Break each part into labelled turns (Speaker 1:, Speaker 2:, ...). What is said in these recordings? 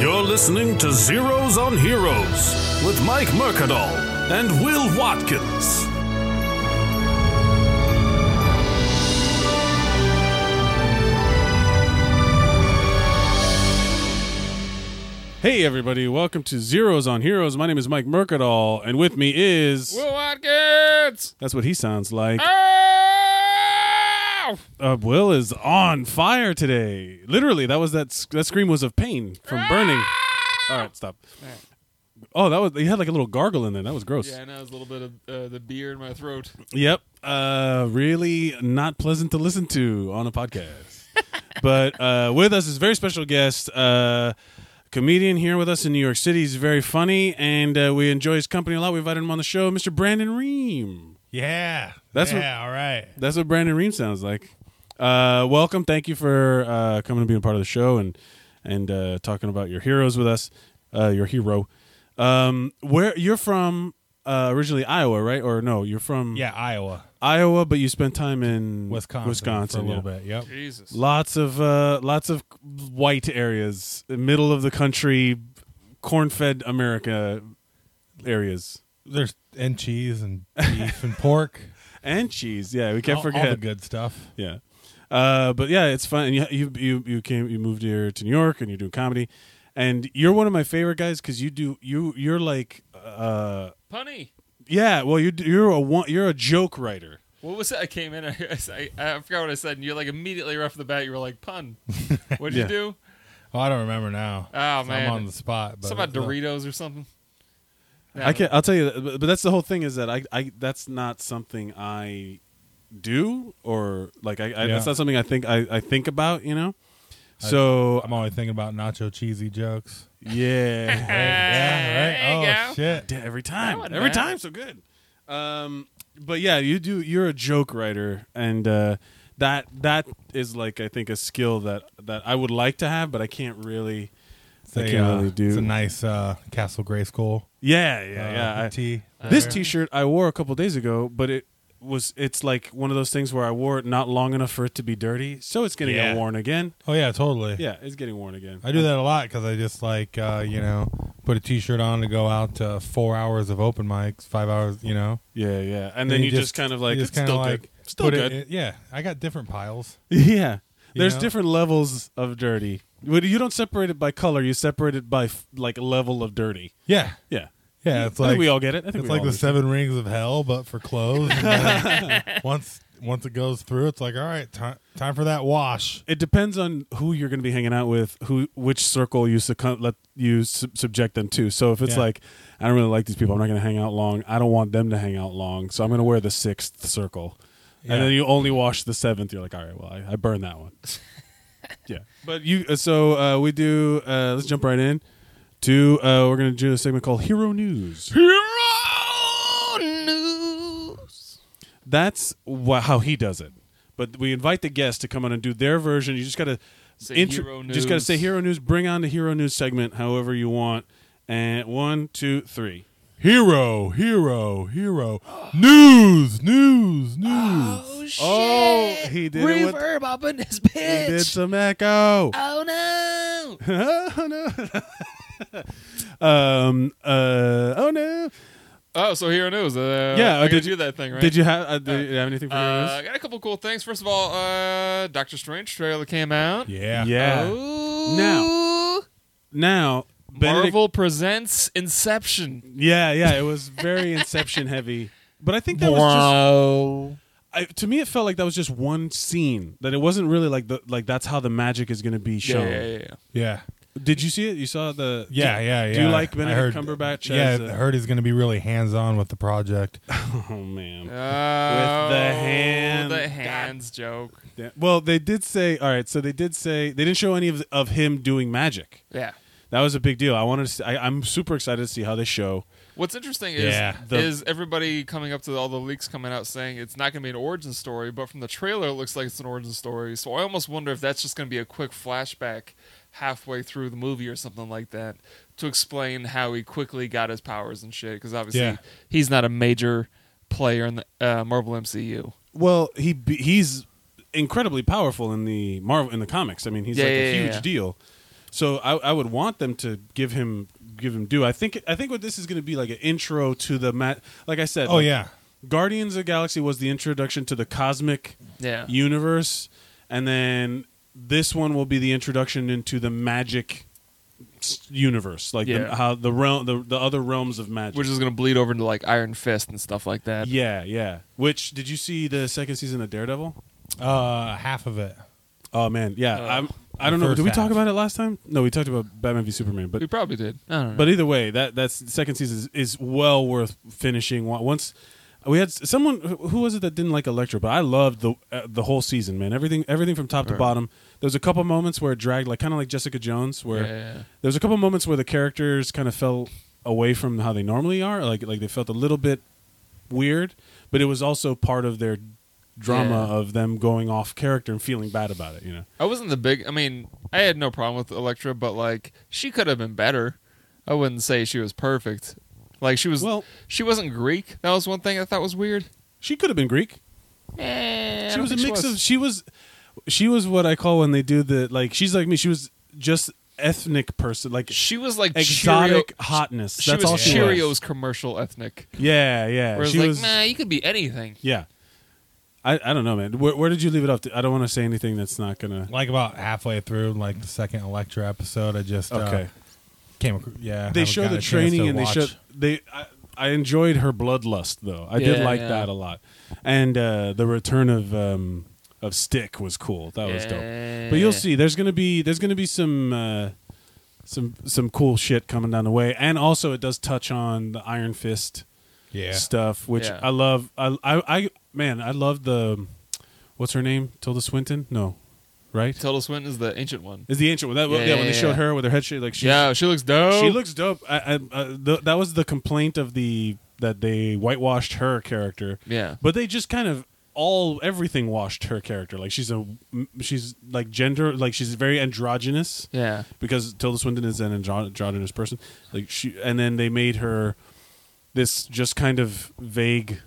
Speaker 1: You're listening to Zeros on Heroes with Mike Mercadal and Will Watkins. Hey, everybody, welcome to Zeros on Heroes. My name is Mike Mercadal, and with me is.
Speaker 2: Will Watkins!
Speaker 1: That's what he sounds like.
Speaker 2: Oh!
Speaker 1: Uh, Will is on fire today. Literally, that was that, sc- that scream was of pain from burning. All right, stop. Oh, that was. You had like a little gargle in there. That was gross.
Speaker 2: Yeah, now it's a little bit of uh, the beer in my throat.
Speaker 1: Yep. Uh, really not pleasant to listen to on a podcast. but uh, with us is a very special guest, uh, comedian here with us in New York City. He's very funny, and uh, we enjoy his company a lot. We invited him on the show, Mr. Brandon Ream.
Speaker 3: Yeah.
Speaker 1: That's
Speaker 3: yeah, all right.
Speaker 1: That's what Brandon Ream sounds like. Uh, welcome. Thank you for uh, coming and being part of the show and and uh, talking about your heroes with us. Uh, your hero. Um, where you're from? Uh, originally Iowa, right? Or no, you're from
Speaker 3: Yeah, Iowa,
Speaker 1: Iowa, but you spent time in
Speaker 3: Wisconsin,
Speaker 1: Wisconsin
Speaker 3: for a little
Speaker 1: yeah.
Speaker 3: bit. Yep.
Speaker 2: Jesus.
Speaker 1: Lots of uh, lots of white areas, middle of the country, corn-fed America areas,
Speaker 3: There's and cheese and beef and pork.
Speaker 1: and cheese. Yeah, we
Speaker 3: All-
Speaker 1: can't forget
Speaker 3: all the good stuff.
Speaker 1: Yeah. Uh, but yeah, it's fun. And you, you you you came you moved here to New York and you're doing comedy, and you're one of my favorite guys because you do you you're like uh
Speaker 2: Punny!
Speaker 1: yeah well you you're a one, you're a joke writer
Speaker 2: What was that? I came in, I, I, I forgot what I said, and you like immediately right off the bat, you were like, pun. What'd
Speaker 1: Yeah.
Speaker 2: you do?
Speaker 3: Oh, I don't remember now.
Speaker 2: Oh,
Speaker 3: 'Cause
Speaker 2: man.
Speaker 3: I'm on the spot. But
Speaker 2: Something about
Speaker 3: it's not-
Speaker 2: Doritos or something? No.
Speaker 1: I can I'll tell you but, but that's the whole thing is that I I that's not something I do or like I, I that's
Speaker 3: Yeah.
Speaker 1: not something I think I I think about you know so
Speaker 3: I'm always thinking about nacho cheesy jokes.
Speaker 1: yeah.
Speaker 3: Right,
Speaker 2: There you
Speaker 3: yeah, right.
Speaker 2: go.
Speaker 3: Oh shit.
Speaker 1: Yeah, every time.
Speaker 2: wasn't
Speaker 1: Every
Speaker 2: bad.
Speaker 1: time, so good. Um, but yeah, you do. You're a joke writer, and uh, that that is like I think a skill that that I would like to have, but I can't really.
Speaker 3: It's
Speaker 1: I can't really do.
Speaker 3: It's a nice uh, Castle Gray School.
Speaker 1: Yeah,
Speaker 3: Uh,
Speaker 1: yeah, yeah. I-
Speaker 3: tea.
Speaker 1: this T-shirt I wore a couple days ago, but it was it's like one of those things where I wore it not long enough for it to be dirty, so it's gonna
Speaker 3: Yeah.
Speaker 1: get worn again.
Speaker 3: Oh yeah, totally.
Speaker 1: Yeah, it's getting worn again.
Speaker 3: I do that a lot because I just like uh, you know put a T-shirt on to go out to four hours of open mics, five hours, you know.
Speaker 1: Yeah, yeah, and then you, just, kind of like
Speaker 3: you
Speaker 1: it's
Speaker 3: just kinda
Speaker 1: still
Speaker 3: like
Speaker 1: good, still
Speaker 3: put
Speaker 1: good.
Speaker 3: it- it- yeah, I got different piles.
Speaker 1: Yeah.
Speaker 3: You
Speaker 1: There's
Speaker 3: know?
Speaker 1: different levels of dirty. When You don't separate it by color. You separate it by f- like level of dirty.
Speaker 3: Yeah,
Speaker 1: Yeah.
Speaker 3: yeah. It's
Speaker 1: I
Speaker 3: like
Speaker 1: think we all get it. I think
Speaker 3: it's
Speaker 1: we
Speaker 3: like
Speaker 1: all
Speaker 3: the
Speaker 1: do.
Speaker 3: seven rings of hell, but for clothes. And then once once it goes through, it's like all right, time time for that wash.
Speaker 1: It depends on who you're going to be hanging out with, who which circle you succumb, let you sub- subject them to. So if it's
Speaker 3: Yeah.
Speaker 1: like I don't really like these people, I'm not going to hang out long. I don't want them to hang out long, so I'm going to wear the sixth circle,
Speaker 3: Yeah.
Speaker 1: and then you only wash the seventh. You're like, all right, well, I, I burned that one. yeah, but you. uh, So uh, we do. Uh, let's jump right in. To uh, we're going to do a segment called Hero News. Oh,
Speaker 2: Hero News!
Speaker 1: That's wha- how he does it. But we invite the guests to come on and do their version. You just got to
Speaker 2: Say hero
Speaker 1: Just got to
Speaker 2: news.
Speaker 1: say hero news. Bring on the hero news segment, however you want. And one, two, three.
Speaker 3: Hero, hero, hero. news, news, news.
Speaker 2: shit!
Speaker 1: Oh, he did it with-
Speaker 2: up in this
Speaker 1: We did some echo.
Speaker 2: Oh, no!
Speaker 1: oh no. um. Uh. Oh no.
Speaker 2: oh, so Hero News. Uh,
Speaker 1: Yeah, uh,
Speaker 2: I
Speaker 1: did
Speaker 2: did
Speaker 1: you-
Speaker 2: do that thing, right?
Speaker 1: Did you have? Uh, did you have anything for hero
Speaker 2: Uh, I
Speaker 1: news?
Speaker 2: got a couple cool things. First of all, uh, Doctor Strange trailer came out.
Speaker 3: Yeah,
Speaker 2: Oh.
Speaker 1: Yeah.
Speaker 2: Ooh.
Speaker 1: Now. Now. Benedict-
Speaker 2: Marvel presents Inception.
Speaker 1: Yeah, yeah, it was very Inception heavy, but I think that was just
Speaker 2: Wow.
Speaker 1: I, to me, it felt like that was just one scene. That it wasn't really like the like that's how the magic is going to be
Speaker 2: Yeah,
Speaker 1: shown.
Speaker 2: yeah, yeah, yeah.
Speaker 3: yeah,
Speaker 1: Did you see it? You saw the
Speaker 3: yeah, yeah. yeah.
Speaker 1: Do you like
Speaker 3: I
Speaker 1: Benedict
Speaker 3: heard-
Speaker 1: Cumberbatch?
Speaker 3: Yeah,
Speaker 1: as a-
Speaker 3: I heard he's going to be really hands on with the project.
Speaker 1: Oh man.
Speaker 2: Oh,
Speaker 1: hand.
Speaker 2: The hands joke.
Speaker 1: Yeah. Well, they did say. All right, so they did say they didn't show any of of him doing magic.
Speaker 2: Yeah.
Speaker 1: That was a big deal. I wanted to. See, I, I'm super excited to see how they show.
Speaker 2: What's interesting is
Speaker 3: Yeah,
Speaker 1: the-
Speaker 2: is everybody coming up to all the leaks coming out saying it's not going to be an origin story, but from the trailer it looks like it's an origin story. So I almost wonder if that's just going to be a quick flashback halfway through the movie or something like that to explain how he quickly got his powers and shit. Because obviously
Speaker 3: Yeah.
Speaker 2: he's not a major player in the uh, Marvel MCU.
Speaker 1: Well, he be- he's incredibly powerful in the Marvel in the comics. I mean, he's
Speaker 2: Yeah,
Speaker 1: like a
Speaker 2: yeah, yeah,
Speaker 1: huge
Speaker 2: yeah.
Speaker 1: deal. So I, I would want them to give him give him due. I think I think what this is going to be like an intro to the mat. Like I said,
Speaker 3: Oh
Speaker 1: like,
Speaker 3: yeah,
Speaker 1: Guardians of the Galaxy was the introduction to the cosmic
Speaker 2: Yeah.
Speaker 1: universe, and then this one will be the introduction into the magic s- universe, like
Speaker 2: Yeah.
Speaker 1: the, how the realm, the, the other realms of magic.
Speaker 2: Which is going to bleed over into like Iron Fist and stuff like that.
Speaker 1: yeah, yeah. Which did you see the second season of Daredevil?
Speaker 3: uh, half of it.
Speaker 1: Oh man, yeah.
Speaker 2: Uh,
Speaker 1: I'm- I don't
Speaker 3: the
Speaker 1: know.
Speaker 3: first
Speaker 1: Did we talk
Speaker 3: half.
Speaker 1: about it last time? No, we talked about Batman v Superman, but
Speaker 2: We probably did. I don't know.
Speaker 1: But either way, that that's second season is, is well worth finishing. Wa- Once we had s- someone who who was it that didn't like Electra, but I loved the uh, the whole season, man. Everything everything from top to
Speaker 2: Right.
Speaker 1: bottom. There was a couple moments where it dragged, like kind of like Jessica Jones, where
Speaker 2: Yeah, yeah, yeah.
Speaker 1: there was a couple moments where the characters kind of fell away from how they normally are. Like like they felt a little bit weird, but it was also part of their drama
Speaker 2: Yeah.
Speaker 1: of them going off character and feeling bad about it. You know.
Speaker 2: I wasn't the big. I mean, I had no problem with Elektra, but like she could have been better. I wouldn't say she was perfect. Like she was.
Speaker 1: Well-
Speaker 2: she wasn't Greek. That was one thing I thought was weird.
Speaker 1: She could have been Greek.
Speaker 2: Eh, I
Speaker 1: she
Speaker 2: don't
Speaker 1: was a
Speaker 2: think
Speaker 1: mix of she was she was what I call when they do the like she's like me she was just ethnic person like
Speaker 2: She was like
Speaker 1: exotic
Speaker 2: Cheerio-
Speaker 1: hotness
Speaker 2: She
Speaker 1: that's
Speaker 2: was
Speaker 1: all she
Speaker 2: Cheerios
Speaker 1: was
Speaker 2: commercial ethnic.
Speaker 1: yeah yeah
Speaker 2: Where it's
Speaker 1: she
Speaker 2: like,
Speaker 1: was
Speaker 2: nah, you could be anything.
Speaker 1: yeah I, I don't know man where, where did you leave it off to? I don't want to say anything that's not gonna
Speaker 3: Like about halfway through, like the second Electra episode, I just
Speaker 1: okay
Speaker 3: uh, came. Across, yeah,
Speaker 1: they
Speaker 3: haven't
Speaker 1: show
Speaker 3: gotten
Speaker 1: the
Speaker 3: a chance
Speaker 1: training
Speaker 3: to
Speaker 1: and they
Speaker 3: watch.
Speaker 1: show they I, I enjoyed her bloodlust though I did
Speaker 2: Yeah,
Speaker 1: like
Speaker 2: yeah.
Speaker 1: that a lot and uh, the return of um, of stick was cool that was dope But you'll see. There's gonna be there's gonna be some uh, some some cool shit coming down the way, and also it does touch on the Iron Fist
Speaker 3: yeah.
Speaker 1: stuff, which
Speaker 2: Yeah.
Speaker 1: I love. I, I I man, I love the what's her name? Tilda Swinton? No, right?
Speaker 2: Tilda Swinton is the ancient one.
Speaker 1: Is the ancient one? That, yeah,
Speaker 2: Yeah,
Speaker 1: when
Speaker 2: yeah,
Speaker 1: they showed
Speaker 2: yeah.
Speaker 1: her with her head shape, like she
Speaker 2: yeah, she looks dope.
Speaker 1: she looks dope. I, I, uh, the, that was the complaint of the that they whitewashed her character.
Speaker 2: Yeah.
Speaker 1: But they just kind of all everything washed her character. Like she's a she's like gender like she's very androgynous
Speaker 2: Yeah.
Speaker 1: because Tilda Swinton is an andro- androgynous person. Like she and then they made her this just kind of vague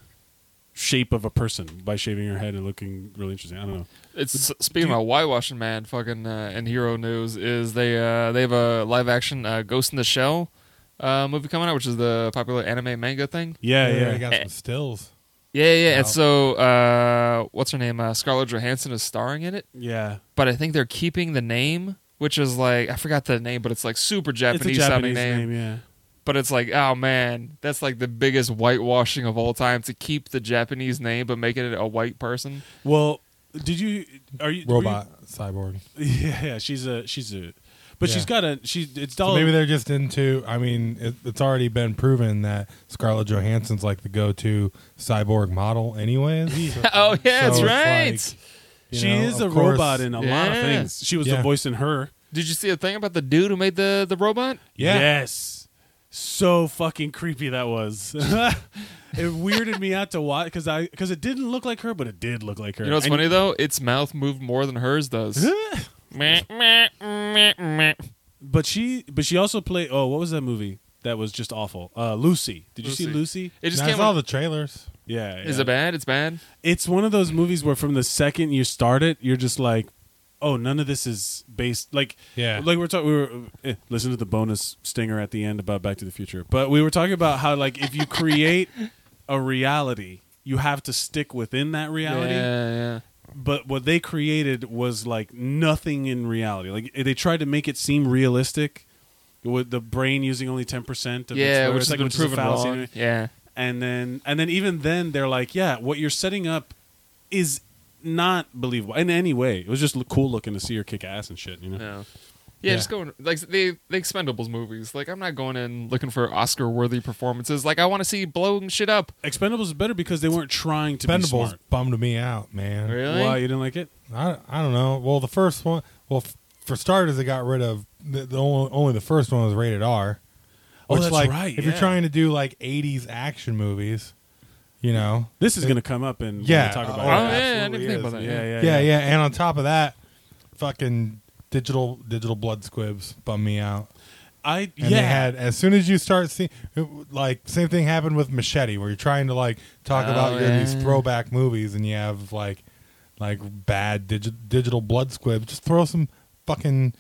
Speaker 1: shape of a person by shaving her head and looking really interesting. I don't know.
Speaker 2: It's speaking about whitewashing, man. Fucking uh, in hero news is they uh, they have a live action uh, Ghost in the Shell uh, movie coming out, which is the popular anime manga thing.
Speaker 1: Yeah,
Speaker 3: They
Speaker 1: yeah.
Speaker 3: already
Speaker 2: Eh.
Speaker 3: got some stills.
Speaker 2: Yeah, yeah. yeah. And
Speaker 3: Wow.
Speaker 2: so uh, what's her name? Uh, Scarlett Johansson is starring in it,
Speaker 1: Yeah.
Speaker 2: but I think they're keeping the name, which is like I forgot the name, but it's like super
Speaker 1: It's a
Speaker 2: Japanese, sounding
Speaker 1: Japanese name,
Speaker 2: name.
Speaker 1: yeah.
Speaker 2: But it's like, oh man, that's like the biggest whitewashing of all time to keep the Japanese name but making it a white person.
Speaker 1: Well, did you are you were you-
Speaker 3: Robot cyborg.
Speaker 1: Yeah, yeah, she's a she's a, but
Speaker 3: Yeah.
Speaker 1: she's got a she's it's
Speaker 3: So
Speaker 2: Oh.
Speaker 1: all
Speaker 3: maybe they're just into. I mean, it, it's already been proven that Scarlett Johansson's like the go-to cyborg model, anyways. So,
Speaker 2: oh yeah,
Speaker 3: so
Speaker 2: that's
Speaker 3: it's
Speaker 2: right.
Speaker 3: like, you
Speaker 1: she
Speaker 3: know,
Speaker 1: is
Speaker 3: of
Speaker 1: a
Speaker 3: course-
Speaker 1: robot in a lot of
Speaker 2: Yeah.
Speaker 1: things. She was the
Speaker 3: Yeah.
Speaker 1: voice in her.
Speaker 2: Did you see a thing about the dude who made the the robot?
Speaker 3: Yeah.
Speaker 1: Yes. So fucking creepy that was. it weirded me out to watch because I because it didn't look like her, but it did look like her.
Speaker 2: You know what's
Speaker 1: And-
Speaker 2: funny though? Its mouth moved more than hers does. Meh, meh, meh, meh.
Speaker 1: But she but she also played. Oh, what was that movie that was just awful? Uh, Lucy. Did you see Lucy?
Speaker 2: It just
Speaker 3: Now, I
Speaker 2: came
Speaker 3: saw
Speaker 2: out.
Speaker 3: the trailers.
Speaker 1: Yeah,
Speaker 2: Is
Speaker 1: yeah.
Speaker 2: it bad? It's bad.
Speaker 1: It's one of those movies where from the second you start it, you're just like, oh, none of this is based like
Speaker 3: Yeah.
Speaker 1: Like we're talking, we were eh, listen to the bonus stinger at the end about Back to the Future, but we were talking about how like if you create a reality, you have to stick within that reality.
Speaker 2: Yeah, yeah.
Speaker 1: But what they created was like nothing in reality. Like eh, they tried to make it seem realistic with the brain using only ten percent.
Speaker 2: Yeah, which has
Speaker 1: like,
Speaker 2: been
Speaker 1: which is a
Speaker 2: proven
Speaker 1: fallacy
Speaker 2: wrong.
Speaker 1: anyway
Speaker 2: Yeah.
Speaker 1: and then and then even then they're like yeah what you're setting up is not believable in any way it was just look, cool looking to see her kick ass and shit you know
Speaker 2: No. Yeah,
Speaker 3: Yeah.
Speaker 2: just going like the the Expendables movies. Like I'm not going in looking for Oscar worthy performances. Like I want to see blowing shit up.
Speaker 1: expendables is better because they weren't trying to be
Speaker 3: Bendables
Speaker 1: smart
Speaker 3: bummed me out, man.
Speaker 2: Really?
Speaker 1: why you didn't like it
Speaker 3: I, I don't know. Well, the first one. Well, f- for starters, they got rid of the, the only, only the first one was rated R.
Speaker 1: Oh,
Speaker 3: which,
Speaker 1: that's
Speaker 3: like,
Speaker 1: right,
Speaker 3: If
Speaker 1: yeah.
Speaker 3: you're trying to do like '80s action movies, you know.
Speaker 1: this is going to come up and
Speaker 3: Yeah.
Speaker 1: talk about
Speaker 3: Oh,
Speaker 1: it.
Speaker 2: Oh, yeah, I didn't
Speaker 3: absolutely
Speaker 2: think
Speaker 3: is.
Speaker 2: about that.
Speaker 1: yeah yeah
Speaker 3: yeah, yeah, And on top of that, fucking digital digital blood squibs bum me out.
Speaker 1: i
Speaker 3: And
Speaker 1: yeah
Speaker 3: they had as soon as you start seeing, like same thing happened with Machete, where you're trying to like talk
Speaker 2: Oh,
Speaker 3: about your, these
Speaker 2: yeah.
Speaker 3: throwback movies, and you have like like bad digi- digital blood squib. Just throw some fucking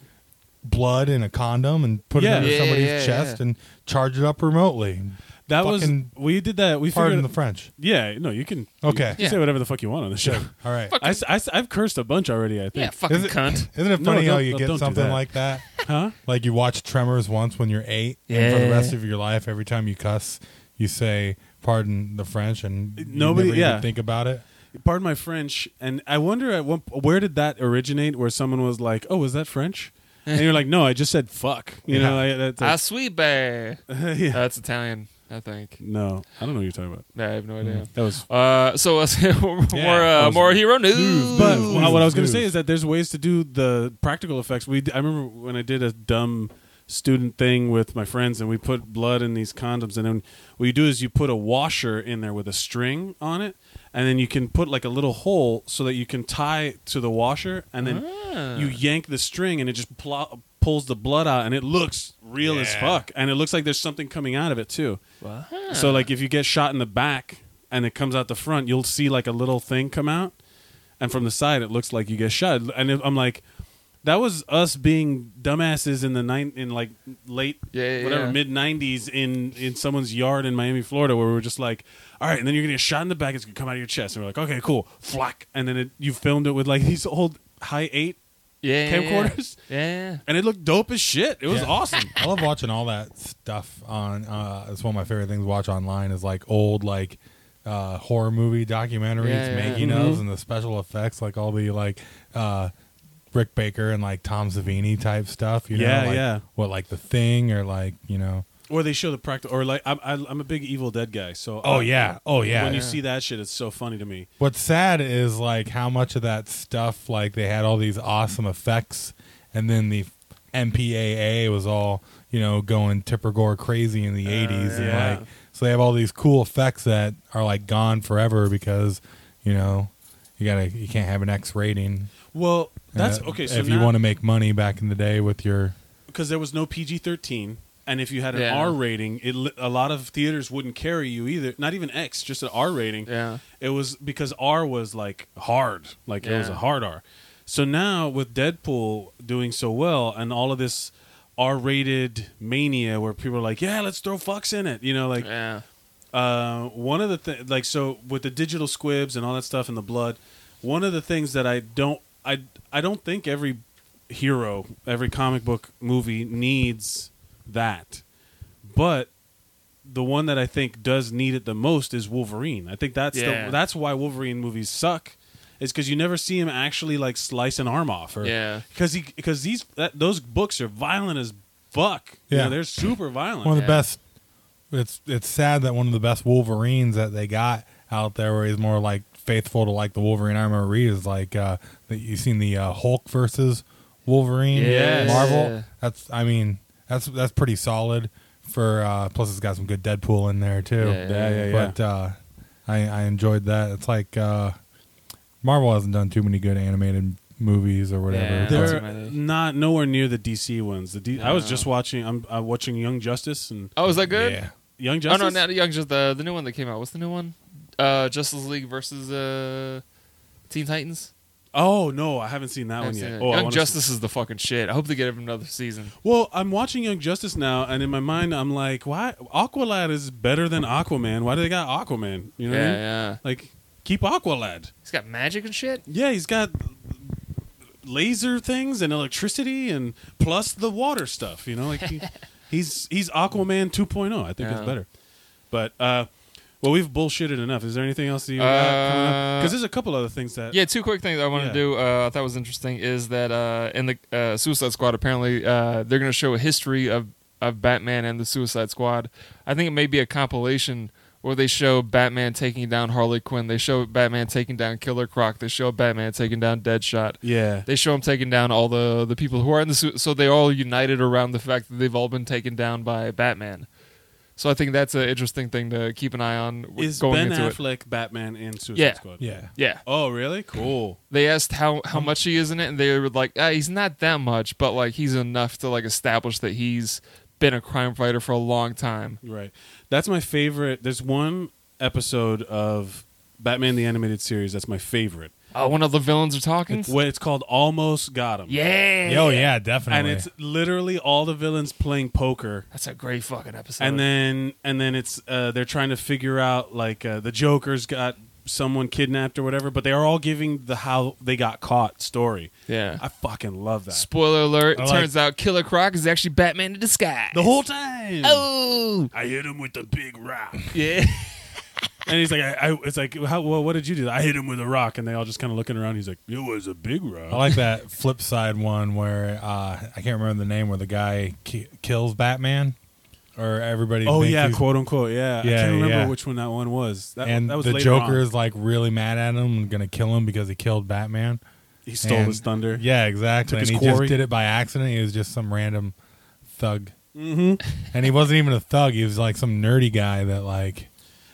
Speaker 3: blood in a condom and put
Speaker 1: Yeah.
Speaker 3: it under
Speaker 2: Yeah,
Speaker 3: somebody's
Speaker 2: yeah,
Speaker 3: chest
Speaker 2: yeah.
Speaker 3: and charge it up remotely.
Speaker 1: That
Speaker 3: Fucking-
Speaker 1: was we did that. We
Speaker 3: Pardon
Speaker 1: figured.
Speaker 3: the French.
Speaker 1: yeah, no, you can. you
Speaker 3: Okay.
Speaker 1: can say
Speaker 2: Yeah.
Speaker 1: whatever the fuck you want on the show.
Speaker 3: All right.
Speaker 2: Fuck.
Speaker 1: I, have cursed a bunch already. I
Speaker 2: Yeah,
Speaker 1: think.
Speaker 2: fucking
Speaker 3: Is it-
Speaker 2: cunt.
Speaker 3: Isn't it
Speaker 1: No,
Speaker 3: funny how
Speaker 1: don't-
Speaker 3: you
Speaker 1: don't
Speaker 3: get
Speaker 1: do
Speaker 3: something
Speaker 1: that.
Speaker 3: like that?
Speaker 1: Huh?
Speaker 3: Like you watch Tremors once when you're eight, and for the
Speaker 2: Yeah.
Speaker 3: rest of your life, every time you cuss, you say "Pardon the French," and you
Speaker 1: Uh, Nobody-
Speaker 3: never even
Speaker 1: yeah.
Speaker 3: think about it.
Speaker 1: Pardon my French. And I wonder at one, where did that originate? Where someone was like, "Oh, was that French?" And you're like, "No, I just said fuck." You know, I, that's
Speaker 2: Ah,
Speaker 1: like-
Speaker 2: sweet bay.
Speaker 1: yeah.
Speaker 2: That's Italian, I think.
Speaker 1: no, I don't know what you're talking about.
Speaker 2: Yeah, I have no idea.
Speaker 1: Mm, That was.
Speaker 2: Uh, so uh, more
Speaker 3: Yeah.
Speaker 2: uh, more hero news.
Speaker 1: But
Speaker 3: Ooh.
Speaker 1: what I was going to say
Speaker 3: Ooh.
Speaker 1: is that there's ways to do the practical effects. We I remember when I did a dumb student thing with my friends, and we put blood in these condoms, and then what you do is you put a washer in there with a string on it, and then you can put like a little hole so that you can tie to the washer, and then
Speaker 2: Ah.
Speaker 1: you yank the string, and it just pl- pulls the blood out, and it looks real as
Speaker 3: Yeah.
Speaker 1: fuck, and it looks like there's something coming out of it too.
Speaker 2: Wow.
Speaker 1: So like if you get shot in the back and it comes out the front, you'll see like a little thing come out, and from the side it looks like you get shot. And if- I'm like, that was us being dumbasses in the nine in like late
Speaker 2: Yeah, yeah,
Speaker 1: whatever
Speaker 2: yeah.
Speaker 1: mid '90s in in someone's yard in Miami, Florida, where we were just like, all right, and then you're gonna get shot in the back. It's gonna come out of your chest, and we're like, okay, cool, flack, and then it, you filmed it with like these old high eight,
Speaker 2: yeah, yeah,
Speaker 1: camcorders?
Speaker 2: Yeah, yeah.
Speaker 1: and it looked dope as shit. It was
Speaker 3: Yeah.
Speaker 1: awesome.
Speaker 3: I love watching all that stuff on. Uh, it's one of my favorite things to watch online is like old like uh, horror movie documentaries,
Speaker 2: Yeah, yeah. Mm-hmm.
Speaker 3: making ofs and the special effects, like all the like uh, Rick Baker and like Tom Savini type stuff. You
Speaker 1: Yeah,
Speaker 3: know, like,
Speaker 1: yeah.
Speaker 3: What like the thing or like you know?
Speaker 1: Or they show the practical, or like I'm I, I'm a big Evil Dead guy, so
Speaker 3: Oh
Speaker 1: uh,
Speaker 3: yeah, oh yeah.
Speaker 1: when you
Speaker 2: Yeah.
Speaker 1: see that shit, it's so funny to me.
Speaker 3: What's sad is like how much of that stuff like they had all these awesome effects, and then the MPAA was all you know going Tipper Gore crazy in the '80s,
Speaker 1: Oh, yeah.
Speaker 3: and like so they have all these cool effects that are like gone forever because you know you gotta you can't have an X rating.
Speaker 1: Well, that's
Speaker 3: Uh,
Speaker 1: okay. So
Speaker 3: if you want to make money back in the day with your
Speaker 1: because there was no PG thirteen, and if you had an
Speaker 2: Yeah.
Speaker 1: R rating, it li- a lot of theaters wouldn't carry you either. Not even X, just an R rating.
Speaker 2: Yeah.
Speaker 1: It was because R was like hard, like it was a
Speaker 2: Yeah.
Speaker 1: hard R. So now with Deadpool doing so well and all of this R rated mania, where people are like, "Yeah, let's throw fucks in it," you know, like
Speaker 2: yeah.
Speaker 1: uh, one of the things like so with the digital squibs and all that stuff and the blood one of the things that i don't i i don't think every hero every comic book movie needs that but the one that i think does need it the most is wolverine i think that's
Speaker 2: Yeah.
Speaker 1: the that's why wolverine movies suck is because you never see him actually like slice an arm off or
Speaker 2: Yeah.
Speaker 1: because he because these that, those books are violent as fuck You
Speaker 3: Yeah.
Speaker 1: know, they're super violent
Speaker 3: one of the
Speaker 2: Yeah.
Speaker 3: best. It's it's sad that one of the best Wolverines that they got out there, where he's more like faithful to like the Wolverine I remember read is like uh, that you've seen the uh, Hulk versus Wolverine
Speaker 2: Yes. Yeah.
Speaker 3: Marvel. That's I mean that's that's pretty solid for. Uh, plus, it's got some good Deadpool in there too.
Speaker 2: Yeah, yeah,
Speaker 1: yeah, yeah.
Speaker 3: But uh, I I enjoyed that. It's like uh, Marvel hasn't done too many good animated movies or whatever.
Speaker 2: Yeah.
Speaker 3: But-
Speaker 1: They're
Speaker 2: Not too many.
Speaker 1: not nowhere near the DC ones. The D- I was
Speaker 2: No.
Speaker 1: just watching. I'm, I'm watching Young Justice and
Speaker 2: Oh, is that good?
Speaker 3: Yeah.
Speaker 1: Young Justice.
Speaker 2: Oh no, not Young Justice. The the new one that came out. What's the new one? Uh, Justice League versus uh, Teen Titans.
Speaker 1: Oh, no, I haven't seen that one
Speaker 2: I haven't seen
Speaker 1: yet.
Speaker 2: it.
Speaker 1: Oh, I
Speaker 2: Young
Speaker 1: wanna
Speaker 2: Justice is the fucking shit. I hope they get another season.
Speaker 1: see- Well, I'm watching Young Justice now, and in my mind, I'm like, why Aqualad is better than Aquaman? Why do they got Aquaman? You know, what I
Speaker 2: yeah,
Speaker 1: mean?
Speaker 2: yeah.
Speaker 1: like keep Aqualad.
Speaker 2: He's got magic and shit.
Speaker 1: Yeah, he's got laser things and electricity, and plus the water stuff. You know, like he, he's he's Aquaman 2.0. I think
Speaker 2: Yeah.
Speaker 1: it's better. But uh, well, we've bullshitted enough. Is there anything else that you got?
Speaker 2: Uh,
Speaker 1: Because there's a couple other things that
Speaker 2: Yeah, two quick things I want
Speaker 1: Yeah.
Speaker 2: to do. Uh, I thought was interesting is that uh, in the uh, Suicide Squad, apparently uh, they're going to show a history of of Batman and the Suicide Squad. I think it may be a compilation where they show Batman taking down Harley Quinn. They show Batman taking down Killer Croc. They show Batman taking down Deadshot.
Speaker 1: yeah.
Speaker 2: They show him taking down all the the people who are in the suit. So they all united around the fact that they've all been taken down by Batman. So I think that's an interesting thing to keep an eye on w-
Speaker 1: Is
Speaker 2: going
Speaker 1: Ben
Speaker 2: into it.
Speaker 1: Affleck Batman in Suicide
Speaker 2: Yeah.
Speaker 1: Squad?
Speaker 3: yeah.
Speaker 2: Yeah.
Speaker 1: Oh, really? Cool.
Speaker 2: they asked how how much he is in it, and they were like, ah, "He's not that much, but like he's enough to like establish that he's been a crime fighter for a long time."
Speaker 1: Right. That's my favorite. There's one episode of Batman the Animated Series that's my favorite.
Speaker 2: Oh, one of the villains are talking.
Speaker 1: What it's called Almost Got Him.
Speaker 2: Yeah.
Speaker 3: Oh yeah,
Speaker 1: And
Speaker 3: definitely.
Speaker 1: it's literally all the villains playing poker.
Speaker 2: That's a great fucking episode.
Speaker 1: and then and then it's uh, they're trying to figure out like uh, the Joker's got someone kidnapped or whatever, but they are all giving the how they got caught story.
Speaker 2: yeah.
Speaker 1: I fucking love that
Speaker 2: Spoiler alert!
Speaker 3: I
Speaker 2: It
Speaker 3: like-
Speaker 2: turns out Killer Croc is actually Batman in disguise.
Speaker 1: the whole time.
Speaker 2: Oh.
Speaker 1: I hit him with the big rock,
Speaker 2: Yeah.
Speaker 1: and he's like, I, I it's like, how, well, what did you do? I hit him with a rock, and they all just kind of looking around. He's like, it was a big rock.
Speaker 3: I like that flip side one where uh, I can't remember the name where the guy ki- kills Batman or everybody.
Speaker 1: Oh
Speaker 3: thinks
Speaker 1: yeah,
Speaker 3: he's-
Speaker 1: quote unquote. Yeah, I
Speaker 3: Yeah,
Speaker 1: can't remember
Speaker 3: yeah.
Speaker 1: which one that one was. That,
Speaker 3: and
Speaker 1: that was
Speaker 3: the
Speaker 1: later
Speaker 3: Joker
Speaker 1: on.
Speaker 3: is like really mad at him and gonna kill him because he killed Batman.
Speaker 1: He stole
Speaker 3: And-
Speaker 1: his thunder.
Speaker 3: Yeah, exactly.
Speaker 1: Took his
Speaker 3: and he
Speaker 1: quarry.
Speaker 3: just did it by accident. He was just some random thug. Mm-hmm. and he wasn't even a thug. He was like some nerdy guy that like.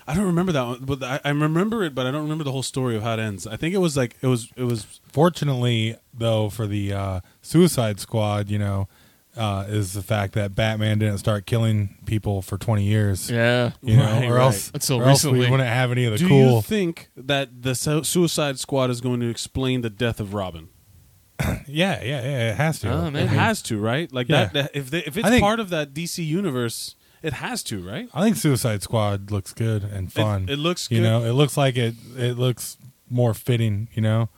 Speaker 1: I don't remember that one, but I, I remember it, but I don't remember the whole story of how it ends. I think it was like it was it was
Speaker 3: Fortunately, though, for the uh, Suicide Squad, you know, uh, is the fact that Batman didn't start killing people for twenty years.
Speaker 2: Yeah.
Speaker 3: you know,
Speaker 1: Right,
Speaker 3: or
Speaker 1: right.
Speaker 3: else
Speaker 2: Until
Speaker 3: or else
Speaker 2: recently.
Speaker 3: we wouldn't have any of the
Speaker 1: Do you
Speaker 3: cool.
Speaker 1: think that the Su- Suicide Squad is going to explain the death of Robin?
Speaker 3: yeah, yeah, yeah. It has to.
Speaker 2: Oh,
Speaker 1: It
Speaker 2: man. Mhm.
Speaker 1: has to, right? Like that, that- if they, if it's
Speaker 3: I think-
Speaker 1: part of that DC universe, it has to, right?
Speaker 3: I think Suicide Squad looks good and fun.
Speaker 1: It, it looks,
Speaker 3: you
Speaker 1: good.
Speaker 3: know, it looks like it. It looks more fitting. You know,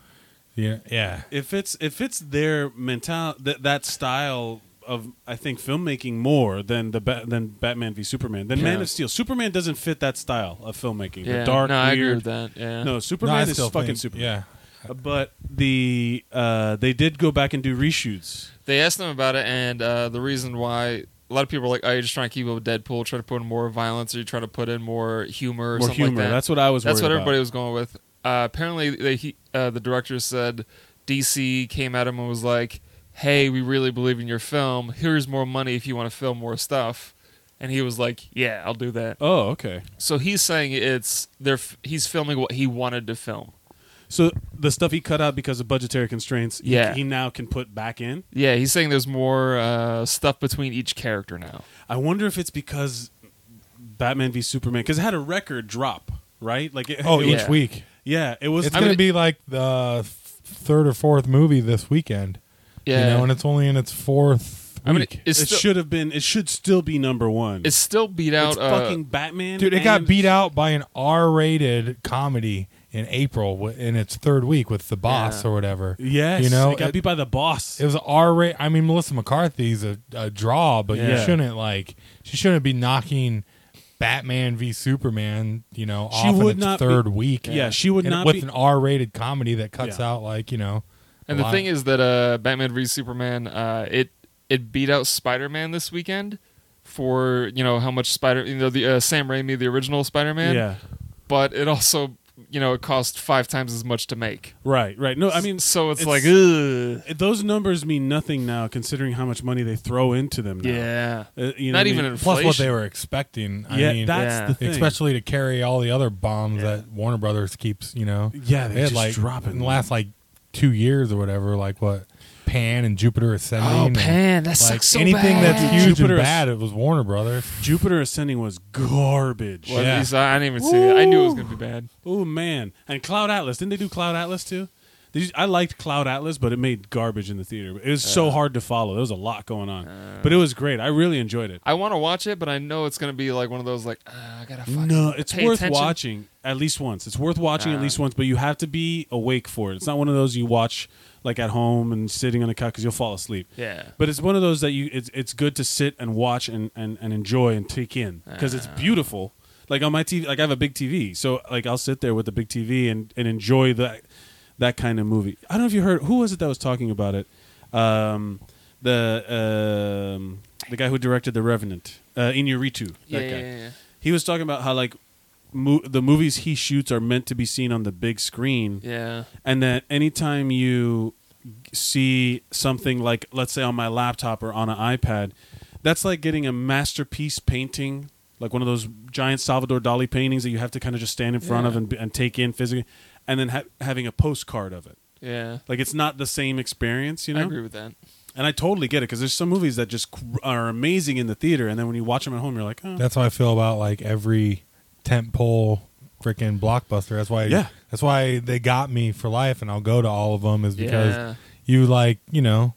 Speaker 3: yeah, yeah.
Speaker 1: if it's if it's their mental that that style of I think filmmaking more than the ba- than Batman v Superman than Man
Speaker 2: Yeah.
Speaker 1: of Steel. Superman doesn't fit that style of filmmaking.
Speaker 2: Yeah.
Speaker 1: The dark,
Speaker 2: no, I
Speaker 1: weird.
Speaker 2: agree with that. Yeah.
Speaker 1: No,
Speaker 3: No, I
Speaker 1: Superman is
Speaker 3: still
Speaker 1: fucking
Speaker 3: think-
Speaker 1: Superman.
Speaker 3: Yeah,
Speaker 1: Uh, But the uh, they did go back and do reshoots.
Speaker 2: They asked them about it, and uh, the reason why a lot of people are like, "Oh, you're just trying to keep up with Deadpool, try to put in more violence, or you try to put in more humor, or
Speaker 1: More
Speaker 2: something
Speaker 1: humor.
Speaker 2: like that."
Speaker 1: That's what I was.
Speaker 2: That's
Speaker 1: worried
Speaker 2: what everybody
Speaker 1: about.
Speaker 2: was going with. Uh, apparently, they, he, uh, the director said DC came at him and was like, "Hey, we really believe in your film. Here's more money if you want to film more stuff." And he was like, "Yeah, I'll do that."
Speaker 1: Oh, okay.
Speaker 2: So he's saying it's they're f- he's filming what he wanted to film.
Speaker 1: So the stuff he cut out because of budgetary constraints, he-
Speaker 2: Yeah.
Speaker 1: he, now can put back in.
Speaker 2: Yeah, he's saying there's more uh, stuff between each character now.
Speaker 1: I wonder if it's because Batman v Superman because it had a record drop, right? Like, it,
Speaker 3: Oh,
Speaker 1: it
Speaker 2: yeah.
Speaker 1: was-
Speaker 3: each week.
Speaker 1: yeah, it was.
Speaker 3: It's
Speaker 2: I
Speaker 3: going
Speaker 2: mean-
Speaker 3: to be like the th- third or fourth movie this weekend.
Speaker 2: Yeah,
Speaker 3: you know, and it's only in its fourth week.
Speaker 2: I mean, it's
Speaker 1: it
Speaker 2: still,
Speaker 1: should have been. It should still be number one.
Speaker 2: It's still beat out.
Speaker 1: It's
Speaker 2: uh,
Speaker 1: fucking Batman,
Speaker 3: Dude, it got
Speaker 1: and-
Speaker 3: beat out by an R-rated comedy in April wi- in its third week with The Boss
Speaker 2: Yeah.
Speaker 3: or whatever.
Speaker 1: Yes,
Speaker 3: you know,
Speaker 1: it got beat by the boss.
Speaker 3: It was R rated. I mean, Melissa McCarthy's a, a draw, but you
Speaker 1: Yeah.
Speaker 3: shouldn't like she shouldn't be knocking Batman v Superman. You know,
Speaker 1: She
Speaker 3: off in
Speaker 1: would
Speaker 3: its
Speaker 1: not be-
Speaker 3: third week.
Speaker 1: yeah, she would
Speaker 3: And
Speaker 1: not
Speaker 3: with
Speaker 1: be-
Speaker 3: an R rated comedy that cuts
Speaker 1: Yeah.
Speaker 3: out like you know.
Speaker 2: and the thing is that uh, Batman v Superman, uh, it it beat out Spider Man this weekend for you know how much Spider you know the uh, Sam Raimi the original Spider Man.
Speaker 1: yeah,
Speaker 2: But it also you know it cost five times as much to make.
Speaker 1: right, right. No, I mean,
Speaker 2: so it's,
Speaker 1: it's-
Speaker 2: like ugh.
Speaker 1: those numbers mean nothing now, considering how much money they throw into them. Now.
Speaker 2: yeah.
Speaker 1: Uh, you know
Speaker 2: Not
Speaker 1: what I
Speaker 2: even
Speaker 1: mean?
Speaker 2: inflation.
Speaker 3: plus what they were expecting. I
Speaker 1: yeah,
Speaker 3: mean,
Speaker 1: that's
Speaker 2: yeah.
Speaker 1: the thing.
Speaker 3: especially to carry all the other bombs
Speaker 2: Yeah.
Speaker 3: that Warner Brothers keeps. You know,
Speaker 1: yeah, they,
Speaker 3: had,
Speaker 1: just
Speaker 3: like
Speaker 1: drop it
Speaker 3: in the last like two years or whatever. Like what Pan and Jupiter Ascending.
Speaker 2: Oh
Speaker 3: and,
Speaker 2: man, that
Speaker 3: Like
Speaker 2: sucks so
Speaker 3: anything
Speaker 2: bad.
Speaker 3: that's huge
Speaker 1: Jupiter
Speaker 3: and
Speaker 1: Asc-
Speaker 3: bad, it was Warner Brothers.
Speaker 1: Jupiter Ascending was garbage.
Speaker 2: Well,
Speaker 3: Yeah.
Speaker 2: at least I, I didn't even see it. I knew it was gonna be bad.
Speaker 1: Oh man, and Cloud Atlas. Didn't they do Cloud Atlas too? Did you, I liked Cloud Atlas, but it made garbage in the theater. It was so hard to follow. There was a lot going on,
Speaker 2: Uh,
Speaker 1: but it was great. I really enjoyed it.
Speaker 2: I want to watch it, but I know it's gonna be like one of those like uh, I gotta. Fucking
Speaker 1: No, it's
Speaker 2: pay
Speaker 1: worth
Speaker 2: attention.
Speaker 1: watching at least once. It's worth watching at
Speaker 2: Uh.
Speaker 1: least once, but you have to be awake for it. It's not one of those you watch like at home and sitting on a couch because you'll fall asleep.
Speaker 2: Yeah.
Speaker 1: But it's one of those that you it's it's good to sit and watch and and, and enjoy and take in because
Speaker 2: Ah.
Speaker 1: it's beautiful. Like on my TV, like I have a big TV, so like I'll sit there with the big TV and and enjoy that that kind of movie. I don't know if you heard who was it that was talking about it. Um, the um, the guy who directed The Revenant, uh, Inuyuritu. That
Speaker 2: Yeah,
Speaker 1: guy.
Speaker 2: yeah, yeah, yeah.
Speaker 1: He was talking about how like mo- the movies he shoots are meant to be seen on the big screen,
Speaker 2: Yeah.
Speaker 1: and that anytime you see something like let's say on my laptop or on an iPad, that's like getting a masterpiece painting, like one of those giant Salvador Dali paintings that you have to kind of just stand in front of
Speaker 2: Yeah.
Speaker 1: and, be- and take in physically, and then ha- having a postcard of it.
Speaker 2: Yeah.
Speaker 1: Like it's not the same experience, you know.
Speaker 2: I agree with that.
Speaker 1: And I totally get it because there's some movies that just cr- are amazing in the theater, and then when you watch them at home, you're like, oh,
Speaker 3: That's how I feel about like every tentpole freaking blockbuster. That's why.
Speaker 1: Yeah.
Speaker 3: That's why they got me for life, and I'll go to all of them is because
Speaker 2: Yeah.
Speaker 3: you like you know,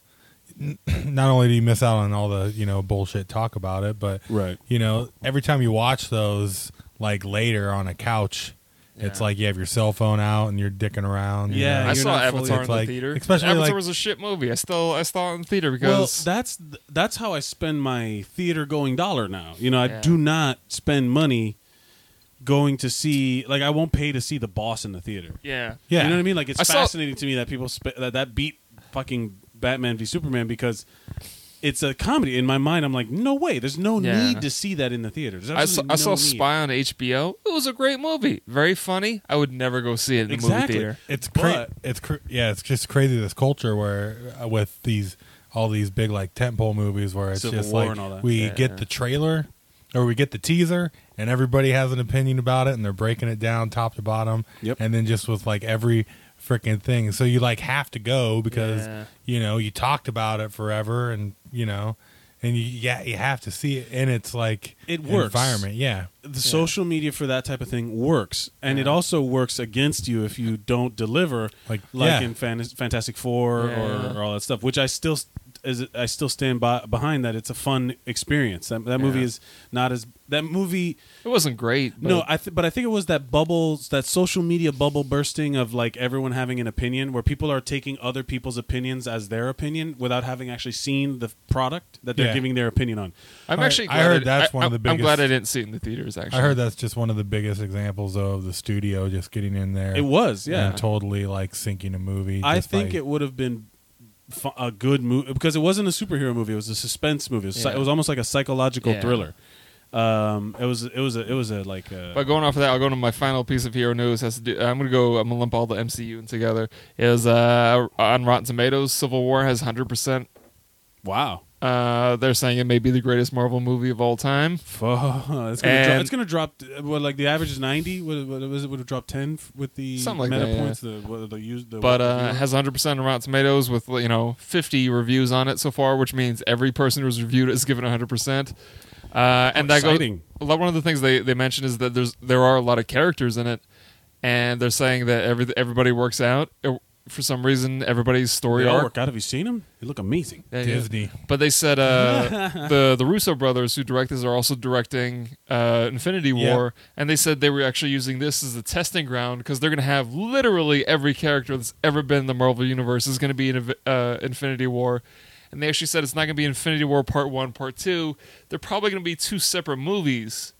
Speaker 3: not only do you miss out on all the you know bullshit talk about it, but
Speaker 1: Right.
Speaker 3: you know every time you watch those like later on a couch. It's
Speaker 2: Yeah.
Speaker 3: like you have your cell phone out and you're dicking around. you
Speaker 1: Yeah,
Speaker 3: know?
Speaker 2: I
Speaker 1: you're
Speaker 2: saw
Speaker 1: not fully-
Speaker 2: Avatar in
Speaker 3: It's
Speaker 2: the
Speaker 3: like-
Speaker 2: theater.
Speaker 3: especially
Speaker 2: Avatar
Speaker 3: like-
Speaker 2: was a shit movie. I still I saw it in the theater
Speaker 1: Well,
Speaker 2: because
Speaker 1: that's th- that's how I spend my theater going dollar now. You know, I
Speaker 2: Yeah.
Speaker 1: do not spend money going to see like I won't pay to see the boss in the theater.
Speaker 2: yeah,
Speaker 3: Yeah.
Speaker 1: You know what I mean? Like it's
Speaker 2: I saw-
Speaker 1: fascinating to me that people spe- that that beat fucking Batman v Superman because it's a comedy. In my mind, I'm like, no way. There's no
Speaker 2: Yeah.
Speaker 1: need to see that in the theater. There's
Speaker 2: I saw,
Speaker 1: absolutely
Speaker 2: I saw
Speaker 1: no need.
Speaker 2: Spy on HBO. It was a great movie, very funny. I would never go see it in the movie
Speaker 1: Exactly.
Speaker 2: theater.
Speaker 3: it's cra-
Speaker 1: But-
Speaker 3: it's cr- yeah, it's just crazy this culture where uh, with these all these big like tentpole movies where it's
Speaker 1: Civil
Speaker 3: just
Speaker 1: War
Speaker 3: like
Speaker 1: and all that.
Speaker 3: we
Speaker 2: Yeah.
Speaker 3: get the trailer or we get the teaser and everybody has an opinion about it and they're breaking it down top to bottom
Speaker 1: Yep.
Speaker 3: and then just with like every freaking thing so you like have to go because
Speaker 2: Yeah.
Speaker 3: you know you talked about it forever and you know and you yeah you have to see it and it's like
Speaker 1: It
Speaker 3: an
Speaker 1: works.
Speaker 3: environment yeah
Speaker 1: the social media for that type of thing works, and it
Speaker 2: Yeah.
Speaker 1: also works against you if you don't deliver,
Speaker 3: Like-
Speaker 1: like
Speaker 3: yeah.
Speaker 1: in Fan- Fantastic Four
Speaker 2: Yeah.
Speaker 1: or, or all that stuff. Which I still st- is I still stand by behind that. It's a fun experience. That, that movie
Speaker 2: Yeah.
Speaker 1: is not as that movie.
Speaker 2: It wasn't great. But
Speaker 1: no, I th- but I think it was that bubbles, that social media bubble bursting of like everyone having an opinion, where people are taking other people's opinions as their opinion without having actually seen the product that they're
Speaker 3: Yeah.
Speaker 1: giving their opinion on.
Speaker 2: I'm
Speaker 3: I-
Speaker 2: actually.
Speaker 3: I
Speaker 2: Glad
Speaker 3: heard
Speaker 2: it-
Speaker 3: that's
Speaker 2: I-
Speaker 3: one of
Speaker 2: I'm-
Speaker 3: the
Speaker 2: I'm glad I
Speaker 3: biggest-
Speaker 2: didn't see it in the theaters. Actually,
Speaker 3: I heard that's just one of the biggest examples of the studio just getting in there
Speaker 1: It was, yeah.
Speaker 3: and totally like sinking a movie.
Speaker 1: I
Speaker 3: just
Speaker 1: think
Speaker 3: by-
Speaker 1: it would have been fu- a good movie because it wasn't a superhero movie. It was a suspense movie. It was, psy-
Speaker 2: Yeah.
Speaker 1: it was almost like a psychological
Speaker 2: Yeah.
Speaker 1: thriller. Um, it was it was a, it was a like a,
Speaker 2: But going off of that, I'll go to my final piece of hero news. Has to do, I'm gonna go. I'm gonna lump all the MCU in together. Is uh, on Rotten Tomatoes, Civil War has 100. percent
Speaker 1: wow.
Speaker 2: uh, They're saying it may be the greatest Marvel movie of all time.
Speaker 1: Fu- It's gonna, drop,
Speaker 2: And-
Speaker 1: it's gonna drop. uh, What like the average is ninety. What, what was it? Would have dropped ten f- with the
Speaker 2: Something like
Speaker 1: meta
Speaker 2: that, yeah.
Speaker 1: points. The what the use. The what-
Speaker 2: But uh, has 100 percent on Rotten Tomatoes with you know 50 reviews on it so far, which means every person who's reviewed it is given 100. percent uh, and that goes,
Speaker 1: exciting.
Speaker 2: a lot- one of the things they, they mentioned is that there's there are a lot of characters in it, and they're saying that every everybody works out Uh, for some reason. Everybody's
Speaker 1: They
Speaker 2: story
Speaker 1: all
Speaker 2: arc
Speaker 1: work out. Have you seen them? They look amazing.
Speaker 2: Yeah, yeah.
Speaker 3: Disney.
Speaker 2: But they said uh, the the Russo brothers who direct this are also directing uh, Infinity
Speaker 3: Yeah.
Speaker 2: War, and they said they were actually using this as a testing ground because they're going to have literally every character that's ever been in the Marvel universe is going to be in uh, Infinity War. And they actually said it's not going to be Infinity War Part One, Part Two. They're probably going to be two separate movies,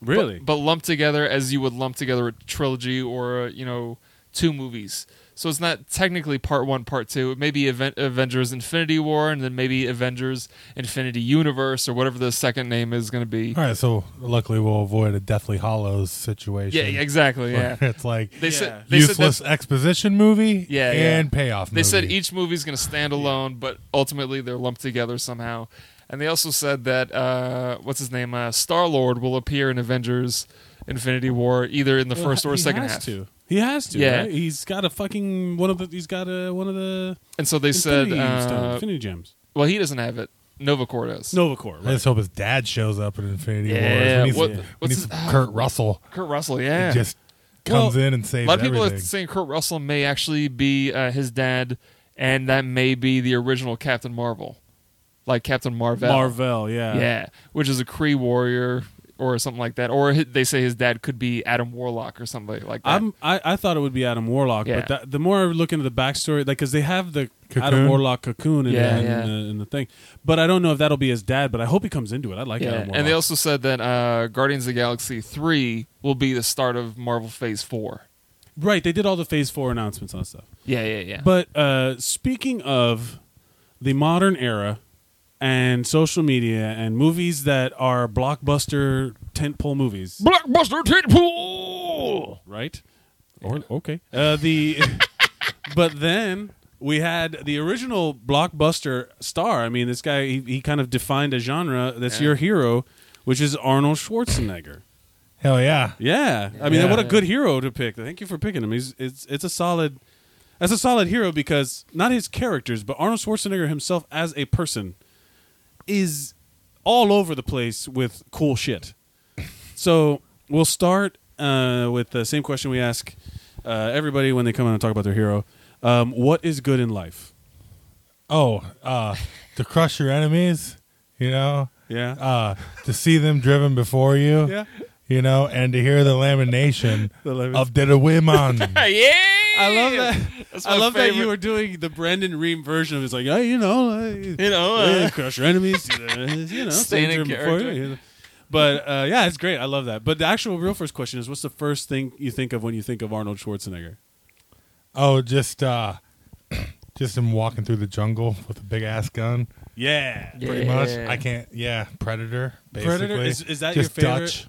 Speaker 2: but-
Speaker 1: Really?
Speaker 2: but, lumped together as you would lump together a trilogy or uh, you know two movies. So it's not technically part one, part two. It may be Aven- Avengers: Infinity War, and then maybe Avengers: Infinity Universe, or whatever the second name is going to be.
Speaker 3: All right, so luckily we'll avoid a Deathly Hollows situation.
Speaker 2: Yeah, yeah, exactly. Yeah,
Speaker 3: Where It's like
Speaker 2: they said they said
Speaker 3: useless
Speaker 2: that's,
Speaker 3: exposition movie.
Speaker 2: Yeah, yeah.
Speaker 3: and payoff.
Speaker 2: they said
Speaker 3: movie.
Speaker 2: each movie's going to stand alone, but ultimately they're lumped together somehow. And they also said that uh, what's his name, uh, Star Lord, will appear in Avengers: Infinity War, either in the
Speaker 1: Well,
Speaker 2: first or
Speaker 1: he
Speaker 2: second
Speaker 1: has
Speaker 2: half.
Speaker 1: To. He has to.
Speaker 2: Yeah.
Speaker 1: right? He's got a fucking one of the. He's got a one of the.
Speaker 2: And so they said,
Speaker 1: Infinity Stone-
Speaker 2: uh,
Speaker 1: Infinity gems.
Speaker 2: Well, he doesn't have it. Nova Corps does.
Speaker 1: Novacore.
Speaker 3: I
Speaker 1: Right?
Speaker 3: just hope his dad shows up in Infinity
Speaker 2: Yeah,
Speaker 3: War. We need,
Speaker 2: what-
Speaker 3: some, we
Speaker 2: what's
Speaker 3: need
Speaker 2: his-
Speaker 3: some Kurt Russell.
Speaker 2: Kurt Russell,
Speaker 3: He
Speaker 2: yeah.
Speaker 3: just comes
Speaker 1: Well,
Speaker 3: in and saves
Speaker 2: a lot of people are
Speaker 3: everything.
Speaker 2: saying Kurt Russell may actually be uh, his dad, and that may be the original Captain Marvel, like Captain Marvel.
Speaker 1: Marvel. Yeah.
Speaker 2: yeah, which is a Kree warrior or something like that. Or hi- they say his dad could be Adam Warlock or something like that.
Speaker 1: I'm, I, I thought it would be Adam Warlock,
Speaker 2: Yeah.
Speaker 1: but that, the more I look into the backstory, like because they have the Adam
Speaker 3: Cocoon?
Speaker 1: Warlock cocoon in,
Speaker 2: Yeah,
Speaker 1: in,
Speaker 2: yeah.
Speaker 1: The, in the thing, but I don't know if that'll be his dad. But I hope he comes into it. I like
Speaker 2: yeah,
Speaker 1: Adam Warlock.
Speaker 2: and they also said that uh, Guardians of the Galaxy three will be the start of Marvel Phase four.
Speaker 1: right, they did all the Phase Four announcements on stuff.
Speaker 2: Yeah, yeah, yeah.
Speaker 1: But uh, speaking of the modern era and social media and movies that are blockbuster tentpole movies,
Speaker 2: Blockbuster Deadpool.
Speaker 1: right? Or okay. Uh, the but then we had the original blockbuster star. I mean, this guy he, he kind of defined a genre. That's
Speaker 2: Yeah.
Speaker 1: your hero, which is Arnold Schwarzenegger.
Speaker 3: Hell yeah.
Speaker 1: Yeah, I mean,
Speaker 3: Yeah.
Speaker 1: what a good hero to pick. Thank you for picking him. He's it's it's a solid. That's a solid hero because not his characters, but Arnold Schwarzenegger himself as a person is all over the place with cool shit. So we'll start uh, with the same question we ask uh, everybody when they come on and talk about their hero. Um, what is good in life?
Speaker 3: Oh, uh, to crush your enemies, you know,
Speaker 1: Yeah.
Speaker 3: uh, to see them driven before you,
Speaker 1: yeah.
Speaker 3: you know, and to hear the lamination
Speaker 1: The lamin-
Speaker 3: of the women.
Speaker 2: yeah,
Speaker 1: I love that.
Speaker 2: That's
Speaker 1: I
Speaker 2: my
Speaker 1: love that you
Speaker 2: favorite.
Speaker 1: were doing the Brendan Ream version of it's like, oh, you know, uh,
Speaker 2: You know, uh,
Speaker 1: yeah, crush your enemies, do the- you know,
Speaker 2: Stay in
Speaker 1: save them before
Speaker 2: character.
Speaker 1: you. But uh, yeah, it's great. I love that. But the actual real first question is, what's the first thing you think of when you think of Arnold Schwarzenegger?
Speaker 3: Oh, just uh, just him walking through the jungle with a big ass gun.
Speaker 1: Yeah,
Speaker 3: Pretty
Speaker 2: Yeah.
Speaker 3: much. I can't. Yeah, Predator. Basically.
Speaker 1: Predator? Is- is that your
Speaker 3: Just
Speaker 1: favorite?
Speaker 3: Dutch.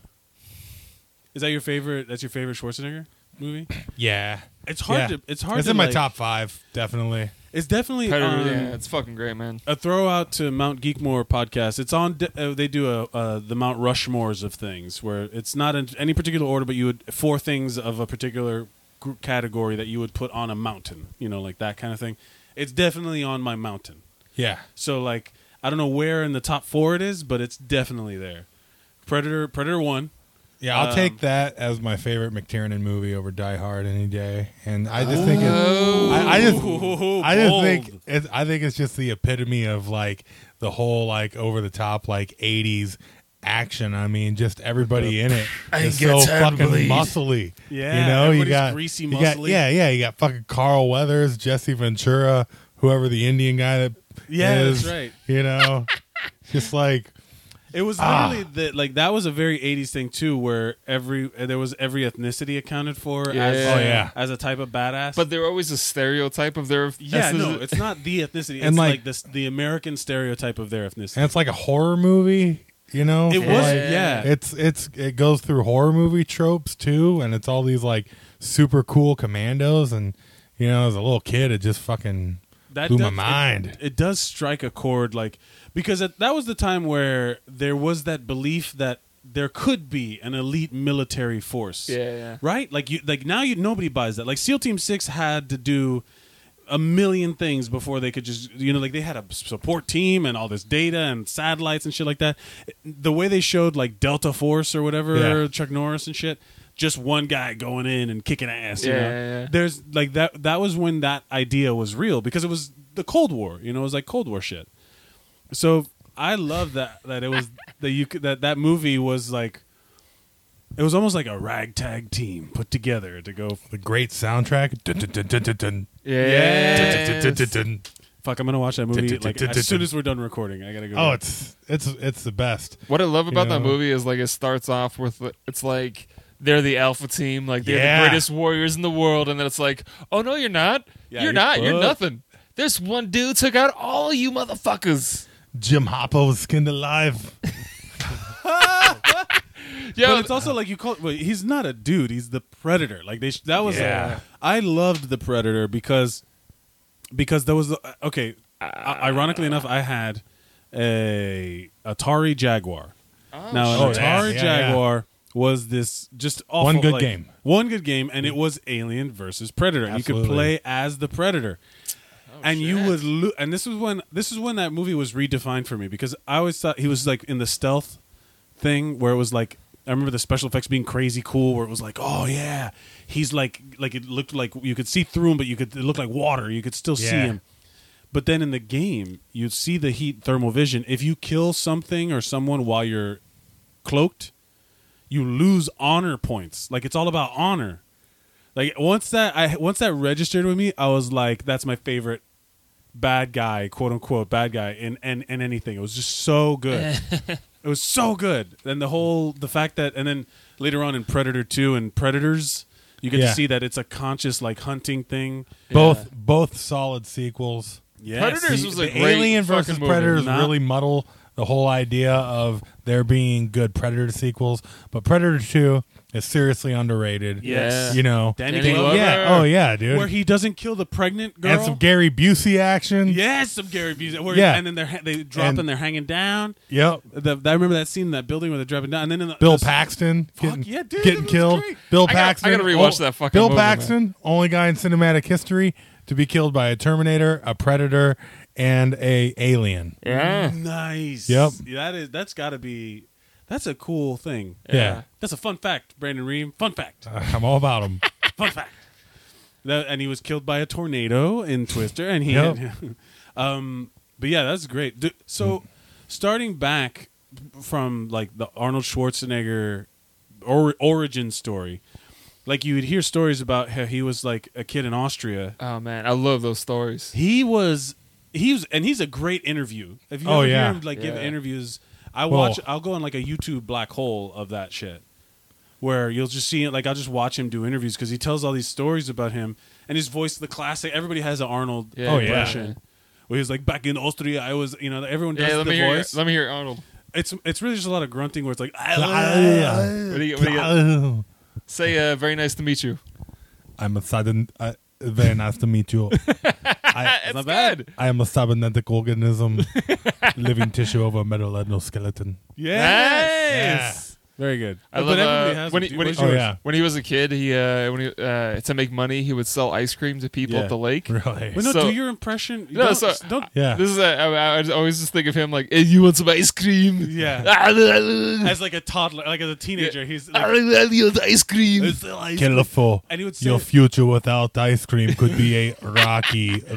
Speaker 1: is that your favorite? That's your favorite Schwarzenegger movie?
Speaker 3: Yeah.
Speaker 1: It's hard
Speaker 3: Yeah.
Speaker 1: to. It's hard.
Speaker 3: it's
Speaker 1: to,
Speaker 3: in my
Speaker 1: like-
Speaker 3: top five, definitely.
Speaker 1: It's definitely um,
Speaker 2: Predator,
Speaker 1: on-
Speaker 2: yeah, it's fucking great, man.
Speaker 1: a throw out to Mount Geekmore podcast. It's on. de- Uh, they do a uh, the Mount Rushmores of things where it's not in any particular order, but you would four things of a particular group category that you would put on a mountain. You know, like that kind of thing. It's definitely on my mountain.
Speaker 3: Yeah.
Speaker 1: So like, I don't know where in the top four it is, but it's definitely there. Predator, Predator One.
Speaker 3: Yeah, I'll
Speaker 1: Um,
Speaker 3: take that as my favorite McTiernan movie over Die Hard any day, and I just think it, I, I just
Speaker 1: Ooh,
Speaker 3: I just
Speaker 1: bold.
Speaker 3: think it's, I think it's just the epitome of like the whole like over the top like '80s action. I mean, just everybody in it
Speaker 2: I
Speaker 3: is
Speaker 2: ain't
Speaker 3: so
Speaker 2: got time
Speaker 3: fucking
Speaker 2: to bleed.
Speaker 3: muscly.
Speaker 1: Yeah,
Speaker 3: you know, you
Speaker 1: everybody's
Speaker 3: got
Speaker 1: greasy
Speaker 3: you got-
Speaker 1: muscly.
Speaker 3: yeah, yeah, you got fucking Carl Weathers, Jesse Ventura, whoever the Indian guy that
Speaker 1: Yeah, that's
Speaker 3: is,
Speaker 1: right.
Speaker 3: You know, just like
Speaker 1: It was
Speaker 3: Ah.
Speaker 1: literally the like that was a very '80s thing too, where every there was every ethnicity accounted for as
Speaker 2: Yeah. Oh,
Speaker 3: yeah.
Speaker 1: as a type of badass.
Speaker 2: But they're always a stereotype of their.
Speaker 1: yeah,
Speaker 2: ethnic-
Speaker 1: no, it's not the ethnicity.
Speaker 3: And,
Speaker 1: it's like,
Speaker 3: like-
Speaker 1: this the American stereotype of their ethnicity.
Speaker 3: and it's like a horror movie. You know,
Speaker 1: It
Speaker 3: for,
Speaker 1: was,
Speaker 3: like,
Speaker 1: yeah.
Speaker 3: it's it's it goes through horror movie tropes too and it's all these like super cool commandos and you know as a little kid it just fucking
Speaker 1: that
Speaker 3: blew my
Speaker 1: does- it-
Speaker 3: mind.
Speaker 1: It, does strike a chord, like because it, that was the time where there was that belief that there could be an elite military force.
Speaker 2: Yeah, yeah.
Speaker 1: Right? Like you, like now you nobody buys that. Like SEAL Team Six had to do a million things before they could just you know like they had a support team and all this data and satellites and shit like that the way they showed like delta force or whatever
Speaker 3: Yeah.
Speaker 1: chuck norris and shit just one guy going in and kicking ass you
Speaker 2: Yeah,
Speaker 1: know?
Speaker 2: yeah, yeah.
Speaker 1: there's like that that was when that idea was real because it was the cold war you know it was like cold war shit so i love that that it was that you could, that that movie was like it was almost like a ragtag team put together to go
Speaker 3: the great soundtrack Dun, dun, dun, dun, dun, dun. Dun,
Speaker 2: Yes.
Speaker 3: dun, dun, dun.
Speaker 1: Fuck, I'm gonna watch that movie like
Speaker 3: Dun-dun-dun-dun-dun.
Speaker 1: as soon as we're done recording. I gotta go.
Speaker 3: oh it's it's it's the best
Speaker 2: What I love about that
Speaker 3: know?
Speaker 2: movie is like it starts off with it's like they're the alpha team, like they're
Speaker 3: Yeah.
Speaker 2: the greatest warriors in the world, and then it's like, oh no, you're not,
Speaker 1: Yeah,
Speaker 2: you're
Speaker 1: you
Speaker 2: not, you're
Speaker 1: fuck.
Speaker 2: nothing. This one dude took out all you motherfuckers.
Speaker 3: Jim Hopper was skinned alive
Speaker 1: but
Speaker 2: Yeah,
Speaker 1: it's also like you call. Well, he's not a dude. He's the predator. Like they. sh- That was.
Speaker 3: Yeah.
Speaker 1: I loved the predator because, because there was a- okay. i- ironically enough, I had a Atari Jaguar. now
Speaker 3: Oh,
Speaker 1: an Atari
Speaker 3: yeah, yeah, yeah.
Speaker 1: Jaguar was this just awful,
Speaker 3: One good
Speaker 1: like,
Speaker 3: game.
Speaker 1: One good game, and it was Alien versus Predator. You could
Speaker 3: Absolutely. Oh,
Speaker 1: play as the predator. and you
Speaker 2: shit.
Speaker 1: would lo- and this was when this is when that movie was redefined for me because I always thought he was like in the stealth thing where it was like I remember the special effects being crazy cool where it was like oh yeah he's like like it looked like you could see through him but you could it looked like water you could still see
Speaker 3: Yeah.
Speaker 1: him but then in the game you see the heat thermal vision if you kill something or someone while you're cloaked you lose honor points like it's all about honor like once that I once that registered with me, I was like, that's my favorite bad guy, quote unquote bad guy in and in, in anything. It was just so good. it was so good. And the whole the fact that and then later on in Predator Two and Predators, you get
Speaker 3: Yeah.
Speaker 1: to see that it's a conscious like hunting thing.
Speaker 3: both both solid sequels
Speaker 1: Yes.
Speaker 2: Predators was
Speaker 1: the-
Speaker 2: a
Speaker 3: the
Speaker 2: great
Speaker 3: Alien
Speaker 2: fucking
Speaker 3: versus
Speaker 2: movie.
Speaker 3: Predators
Speaker 1: Not-
Speaker 3: really muddle the whole idea of there being good Predator sequels, but Predator Two is seriously underrated.
Speaker 2: Yes.
Speaker 3: you know,
Speaker 1: Danny
Speaker 2: Danny
Speaker 1: Glover,
Speaker 2: Glover.
Speaker 3: yeah, oh yeah, dude,
Speaker 1: where he doesn't kill the pregnant girl.
Speaker 3: and some Gary Busey action.
Speaker 1: yes, some Gary Busey. Where,
Speaker 3: Yeah.
Speaker 1: and then they're ha- they drop and,
Speaker 3: And-
Speaker 1: they're hanging down.
Speaker 3: yep.
Speaker 1: The, I remember that scene in that building where they're dropping down, and then in the,
Speaker 3: Bill
Speaker 1: the-
Speaker 3: Paxton getting,
Speaker 1: yeah, dude, that
Speaker 3: getting
Speaker 1: was
Speaker 3: killed.
Speaker 1: great.
Speaker 3: Bill
Speaker 2: I gotta- I
Speaker 3: Paxton.
Speaker 2: gotta rewatch
Speaker 3: oh,
Speaker 2: that fucking
Speaker 3: Bill
Speaker 2: movie, man.
Speaker 3: Paxton, only guy in cinematic history to be killed by a Terminator, a Predator, and a Alien.
Speaker 2: yeah.
Speaker 1: Nice.
Speaker 3: Yep.
Speaker 1: That is that's got to be That's a cool thing.
Speaker 3: Yeah.
Speaker 1: That's a fun fact, Brandon Ream. Fun fact.
Speaker 3: I'm all about him.
Speaker 1: Fun fact. That, and he was killed by a tornado in Twister, and he.
Speaker 3: Yep.
Speaker 1: um, but yeah, that's great. Do- So,
Speaker 3: Hmm.
Speaker 1: starting back from like the Arnold Schwarzenegger or- origin story, like you would hear stories about how he was like a kid in Austria.
Speaker 2: Oh man, I love those stories.
Speaker 1: He was. He was, and he's a great interview. If you
Speaker 3: Oh,
Speaker 1: ever
Speaker 3: yeah.
Speaker 1: hear him like give
Speaker 2: Yeah.
Speaker 1: interviews, I
Speaker 3: Well-
Speaker 1: watch. I'll go on like a YouTube black hole of that shit, where you'll just see it. Like I'll just watch him do interviews because he tells all these stories about him and his voice, the classic. Everybody has an Arnold
Speaker 2: Yeah,
Speaker 3: Oh, yeah.
Speaker 1: impression.
Speaker 2: yeah.
Speaker 1: Where he's like back in Austria, I was, you know, everyone does
Speaker 2: Yeah,
Speaker 1: the
Speaker 2: let me hear.
Speaker 1: voice.
Speaker 2: Let me hear Arnold.
Speaker 1: it's it's really just a lot of grunting where it's like, "Ah,
Speaker 2: What do you, what do you,
Speaker 3: I'm
Speaker 2: say, uh, very nice to meet you.
Speaker 3: a sudden. Uh, very nice to meet you. I,
Speaker 2: It's
Speaker 1: not bad.
Speaker 2: good.
Speaker 3: I am a cybernetic organism, living tissue over a metal endoskeleton.
Speaker 1: yes, very good.
Speaker 2: I
Speaker 1: But
Speaker 2: love
Speaker 1: everybody
Speaker 2: uh,
Speaker 1: has
Speaker 2: when
Speaker 1: them.
Speaker 2: he,
Speaker 1: Do-
Speaker 2: when, he,
Speaker 1: what's
Speaker 3: Oh,
Speaker 1: yours?
Speaker 3: yeah.
Speaker 2: when he was a kid. He uh, when he uh, to make money, he would sell ice cream to people
Speaker 1: Yeah.
Speaker 2: at the lake.
Speaker 3: Really?
Speaker 1: Well, no,
Speaker 2: So-
Speaker 1: do your impression.
Speaker 2: No,
Speaker 1: don't,
Speaker 2: so-
Speaker 1: don't
Speaker 3: Yeah.
Speaker 2: This is a, I, I just always just think of him like, hey, you want some ice cream?
Speaker 1: Yeah.
Speaker 2: I
Speaker 1: as like a toddler, like as a teenager, he's like,
Speaker 2: want ice cream.
Speaker 1: "It's still ice cream."
Speaker 3: Killful.
Speaker 1: And he would say,
Speaker 3: Your future without ice cream could be a rocky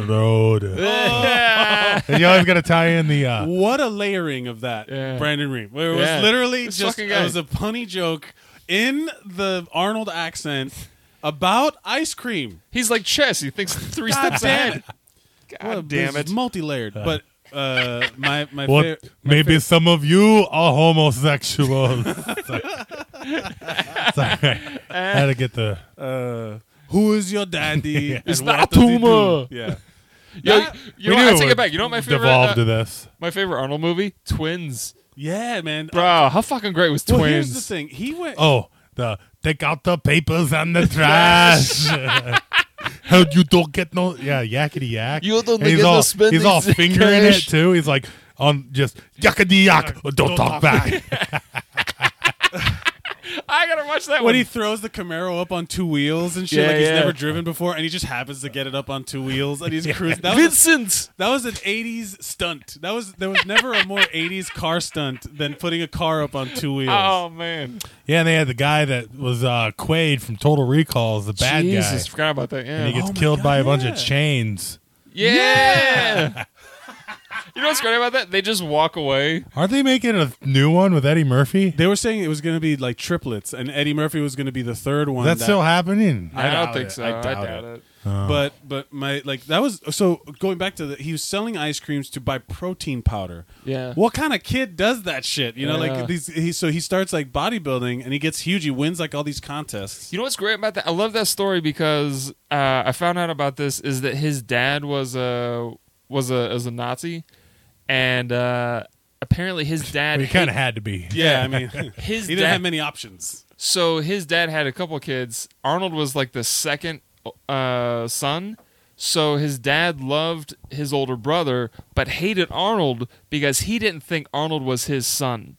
Speaker 3: road.
Speaker 2: Yeah.
Speaker 3: And you always got to tie in the. Uh,
Speaker 1: "What a layering of that,
Speaker 2: Yeah.
Speaker 1: Brandon Ream." Where it was
Speaker 2: Yeah.
Speaker 1: literally
Speaker 2: This
Speaker 1: just
Speaker 2: fucking
Speaker 1: it
Speaker 2: guy.
Speaker 1: was a punny joke in the Arnold accent about ice cream.
Speaker 2: He's like chess. He thinks three
Speaker 1: God
Speaker 2: steps
Speaker 1: damn
Speaker 2: ahead.
Speaker 1: it!
Speaker 2: God damn it!
Speaker 1: multi-layered. But uh, my my
Speaker 3: what?
Speaker 1: favorite.
Speaker 3: Maybe some of you are homosexual. Sorry. Sorry. I had to get the.
Speaker 1: Uh, who is your daddy? and
Speaker 2: It's
Speaker 1: what
Speaker 2: not
Speaker 1: does he do?
Speaker 2: Puma.
Speaker 1: Yeah.
Speaker 2: Yo,
Speaker 1: That-
Speaker 2: you know,
Speaker 3: We
Speaker 2: what?
Speaker 3: knew
Speaker 2: I take
Speaker 3: it
Speaker 2: it back. You know what my favorite
Speaker 3: Devolved to
Speaker 2: uh,
Speaker 3: this.
Speaker 2: my favorite Arnold movie? Twins.
Speaker 1: Yeah, man.
Speaker 2: Bro, how fucking great was
Speaker 1: well,
Speaker 2: Twins?
Speaker 1: here's the thing. He went.
Speaker 3: Oh, the take out the papers and the trash. How you don't get no yeah yakety yak.
Speaker 2: You don't
Speaker 3: And he's
Speaker 2: get no
Speaker 3: all,
Speaker 2: spending
Speaker 3: He's all
Speaker 2: cash.
Speaker 3: fingering it too. He's like on just yakety yak. Oh, Don't, talk back.
Speaker 2: I gotta watch that
Speaker 1: when
Speaker 2: one.
Speaker 1: he throws the Camaro up on two wheels and shit,
Speaker 2: Yeah,
Speaker 1: like he's
Speaker 2: yeah.
Speaker 1: never driven before, and he just happens to get it up on two wheels and he's cruising. That was,
Speaker 2: Vincent.
Speaker 1: that was an '80s stunt. That was there was never a more '80s car stunt than putting a car up on two wheels.
Speaker 2: Oh man,
Speaker 3: yeah, and they had the guy that was uh, Quaid from Total Recall as the bad
Speaker 2: Jesus,
Speaker 3: guy,
Speaker 2: forgot about that. Yeah,
Speaker 3: and he gets
Speaker 1: Oh my
Speaker 3: killed
Speaker 1: God,
Speaker 3: by a bunch
Speaker 1: yeah.
Speaker 3: of chains.
Speaker 2: yeah. you know what's great about that? They just walk away.
Speaker 3: Aren't they making a new one with Eddie Murphy?
Speaker 1: They were saying it was going to be like triplets, and Eddie Murphy was going to be the third one.
Speaker 3: That's
Speaker 1: that-
Speaker 3: still happening.
Speaker 2: I,
Speaker 3: doubt
Speaker 2: don't think
Speaker 3: it.
Speaker 2: so.
Speaker 3: I doubt, it. Oh.
Speaker 1: But but my like that was so going back to the he was selling ice creams to buy protein powder.
Speaker 2: Yeah.
Speaker 1: What kind of kid does that shit? You know,
Speaker 2: Yeah.
Speaker 1: like these. He, so he starts like bodybuilding and he gets huge. He wins like all these contests.
Speaker 2: You know what's great about that? I love that story because uh, I found out about this is that his dad was a was a was a Nazi, and uh, apparently his dad
Speaker 3: But he kind
Speaker 2: hate-
Speaker 3: of had to be.
Speaker 1: Yeah, I mean,
Speaker 2: His
Speaker 1: he didn't
Speaker 2: dad-
Speaker 1: have many options.
Speaker 2: So his dad had a couple kids. Arnold was like the second uh, son. So his dad loved his older brother, but hated Arnold because he didn't think Arnold was his son.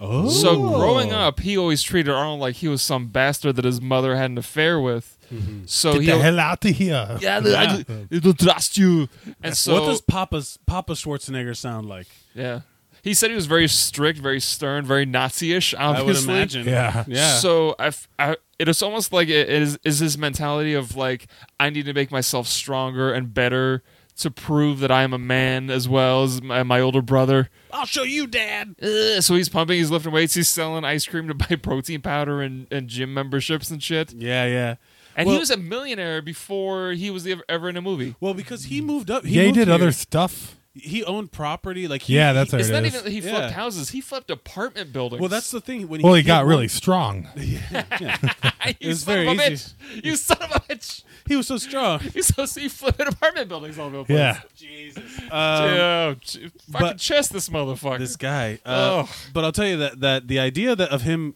Speaker 3: Oh.
Speaker 2: So growing up, he always treated Arnold like he was some bastard that his mother had an affair with. So
Speaker 3: Mm-hmm. Get
Speaker 2: he
Speaker 3: the hell out of here.
Speaker 2: yeah, I don't trust you. And so
Speaker 1: what does Papa's Papa Schwarzenegger sound like?
Speaker 2: yeah, he said he was very strict, very stern, very Nazi-ish.
Speaker 1: I would
Speaker 2: Obviously,
Speaker 1: imagine.
Speaker 3: Yeah.
Speaker 1: yeah.
Speaker 2: So I, f- I- it is almost like it is is this mentality of like I need to make myself stronger and better to prove that I am a man as well as my, my older brother.
Speaker 1: I'll show you, Dad.
Speaker 2: Ugh, so he's pumping, he's lifting weights, he's selling ice cream to buy protein powder and, and gym memberships and shit.
Speaker 1: Yeah, yeah.
Speaker 2: And
Speaker 1: well,
Speaker 2: he was a millionaire before he was ever, ever in a movie.
Speaker 1: well because he moved up. He
Speaker 3: yeah, he
Speaker 1: moved
Speaker 3: did
Speaker 1: here.
Speaker 3: other stuff.
Speaker 1: He owned property. Like he,
Speaker 3: Yeah, that's
Speaker 1: he,
Speaker 3: what
Speaker 2: it's
Speaker 3: it
Speaker 2: not
Speaker 3: is.
Speaker 2: even that he flipped
Speaker 1: Yeah.
Speaker 2: houses; he flipped apartment buildings.
Speaker 1: Well, that's the thing. When
Speaker 3: Well, he
Speaker 1: did
Speaker 3: got
Speaker 1: one-
Speaker 3: really strong.
Speaker 2: you
Speaker 1: it's
Speaker 2: son
Speaker 1: very
Speaker 2: of a
Speaker 1: easy.
Speaker 2: bitch. You son of a bitch.
Speaker 1: He was so strong.
Speaker 2: You so see flipping apartment buildings all over the place.
Speaker 3: Yeah.
Speaker 1: Jesus.
Speaker 2: yeah, ch- fucking
Speaker 1: Um, but-
Speaker 2: chest this motherfucker.
Speaker 1: this guy. Uh,
Speaker 2: Ugh.
Speaker 1: But I'll tell you that that the idea that of him,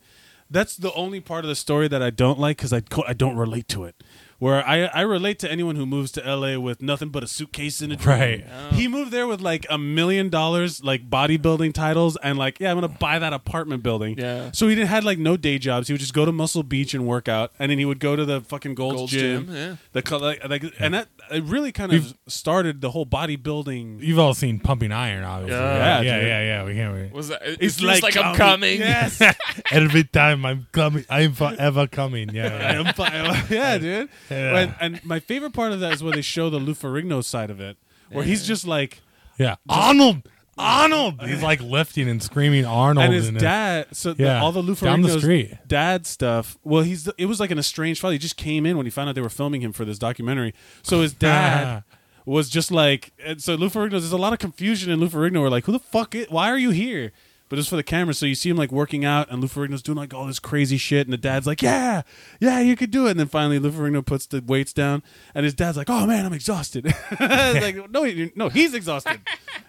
Speaker 1: that's the only part of the story that I don't like because I co- I don't relate to it. where I, I relate to anyone who moves to LA with nothing but a suitcase and a dream.
Speaker 3: Right.
Speaker 2: Oh.
Speaker 1: He moved there with like a million dollars, like bodybuilding titles, and like, yeah, I'm gonna buy that apartment building.
Speaker 2: Yeah.
Speaker 1: So he didn't had like no day jobs. He would just go to Muscle Beach and work out, and then he would go to the fucking Gold's,
Speaker 2: Gold's
Speaker 1: Gym.
Speaker 2: Gym, yeah.
Speaker 1: The col- like, like, and that it really kind of started the whole bodybuilding.
Speaker 3: You've all seen Pumping Iron, obviously.
Speaker 1: Yeah.
Speaker 3: yeah,
Speaker 1: Yeah,
Speaker 3: yeah, yeah. We can't wait.
Speaker 2: Was that? It it's like, I'm coming.
Speaker 1: Yes.
Speaker 3: Every time I'm coming, I'm forever coming. Yeah,
Speaker 1: I'm fi- yeah, dude.
Speaker 3: Yeah.
Speaker 1: When- and my favorite part of that is where they show the Lou Ferrigno side of it, where he's just like,
Speaker 3: yeah. Arnold, Arnold. He's like lifting and screaming Arnold.
Speaker 1: and his
Speaker 3: and-
Speaker 1: dad. So the-
Speaker 3: Yeah,
Speaker 1: all the Lou
Speaker 3: down the street.
Speaker 1: Ferrigno's dad stuff. Well, he's it was like an estranged father. He just came in when he found out they were filming him for this documentary. So his dad. Was just like and so. Lou Ferrigno, there's a lot of confusion in Lou Ferrigno. We're like, who the fuck? Is, why are you here? But it's for the camera, so you see him like working out, and Lou Ferrigno's doing like all this crazy shit, and the dad's like, yeah, yeah, you could do it. And then finally, Lou Ferrigno puts the weights down, and his dad's like, oh man, I'm exhausted. It's like, no, you- no, he's exhausted.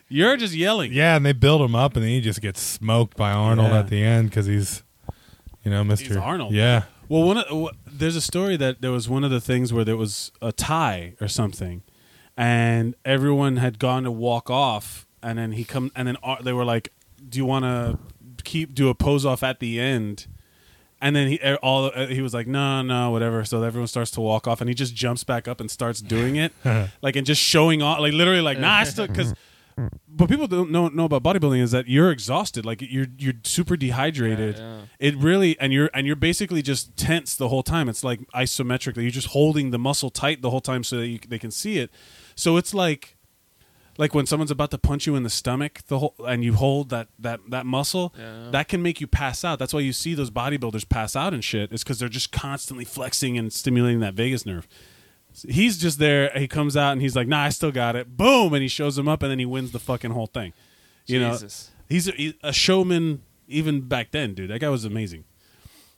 Speaker 1: You're just yelling.
Speaker 3: Yeah, and they build him up, and then he just gets smoked by Arnold
Speaker 1: Yeah.
Speaker 3: at the end because he's, you know, Mister
Speaker 1: Arnold.
Speaker 3: Yeah,
Speaker 1: Well, one of, w- there's a story that there was one of the things where there was a tie or something, and everyone had gone to walk off, and then he come, and then Ar- they were like, "Do you want to keep do a pose off at the end?" And then he eh, all eh, he was like, "No, no, whatever." So everyone starts to walk off, and he just jumps back up and starts doing it, like and just showing off, like literally, like, "Nah, I still," because but people don't know, know about bodybuilding is that you're exhausted like you're you're super dehydrated
Speaker 2: Yeah,
Speaker 1: it really and you're and you're basically just tense the whole time it's like isometrically you're just holding the muscle tight the whole time so that you, they can see it so it's like like when someone's about to punch you in the stomach the whole and you hold that that that muscle
Speaker 2: Yeah.
Speaker 1: that can make you pass out that's why you see those bodybuilders pass out and shit is because they're just constantly flexing and stimulating that vagus nerve he's just there. He comes out and he's like, "Nah, I still got it." Boom, and he shows him up, and then he wins the fucking whole thing. You
Speaker 2: Jesus.
Speaker 1: know, he's a, he's a showman even back then, dude. That guy was amazing.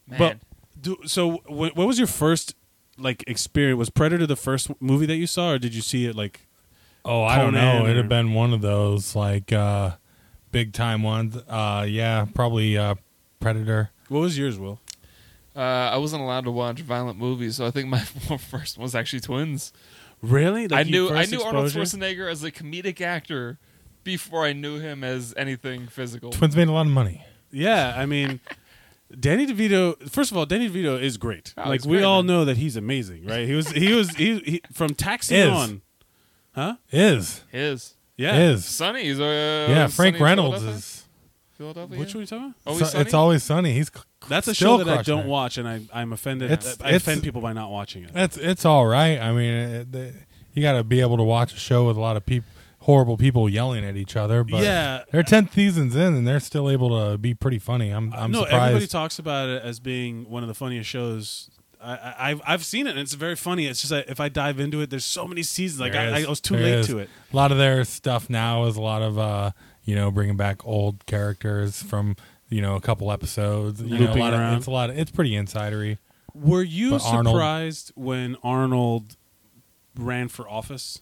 Speaker 2: Man.
Speaker 1: But do, so, what, what was your first like experience? Was Predator the first movie that you saw, or did you see it like?
Speaker 3: Oh, I don't
Speaker 1: Conan
Speaker 3: know. It'd
Speaker 1: or-
Speaker 3: have been one of those like uh big time ones. Uh yeah, probably uh Predator.
Speaker 1: What was yours, Will?
Speaker 2: uh, I wasn't allowed to watch violent movies, so I think my first one was actually Twins.
Speaker 1: Really?
Speaker 2: I knew I knew Arnold Schwarzenegger as a comedic actor before I knew him as anything physical.
Speaker 3: Twins made a lot of money.
Speaker 1: Yeah, I mean. Danny DeVito. First of all, Danny DeVito is great.
Speaker 2: Oh,
Speaker 1: like
Speaker 2: he's
Speaker 1: we
Speaker 2: great,
Speaker 1: all
Speaker 2: man.
Speaker 1: know that he's amazing, right? He was. He was. He, he from Taxi
Speaker 3: Is.
Speaker 1: on, huh?
Speaker 3: Is.
Speaker 2: His
Speaker 1: Yeah.
Speaker 3: Is.
Speaker 2: Sonny is uh,
Speaker 3: Yeah,
Speaker 2: Sonny
Speaker 3: Frank
Speaker 2: in
Speaker 3: Reynolds
Speaker 2: Philadelphia?
Speaker 3: is
Speaker 2: Philadelphia. Oh,
Speaker 1: Which one are you talking about?
Speaker 2: Always
Speaker 3: so- it's
Speaker 2: Sunny?
Speaker 3: always sunny. He's c-
Speaker 1: That's a
Speaker 3: still
Speaker 1: show that I
Speaker 3: crushing
Speaker 1: don't
Speaker 3: it.
Speaker 1: watch, and I, I'm offended.
Speaker 3: It's-
Speaker 1: I, I
Speaker 3: it's-
Speaker 1: offend people by not watching it.
Speaker 3: That's it's all right. I mean, it, it, you got to be able to watch a show with a lot of people horrible people yelling at each other, but
Speaker 1: Yeah.
Speaker 3: they're 10 seasons in and they're still able to be pretty funny. I'm I'm
Speaker 1: Uh, no, everybody
Speaker 3: surprised.
Speaker 1: talks about it as being one of the funniest shows. I, I, I've I've seen it, and it's very funny. It's just that if I dive into it, there's so many seasons. Like
Speaker 3: There
Speaker 1: I,
Speaker 3: is.
Speaker 1: I was too
Speaker 3: There
Speaker 1: late
Speaker 3: is.
Speaker 1: to it.
Speaker 3: A lot of their stuff now is a lot of uh, you know bringing back old characters from you know a couple episodes. You know, a
Speaker 1: Looping
Speaker 3: lot of-
Speaker 1: around.
Speaker 3: it's a lot. Of, it's pretty insidery.
Speaker 1: Were you
Speaker 3: But Arnold-
Speaker 1: surprised when Arnold ran for office?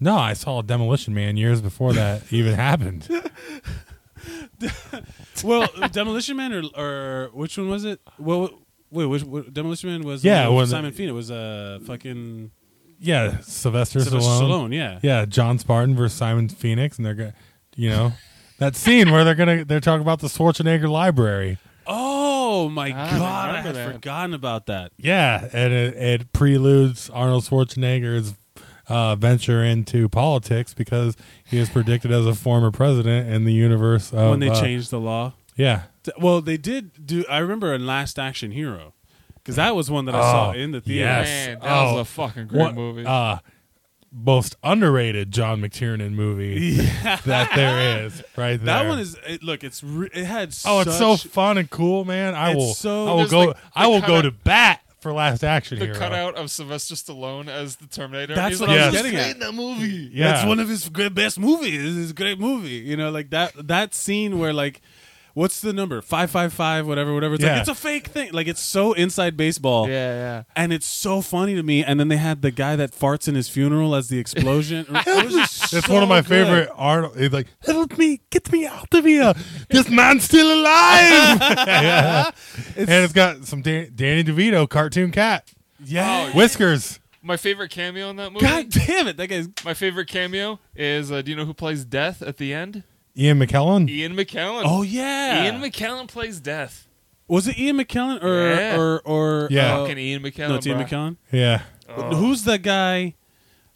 Speaker 3: No, I saw Demolition Man years before that even happened.
Speaker 1: Well, uh, Demolition Man or, or which one was it? Well, wait, which, what- Demolition Man was
Speaker 3: Yeah,
Speaker 1: uh,
Speaker 3: when-
Speaker 1: Simon Phoenix It was uh, fucking
Speaker 3: Yeah, Sylvester,
Speaker 1: Sylvester
Speaker 3: Stallone.
Speaker 1: Stallone. Yeah,
Speaker 3: Yeah, John Spartan versus Simon Phoenix, and they're gonna, you know, that scene where they're gonna they're talking about the Schwarzenegger library.
Speaker 1: Oh my
Speaker 2: Ah, I
Speaker 1: god, I
Speaker 2: remember
Speaker 1: had
Speaker 2: that.
Speaker 1: forgotten about that.
Speaker 3: Yeah, and it, it preludes Arnold Schwarzenegger's uh, venture into politics because he was predicted as a former president in the universe of
Speaker 1: when they
Speaker 3: uh,
Speaker 1: changed the law.
Speaker 3: Yeah,
Speaker 1: Th- Well, they did do I remember in Last Action Hero cuz that was one that I saw
Speaker 3: Oh,
Speaker 1: in the theater.
Speaker 3: yes.
Speaker 2: Man, that
Speaker 3: Oh.
Speaker 2: was a fucking great
Speaker 3: What-
Speaker 2: movie.
Speaker 3: Uh, most underrated John McTiernan movie that there is, right there.
Speaker 1: That one is it, look, it's re- it had
Speaker 3: Oh, it's so
Speaker 1: such-
Speaker 3: fun and cool, man! I
Speaker 1: It's
Speaker 3: will,
Speaker 1: so-
Speaker 3: I will
Speaker 2: There's
Speaker 3: go,
Speaker 2: like the
Speaker 3: I will go
Speaker 2: cutout-
Speaker 3: to bat for Last Action
Speaker 2: the
Speaker 3: Hero.
Speaker 2: cutout of Sylvester Stallone as the Terminator.
Speaker 1: That's
Speaker 2: He's
Speaker 1: what
Speaker 2: like, "I'm
Speaker 3: I was
Speaker 2: just
Speaker 1: getting at.
Speaker 2: creating that movie.
Speaker 3: Yeah,
Speaker 1: That's one of his great best movies. It's a great movie. You know, like that that scene where like what's the number? 555 whatever whatever. It's like
Speaker 3: Yeah.
Speaker 1: it's a fake thing. Like it's so inside baseball.
Speaker 2: Yeah,
Speaker 1: And it's so funny to me. And then they had the guy that farts in his funeral as the explosion. It was just
Speaker 3: That's
Speaker 1: so
Speaker 3: one of my
Speaker 1: good.
Speaker 3: favorite Arnold. He's like, "Help me, get me out of here! This man's still alive!" Yeah. And it's got some Dan- Danny DeVito cartoon cat.
Speaker 2: Oh,
Speaker 1: Yeah.
Speaker 3: Whiskers.
Speaker 2: My favorite cameo in that movie.
Speaker 1: God damn it! That guy's
Speaker 2: My favorite cameo is uh, do you know who plays Death at the end?
Speaker 3: Ian McKellen.
Speaker 2: Ian McKellen.
Speaker 1: Oh yeah.
Speaker 2: Ian McKellen plays Death.
Speaker 1: was it Ian McKellen or
Speaker 2: Yeah.
Speaker 1: or or
Speaker 3: Yeah.
Speaker 1: uh,
Speaker 2: Fucking Ian McKellen.
Speaker 1: no, it's Ian
Speaker 2: bruh.
Speaker 1: McKellen.
Speaker 3: Yeah.
Speaker 2: Oh.
Speaker 1: Who's the guy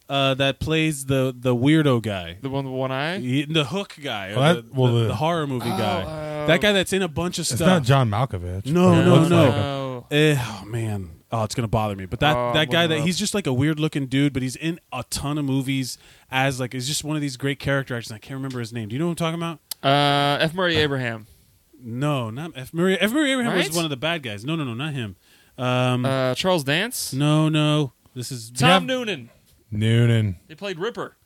Speaker 1: uh, that plays the the weirdo guy?
Speaker 2: the one with one eye?
Speaker 1: He- The hook guy, or
Speaker 3: Well,
Speaker 1: the,
Speaker 3: that- well,
Speaker 1: the-
Speaker 3: the-
Speaker 1: the horror movie guy,
Speaker 2: uh,
Speaker 1: that guy that's in a bunch of
Speaker 3: It's
Speaker 1: stuff.
Speaker 3: not John Malkovich.
Speaker 1: No,
Speaker 3: but it
Speaker 1: no,
Speaker 3: looks
Speaker 1: no.
Speaker 3: like him.
Speaker 2: Oh.
Speaker 1: Eh, oh man, oh it's gonna bother me. But that
Speaker 2: Oh, I'm
Speaker 1: that guy
Speaker 2: looking
Speaker 1: that
Speaker 2: it up.
Speaker 1: he's just like a weird looking dude, but he's in a ton of movies as like he's just one of these great character actors. I can't remember his name. Do you know what I'm talking about?
Speaker 2: Uh, F. Murray Abraham.
Speaker 1: No, not F. Murray. F. Murray Abraham
Speaker 2: Right?
Speaker 1: was one of the bad guys. No, no, no, not him. Um,
Speaker 2: Uh, Charles Dance.
Speaker 1: no, no. This is
Speaker 2: Tom
Speaker 1: Yeah,
Speaker 2: Noonan.
Speaker 3: Noonan.
Speaker 2: He played Ripper.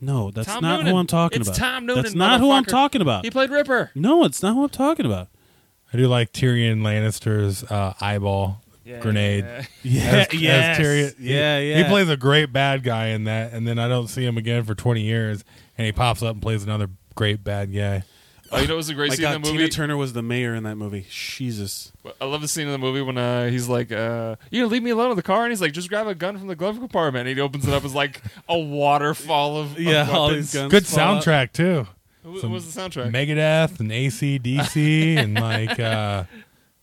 Speaker 1: No, that's
Speaker 2: Tom
Speaker 1: not
Speaker 2: Noonan.
Speaker 1: who I'm talking
Speaker 2: It's
Speaker 1: about.
Speaker 2: Tom Noonan,
Speaker 1: That's not who I'm
Speaker 2: motherfucker.
Speaker 1: talking about.
Speaker 2: He played Ripper.
Speaker 1: No, it's not who I'm talking about.
Speaker 3: I do like Tyrion Lannister's uh, eyeball grenade.
Speaker 1: Yeah,
Speaker 3: as
Speaker 1: yes.
Speaker 3: Tyrion- he-
Speaker 1: yeah, yeah.
Speaker 3: He plays a great bad guy in that, and then I don't see him again for 20 years, and he pops up and plays another great bad guy.
Speaker 2: Oh, you know what's a great
Speaker 1: My
Speaker 2: scene in
Speaker 1: God,
Speaker 2: the
Speaker 1: uh, Tina
Speaker 2: movie?
Speaker 1: Turner was the mayor in that movie. Jesus.
Speaker 2: I love the scene in the movie when uh, he's like, uh, "You gonna leave me alone in the car," and he's like, "Just grab a gun from the glove compartment." And he opens it up as like a waterfall of of weapons.
Speaker 1: guns.
Speaker 3: Good soundtrack, too.
Speaker 2: Who- What
Speaker 3: Some
Speaker 2: was the soundtrack?
Speaker 3: Megadeth and AC/DC and like, uh,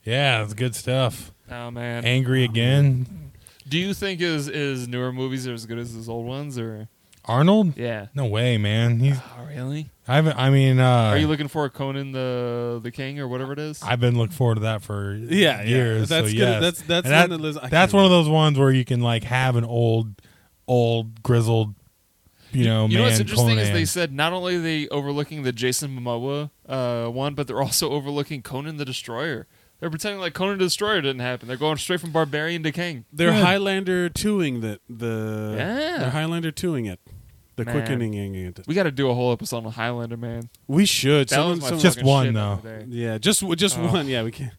Speaker 3: yeah, it's good stuff.
Speaker 2: oh man,
Speaker 3: Angry Again.
Speaker 2: do you think his his newer movies are as good as his old ones, or
Speaker 3: Arnold?
Speaker 2: yeah?
Speaker 3: No way, man. He's,
Speaker 2: Oh, really?
Speaker 3: I haven't, I mean, uh,
Speaker 2: Are you looking for Conan the the King or whatever it is?
Speaker 3: I've been looking forward to that for
Speaker 1: Yeah, yeah.
Speaker 3: years.
Speaker 1: That's
Speaker 3: so
Speaker 1: good.
Speaker 3: yes.
Speaker 1: That's- that's
Speaker 3: And
Speaker 1: one
Speaker 3: that-
Speaker 1: that lives- I
Speaker 3: that's
Speaker 1: can't
Speaker 3: one of those ones where you can like have an old, old grizzled, you know,
Speaker 2: you know
Speaker 3: man.
Speaker 2: what's interesting is
Speaker 3: Conan.
Speaker 2: they said not only are they overlooking the Jason Momoa uh, one, but they're also overlooking Conan the Destroyer. They're pretending like Conan the Destroyer didn't happen. They're going straight from Barbarian to King.
Speaker 1: They're
Speaker 3: Yeah.
Speaker 1: Highlander twoing that the.
Speaker 2: Yeah.
Speaker 1: They're Highlander twoing it. The
Speaker 2: Man.
Speaker 1: quickening it.
Speaker 2: We got to do a whole episode on Highlander, man.
Speaker 1: We should.
Speaker 2: That
Speaker 1: Someone-
Speaker 2: was my
Speaker 1: someone-
Speaker 3: Just
Speaker 2: fucking
Speaker 3: one,
Speaker 2: shit
Speaker 3: though.
Speaker 2: the other day.
Speaker 1: yeah, just just
Speaker 2: Oh.
Speaker 1: one. Yeah, we can't.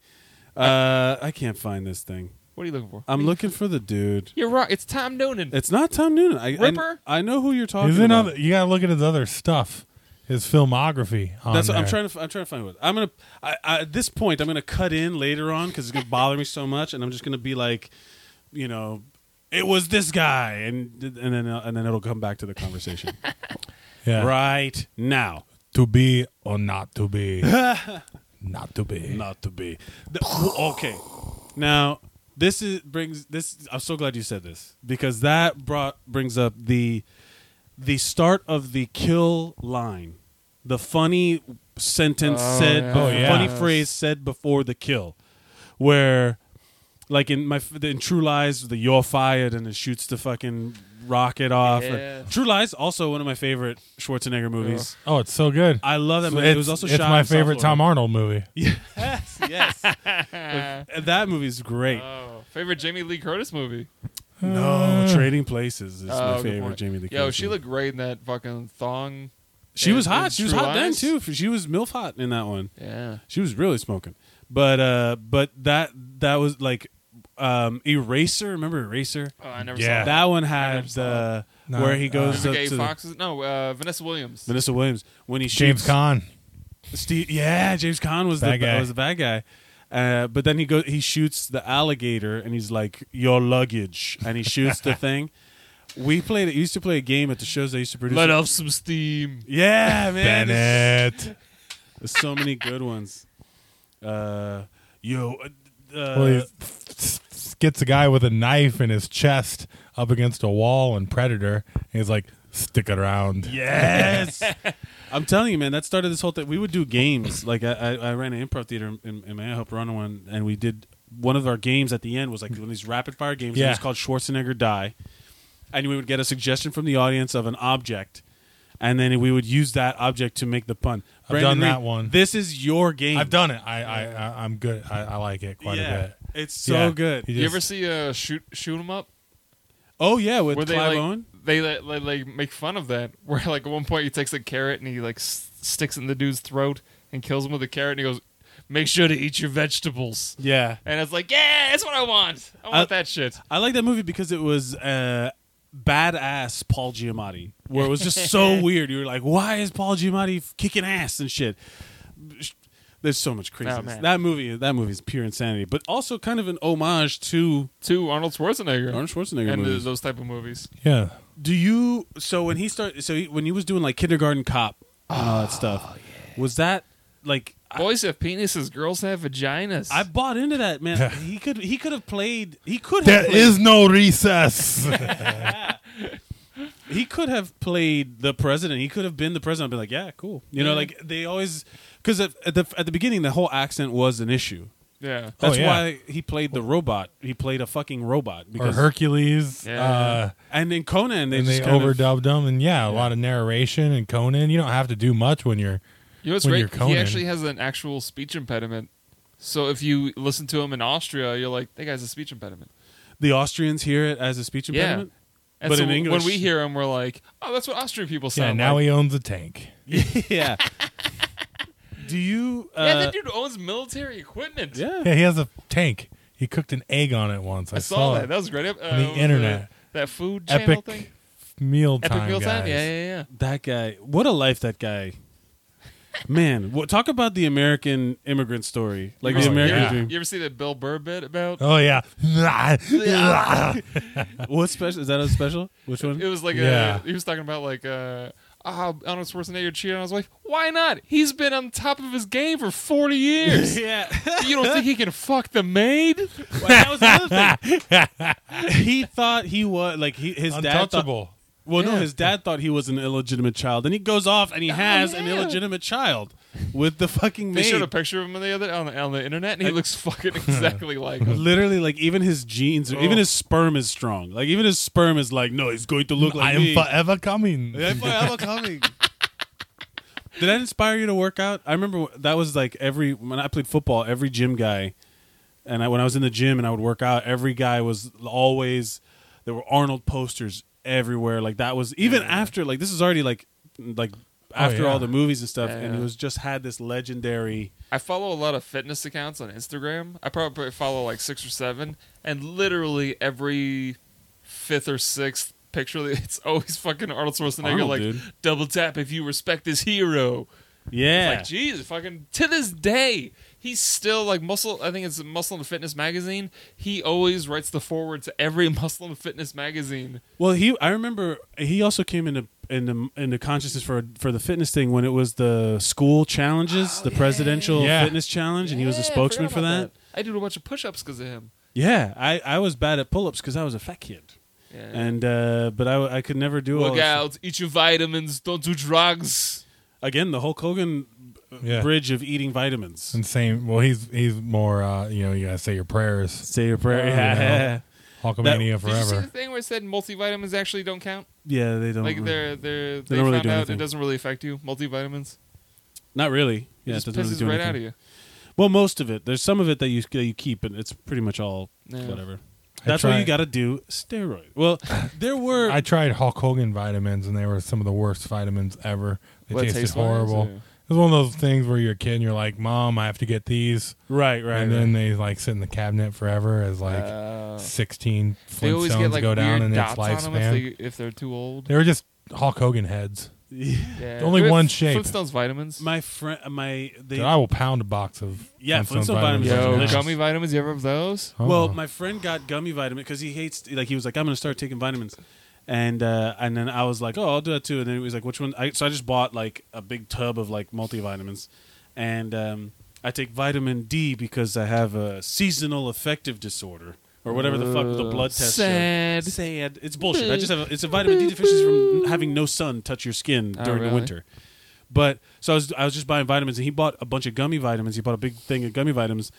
Speaker 1: Uh, I can't find this thing.
Speaker 2: What are you looking for?
Speaker 1: I'm looking for the dude.
Speaker 2: You're right. It's Tom Noonan.
Speaker 1: It's not Tom Noonan. I, I-
Speaker 2: Ripper?
Speaker 1: I, know who you're talking
Speaker 3: He's
Speaker 1: about.
Speaker 3: in other- you gotta look at his other stuff, his filmography. On
Speaker 1: That's what I'm
Speaker 3: there.
Speaker 1: trying to. I'm trying to find what I'm gonna. I, I, at this point, I'm gonna cut in later on because it's gonna bother me so much, and I'm just gonna be like, you know, it was this guy, and and then and then it'll come back to the conversation
Speaker 3: Yeah.
Speaker 1: right now.
Speaker 3: To be or not to be. not to be.
Speaker 1: Not to be. The- okay, now this is brings this. I'm so glad you said this because that brought brings up the the start of the kill line, the funny sentence
Speaker 2: Oh,
Speaker 1: said,
Speaker 2: yeah.
Speaker 1: bef-
Speaker 3: Oh, yeah.
Speaker 1: funny phrase said before the kill, where like in my f- in True Lies, the you're fired and it shoots the fucking rocket off.
Speaker 2: Yeah.
Speaker 1: True Lies also one of my favorite Schwarzenegger movies.
Speaker 3: Oh, it's so good.
Speaker 1: I love that
Speaker 3: So
Speaker 1: movie.
Speaker 3: it's,
Speaker 1: it was also
Speaker 3: it's
Speaker 1: shot
Speaker 3: my
Speaker 1: in South
Speaker 3: favorite
Speaker 1: Florida.
Speaker 3: Tom Arnold movie.
Speaker 1: Yes, yes. If- that movie's great.
Speaker 2: Oh, favorite Jamie Lee Curtis movie.
Speaker 1: no, Trading Places is
Speaker 2: uh, Oh,
Speaker 1: my
Speaker 2: good
Speaker 1: favorite
Speaker 2: point.
Speaker 1: Jamie Lee
Speaker 2: Yo,
Speaker 1: Curtis
Speaker 2: she
Speaker 1: movie.
Speaker 2: looked great in that fucking thong.
Speaker 1: She
Speaker 2: in-
Speaker 1: was
Speaker 2: in
Speaker 1: hot. She was
Speaker 2: True
Speaker 1: hot then
Speaker 2: Lies.
Speaker 1: too. She was milf hot in that one.
Speaker 2: Yeah.
Speaker 1: She was really smoking. But uh but that that was like um Eraser, remember Eraser?
Speaker 2: Oh, I never
Speaker 3: Yeah.
Speaker 2: saw that.
Speaker 1: That one
Speaker 2: never
Speaker 1: had
Speaker 2: saw
Speaker 1: the
Speaker 3: No,
Speaker 1: where he goes
Speaker 3: uh,
Speaker 1: up
Speaker 2: Gay
Speaker 1: to
Speaker 2: Fox. is- No, uh, Vanessa Williams.
Speaker 1: Vanessa Williams when he
Speaker 3: James
Speaker 1: shoots
Speaker 3: Caan.
Speaker 1: Steve, yeah, James Conn was
Speaker 3: Bad
Speaker 1: the
Speaker 3: guy.
Speaker 1: was the bad guy. Uh, but then he goes, he shoots the alligator, and he's like, "Your luggage," and he shoots the thing. We played. it used to play a game at the shows I used to produce.
Speaker 2: Let off some steam.
Speaker 1: Yeah, man. There's,
Speaker 3: Bennett.
Speaker 1: there's so many good ones. Uh, yo, uh,
Speaker 3: Well, he
Speaker 1: uh,
Speaker 3: s- s- gets a guy with a knife in his chest up against a wall and Predator, and he's like, "Stick around."
Speaker 1: yes. I'm telling you, man, that started this whole thing. We would do games. Like I, I, I ran an improv theater in, in May. I helped run one, and we did one of our games at the end was like one of these rapid fire games. It
Speaker 3: Yeah.
Speaker 1: was called Schwarzenegger Die, and we would get a suggestion from the audience of an object, and then we would use that object to make the pun.
Speaker 3: I've done that one.
Speaker 1: This is your game.
Speaker 3: I've done it. I, I, I I'm good. I, I like it quite
Speaker 1: yeah,
Speaker 3: a bit.
Speaker 1: it's so
Speaker 3: Yeah.
Speaker 1: good.
Speaker 3: He
Speaker 2: You ever
Speaker 3: just-
Speaker 2: see uh, shoot shoot 'em up?
Speaker 1: Oh yeah, with
Speaker 2: where they
Speaker 1: Clive
Speaker 2: like,
Speaker 1: Owen.
Speaker 2: they like, like, like, make fun of that. Where like at one point he takes a carrot and he like s- sticks it in the dude's throat and kills him with a carrot and he goes, "Make sure to eat your vegetables."
Speaker 1: Yeah,
Speaker 2: And it's like, yeah, that's what I want. I
Speaker 1: Uh,
Speaker 2: want that shit.
Speaker 1: I like that movie because it was uh, badass Paul Giamatti, where it was just so weird. You were like, why is Paul Giamatti f- kicking ass and shit? There's so much craziness.
Speaker 2: man.
Speaker 1: that movie, that movie is pure insanity, but also kind of an homage to
Speaker 2: to Arnold Schwarzenegger
Speaker 1: Arnold Schwarzenegger
Speaker 2: and
Speaker 1: movies.
Speaker 2: those type of movies.
Speaker 3: Yeah.
Speaker 1: Do you? So when he started, so he, when he was doing like Kindergarten Cop and all that stuff, was that like? I,
Speaker 2: Boys have penises, girls have vaginas.
Speaker 1: I bought into that man. he could he could have played. He could have
Speaker 3: There
Speaker 1: played,
Speaker 3: is no recess.
Speaker 1: he could have played the president. He could have been the president. I'd be like, yeah, cool. You know,
Speaker 2: Yeah.
Speaker 1: like they always because at, at the at the beginning, the whole accent was an issue.
Speaker 2: yeah.
Speaker 3: Oh,
Speaker 1: That's
Speaker 3: yeah.
Speaker 1: why he played the robot. He played a fucking robot
Speaker 3: or
Speaker 1: because
Speaker 3: Hercules.
Speaker 2: Yeah.
Speaker 3: Uh,
Speaker 1: and in Conan they
Speaker 3: and they
Speaker 1: just kind of-
Speaker 3: overdubbed them. And yeah, a lot of narration and Conan. You don't have to do much when you're.
Speaker 2: You know what's
Speaker 3: when
Speaker 2: great?
Speaker 3: you're Conan.
Speaker 2: He actually has an actual speech impediment. So if you listen to him in Austria, you're like, that guy's a speech impediment.
Speaker 1: the Austrians hear it as a speech
Speaker 2: Yeah.
Speaker 1: impediment.
Speaker 2: And
Speaker 1: But
Speaker 2: so
Speaker 1: in English-
Speaker 2: when we hear him, we're like, oh, that's what Austrian people
Speaker 3: Yeah,
Speaker 2: sound
Speaker 3: now
Speaker 2: like.
Speaker 3: he owns a tank.
Speaker 1: Yeah. Do you? Uh,
Speaker 2: yeah, that dude owns military equipment.
Speaker 1: yeah.
Speaker 3: Yeah, he has a tank. He cooked an egg on it once. I,
Speaker 2: I saw that.
Speaker 3: it.
Speaker 2: That was great. Uh,
Speaker 3: the
Speaker 2: uh,
Speaker 3: internet.
Speaker 2: that food channel
Speaker 3: Epic
Speaker 2: thing.
Speaker 3: meal time.
Speaker 2: Epic meal time.
Speaker 3: guys.
Speaker 2: Yeah, yeah, yeah.
Speaker 1: That guy. What a life that guy. Man, what, talk about the American immigrant story, like the
Speaker 3: Oh,
Speaker 1: American
Speaker 3: yeah.
Speaker 1: dream.
Speaker 2: You ever see that Bill Burr bit about?
Speaker 3: Oh yeah.
Speaker 1: What special is that? A special? Which one?
Speaker 2: It was like
Speaker 3: Yeah.
Speaker 2: a, he was talking about like uh oh, Arnold Schwarzenegger cheated on his wife. Why not? He's been on top of his game for forty years.
Speaker 1: yeah.
Speaker 2: you don't think he can fuck the maid?
Speaker 1: Well, that was another thing. he thought he was like he, his dad. Thought,
Speaker 3: Untouchable.
Speaker 1: well, no,
Speaker 2: Yeah. Oh,
Speaker 1: his dad thought he was an illegitimate child, and he goes off and he has an
Speaker 2: yeah.
Speaker 1: illegitimate child with the fucking
Speaker 2: They
Speaker 1: maid.
Speaker 2: showed a picture of him on the other on the, on the internet, and he looks fucking exactly like him. Oh.
Speaker 1: Literally, like even his genes, even his sperm is strong. Like even his sperm is like, no, he's going to look like
Speaker 3: I am
Speaker 1: me.
Speaker 3: forever coming.
Speaker 1: Yeah, forever coming. Did that inspire you to work out? I remember wh- that was like every when I played football, every gym guy, and I, when I was in the gym and I would work out, every guy was always there were Arnold posters everywhere. Like that was even after like this is already like like after
Speaker 3: yeah.
Speaker 1: all the movies and stuff,
Speaker 2: Yeah,
Speaker 1: and it
Speaker 2: yeah.
Speaker 1: was just had this legendary.
Speaker 2: I follow a lot of fitness accounts on Instagram. I probably follow like six or seven, and literally every fifth or sixth picture, it's always fucking Arnold Schwarzenegger,
Speaker 1: Arnold,
Speaker 2: like
Speaker 1: dude.
Speaker 2: double tap if you respect this hero.
Speaker 1: Yeah,
Speaker 2: Like Jesus, fucking to this day, he's still like muscle. I think it's Muscle and Fitness magazine. He always writes the forward to every Muscle and Fitness magazine.
Speaker 1: Well, he I remember he also came into into into consciousness for for the fitness thing when it was the school challenges, the presidential
Speaker 3: Yeah.
Speaker 1: fitness challenge, and he was a
Speaker 2: Oh, Yeah, I forgot
Speaker 1: spokesman for
Speaker 2: about
Speaker 1: that.
Speaker 2: I did a bunch of push-ups because of him.
Speaker 1: Yeah, I I was bad at pull ups because I was a fat kid,
Speaker 2: Yeah.
Speaker 1: and uh, but I I could never do all
Speaker 2: work
Speaker 1: this-
Speaker 2: out, eat your vitamins, don't do drugs.
Speaker 1: again the Hulk Hogan uh,
Speaker 3: Yeah.
Speaker 1: bridge of eating vitamins.
Speaker 3: Insane. Well, he's he's more. Uh, you know, you gotta say your prayers.
Speaker 1: Say your prayer.
Speaker 3: Oh,
Speaker 1: Yeah,
Speaker 3: Hulkamania
Speaker 2: Did you see the
Speaker 3: forever.
Speaker 2: thing where it said multivitamins actually don't count?
Speaker 1: yeah, they don't
Speaker 2: Like they're they're
Speaker 1: They
Speaker 2: they,
Speaker 1: don't really
Speaker 2: found
Speaker 1: do
Speaker 2: out
Speaker 1: anything.
Speaker 2: it doesn't really affect you. Multivitamins.
Speaker 1: not really. Yeah,
Speaker 2: it
Speaker 1: it
Speaker 2: just
Speaker 1: doesn't really
Speaker 2: pisses
Speaker 1: do
Speaker 2: right
Speaker 1: anything.
Speaker 2: out of you.
Speaker 1: Well, most of it. There's some of it that you that you keep, and it's pretty much all
Speaker 2: Yeah.
Speaker 1: whatever.
Speaker 3: I
Speaker 1: That's
Speaker 3: try-
Speaker 1: why you got to do steroid. Well, there were
Speaker 3: I tried Hulk Hogan vitamins, and they were some of the worst vitamins ever. They
Speaker 2: What,
Speaker 3: tasted
Speaker 2: taste-wise,
Speaker 3: horrible.
Speaker 2: or-
Speaker 3: It was one of those things where you're a kid and you're like, "Mom, I have to get these,"
Speaker 1: right, right,
Speaker 3: and then they like sit in the cabinet forever as like
Speaker 2: Uh,
Speaker 3: sixteen
Speaker 2: they always
Speaker 3: Flintstones
Speaker 2: get like
Speaker 3: go down
Speaker 2: weird
Speaker 3: in its
Speaker 2: dots on them
Speaker 3: lifespan.
Speaker 2: if, they, if they're too old.
Speaker 3: They were just Hulk Hogan heads.
Speaker 1: Yeah.
Speaker 2: Yeah.
Speaker 3: Only
Speaker 2: They're
Speaker 3: one
Speaker 2: F-
Speaker 3: shape.
Speaker 2: Flintstones vitamins.
Speaker 1: My friend, my they.
Speaker 3: Dude, I will pound a box of
Speaker 1: Yeah,
Speaker 3: Flintstone
Speaker 1: Flintstone vitamins are
Speaker 2: Yo,
Speaker 1: delicious.
Speaker 2: gummy vitamins. You ever have those?
Speaker 3: Oh.
Speaker 1: well, my friend got gummy vitamin because he hates. Like he was like, I'm gonna start taking vitamins, and uh, and then I was like, oh, I'll do that too. And then he was like, which one? I, so I just bought like a big tub of like multivitamins, and um, I take vitamin D because I have a seasonal affective disorder or whatever the fuck the
Speaker 2: Uh,
Speaker 1: blood test. showed.
Speaker 2: Sad.
Speaker 1: Sad. It's bullshit. I just have a, it's a vitamin D deficiency from having no sun touch your skin
Speaker 2: Oh,
Speaker 1: during the
Speaker 2: really?
Speaker 1: winter. But so I was I was just buying vitamins, and he bought a bunch of gummy vitamins. He bought a big thing of gummy vitamins,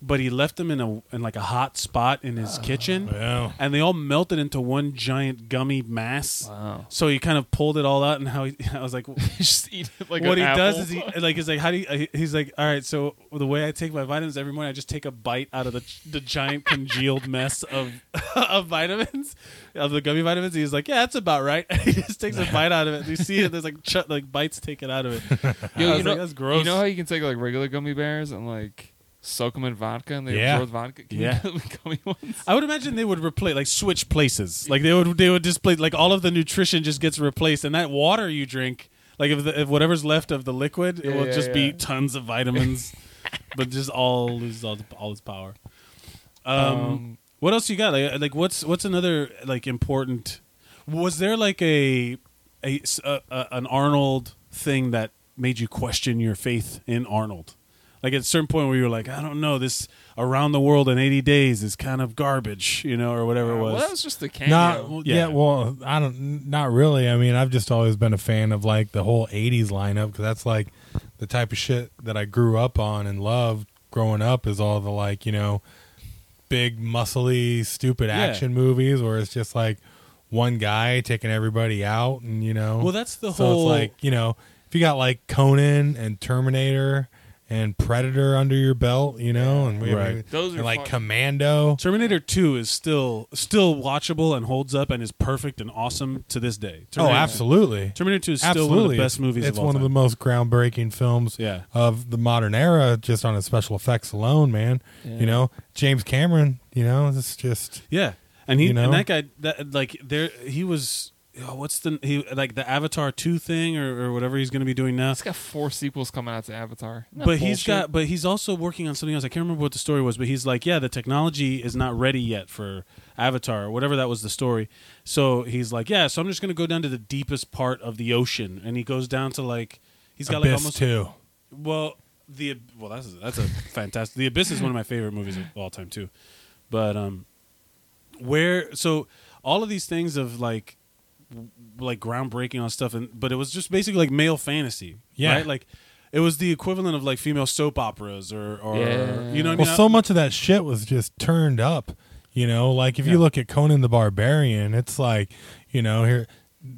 Speaker 1: but he left them in a in like a hot spot in his kitchen,
Speaker 3: Well,
Speaker 1: and they all melted into one giant gummy mass.
Speaker 2: Wow.
Speaker 1: So he kind of pulled it all out, and how he, I was like,
Speaker 2: just eat it like
Speaker 1: what
Speaker 2: an
Speaker 1: he
Speaker 2: apple.
Speaker 1: does is he like is like how do you, he's like all right so the way I take my vitamins every morning I just take a bite out of the the giant congealed mess of of vitamins of the gummy vitamins he's like yeah that's about right he just takes a bite out of it you see it there's like ch- like bites taken out of it
Speaker 2: Yo,
Speaker 1: I
Speaker 2: you
Speaker 1: was
Speaker 2: know,
Speaker 1: like, that's gross
Speaker 2: You know how you can take like regular gummy bears and like soak them in vodka and they
Speaker 3: Yeah.
Speaker 2: absorb vodka. Can you
Speaker 1: Yeah.
Speaker 2: do the gummy ones.
Speaker 1: I would imagine they would replace like switch places like they would they would display like all of the nutrition just gets replaced and that water you drink Like if, the, if whatever's left of the liquid, it
Speaker 2: Yeah,
Speaker 1: will
Speaker 2: yeah,
Speaker 1: just
Speaker 2: yeah.
Speaker 1: be tons of vitamins, but just all loses all, all its power. Um,
Speaker 2: Um,
Speaker 1: what else you got? Like, like what's what's another like important? Was there like a, a, s- a- a- an Arnold thing that made you question your faith in Arnold? Like at a certain point where you were like, I don't know, this around the world in eighty days is kind of garbage, you know, or whatever it was. Uh,
Speaker 2: Well, that was just the cameo.
Speaker 3: Not
Speaker 1: well,
Speaker 3: yeah.
Speaker 1: yeah.
Speaker 3: Well, I don't. Not really. I mean, I've just always been a fan of like the whole '80s lineup because that's like the type of shit that I grew up on and loved growing up. Is all the like you know big muscly stupid
Speaker 1: Yeah.
Speaker 3: action movies where it's just like one guy taking everybody out and you know.
Speaker 1: Well, that's the
Speaker 3: so
Speaker 1: whole
Speaker 3: it's like you know if you got like Conan and Terminator and Predator under your belt, you know, and we-
Speaker 1: Right.
Speaker 2: Those
Speaker 3: and,
Speaker 2: are
Speaker 3: like
Speaker 2: fun.
Speaker 3: Commando.
Speaker 1: Terminator Two is still still watchable and holds up and is perfect and awesome to this day.
Speaker 3: Oh,
Speaker 1: Terminator,
Speaker 3: absolutely.
Speaker 1: Terminator Two is still
Speaker 3: Absolutely.
Speaker 1: one of the best movies.
Speaker 3: It's
Speaker 1: of all
Speaker 3: one
Speaker 1: time.
Speaker 3: of the most groundbreaking films
Speaker 1: Yeah.
Speaker 3: of the modern era, just on its special effects alone, man.
Speaker 2: Yeah.
Speaker 3: You know, James Cameron. You know, it's just
Speaker 1: Yeah, and he
Speaker 3: You know?
Speaker 1: and that guy that like there he was. oh, what's the he like the Avatar two thing or, or whatever he's going to be doing now?
Speaker 2: It's got four sequels coming out to Avatar. Isn't that
Speaker 1: But he's
Speaker 2: bullshit?
Speaker 1: got but he's also working on something else. I can't remember what the story was, but he's like, yeah, the technology is not ready yet for Avatar or whatever that was the story. So he's like, yeah, so I'm just going to go down to the deepest part of the ocean, and he goes down to like he's got
Speaker 3: Abyss
Speaker 1: like almost
Speaker 3: two.
Speaker 1: well, the well that's that's a fantastic. The Abyss is one of my favorite movies of all time too. But um, where so all of these things of like w- like groundbreaking on stuff, and but it was just basically like male fantasy,
Speaker 3: Yeah.
Speaker 1: right? Like it was the equivalent of like female soap operas or or
Speaker 2: Yeah.
Speaker 1: you know what I
Speaker 3: Well,
Speaker 1: mean?
Speaker 3: so much of that shit was just turned up. You know, like if you
Speaker 1: Yeah.
Speaker 3: look at Conan the Barbarian, it's like, you know, here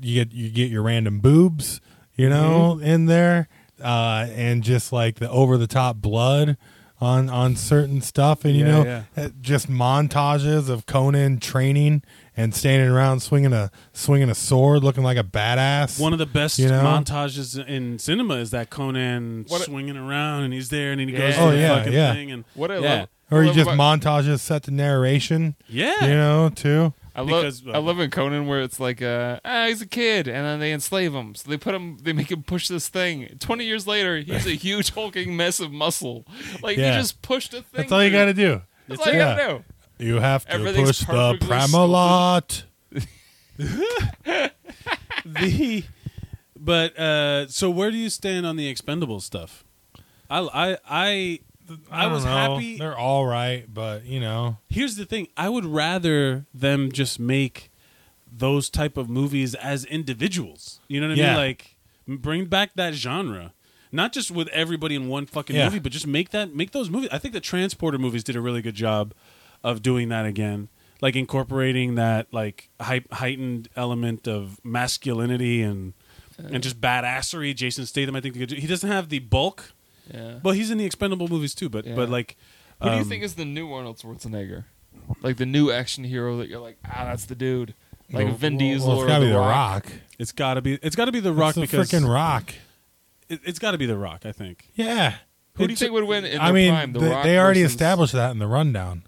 Speaker 3: you get you get your random boobs, you know,
Speaker 1: Mm-hmm.
Speaker 3: in there, uh, and just like the over the top blood on on certain stuff, and you
Speaker 1: Yeah,
Speaker 3: know,
Speaker 1: yeah.
Speaker 3: uh, just montages of Conan training and standing around swinging a swinging a sword, looking like a badass.
Speaker 1: Uh, one of the best
Speaker 3: You know?
Speaker 1: montages in cinema is that Conan
Speaker 2: What a-
Speaker 1: swinging around and he's there and then he goes
Speaker 2: Yeah.
Speaker 1: to
Speaker 2: Oh,
Speaker 1: the
Speaker 3: yeah,
Speaker 1: fucking
Speaker 3: yeah.
Speaker 1: thing and
Speaker 2: What I
Speaker 1: Yeah.
Speaker 2: love,
Speaker 3: or
Speaker 2: I
Speaker 3: you
Speaker 2: love
Speaker 3: just
Speaker 2: about-
Speaker 3: montages set to narration,
Speaker 1: yeah,
Speaker 3: you know, too.
Speaker 2: I love,
Speaker 1: because, uh,
Speaker 2: I love in Conan where it's like, uh, ah, he's a kid, and then they enslave him. So they put him, they make him push this thing. Twenty years later, he's a huge hulking mess of muscle. Like
Speaker 3: Yeah.
Speaker 2: he just pushed a thing.
Speaker 3: That's all you
Speaker 2: through.
Speaker 3: got to do.
Speaker 2: That's all you got
Speaker 3: Yeah.
Speaker 2: to do.
Speaker 3: You have to
Speaker 2: Everything's
Speaker 3: push the
Speaker 2: perfectly
Speaker 3: Pramalot.
Speaker 1: the but uh so where do you stand on the expendable stuff i i i I
Speaker 3: don't
Speaker 1: was
Speaker 3: know.
Speaker 1: happy-
Speaker 3: They're all right, but you know,
Speaker 1: here's the thing i would rather them just make those type of movies as individuals you know what i
Speaker 3: Yeah.
Speaker 1: mean like m- bring back that genre not just with everybody in one fucking
Speaker 3: Yeah.
Speaker 1: movie but just make that make those movies i think the transporter movies did a really good job of doing that again like incorporating that like hei- heightened element of masculinity and and just badassery jason statham i think they could do- he doesn't have the bulk
Speaker 2: Yeah.
Speaker 1: well he's in the expendable movies too but
Speaker 2: Yeah.
Speaker 1: but like
Speaker 2: Who do you
Speaker 1: um,
Speaker 2: think is the new Arnold Schwarzenegger? Like the new action hero that you're like, ah, that's the dude. Like
Speaker 3: Well,
Speaker 2: Vin
Speaker 3: well,
Speaker 2: Diesel
Speaker 3: well,
Speaker 2: or
Speaker 3: it's gotta
Speaker 2: the,
Speaker 3: be
Speaker 2: Rock.
Speaker 1: It's gotta be. It's gotta be the Rock
Speaker 3: it's the
Speaker 1: because
Speaker 3: freaking Rock.
Speaker 1: It, has gotta be the Rock. I think.
Speaker 3: Yeah.
Speaker 2: Who do you think would win in
Speaker 3: I
Speaker 2: their
Speaker 3: mean,
Speaker 2: prime? The
Speaker 3: they,
Speaker 2: Rock
Speaker 3: they already
Speaker 2: versus-
Speaker 3: established that in the rundown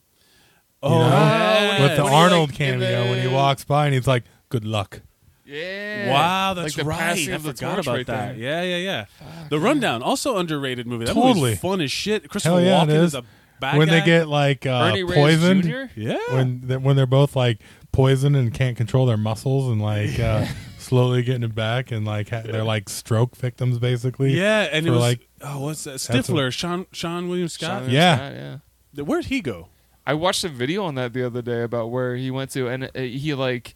Speaker 1: Oh,
Speaker 3: know?
Speaker 1: yeah.
Speaker 2: Yes.
Speaker 3: with the
Speaker 2: What do you
Speaker 3: Arnold
Speaker 2: like in
Speaker 3: cameo when he
Speaker 2: the-
Speaker 3: walks by and he's like, "Good luck."
Speaker 2: Yeah.
Speaker 1: wow, that's
Speaker 2: like the
Speaker 1: right.
Speaker 2: Passing
Speaker 1: I
Speaker 2: of the
Speaker 1: forgot
Speaker 2: torch
Speaker 1: about
Speaker 2: right
Speaker 1: that.
Speaker 2: there.
Speaker 1: Yeah, yeah, yeah. the Rundown, also underrated movie. That
Speaker 3: Totally.
Speaker 1: movie's fun as shit. Christopher
Speaker 3: Hell yeah, it
Speaker 1: Walken is.
Speaker 3: is.
Speaker 1: a bad
Speaker 3: when
Speaker 1: guy.
Speaker 3: they get like uh,
Speaker 2: Ernie Reyes
Speaker 3: poisoned,
Speaker 2: Jr.?
Speaker 1: yeah,
Speaker 3: when th- when they're both like poisoned and can't control their muscles and like uh, slowly getting it back and like ha- they're like stroke victims basically.
Speaker 1: yeah, and it
Speaker 3: for,
Speaker 1: was
Speaker 3: like-
Speaker 1: oh, what's that?
Speaker 3: That's a-
Speaker 1: Stifler, Sean Sean William Scott.
Speaker 2: Sean
Speaker 3: Yeah.
Speaker 2: Scott, yeah.
Speaker 1: Where'd he go?
Speaker 2: I watched a video on that the other day about where he went to, and uh, he like,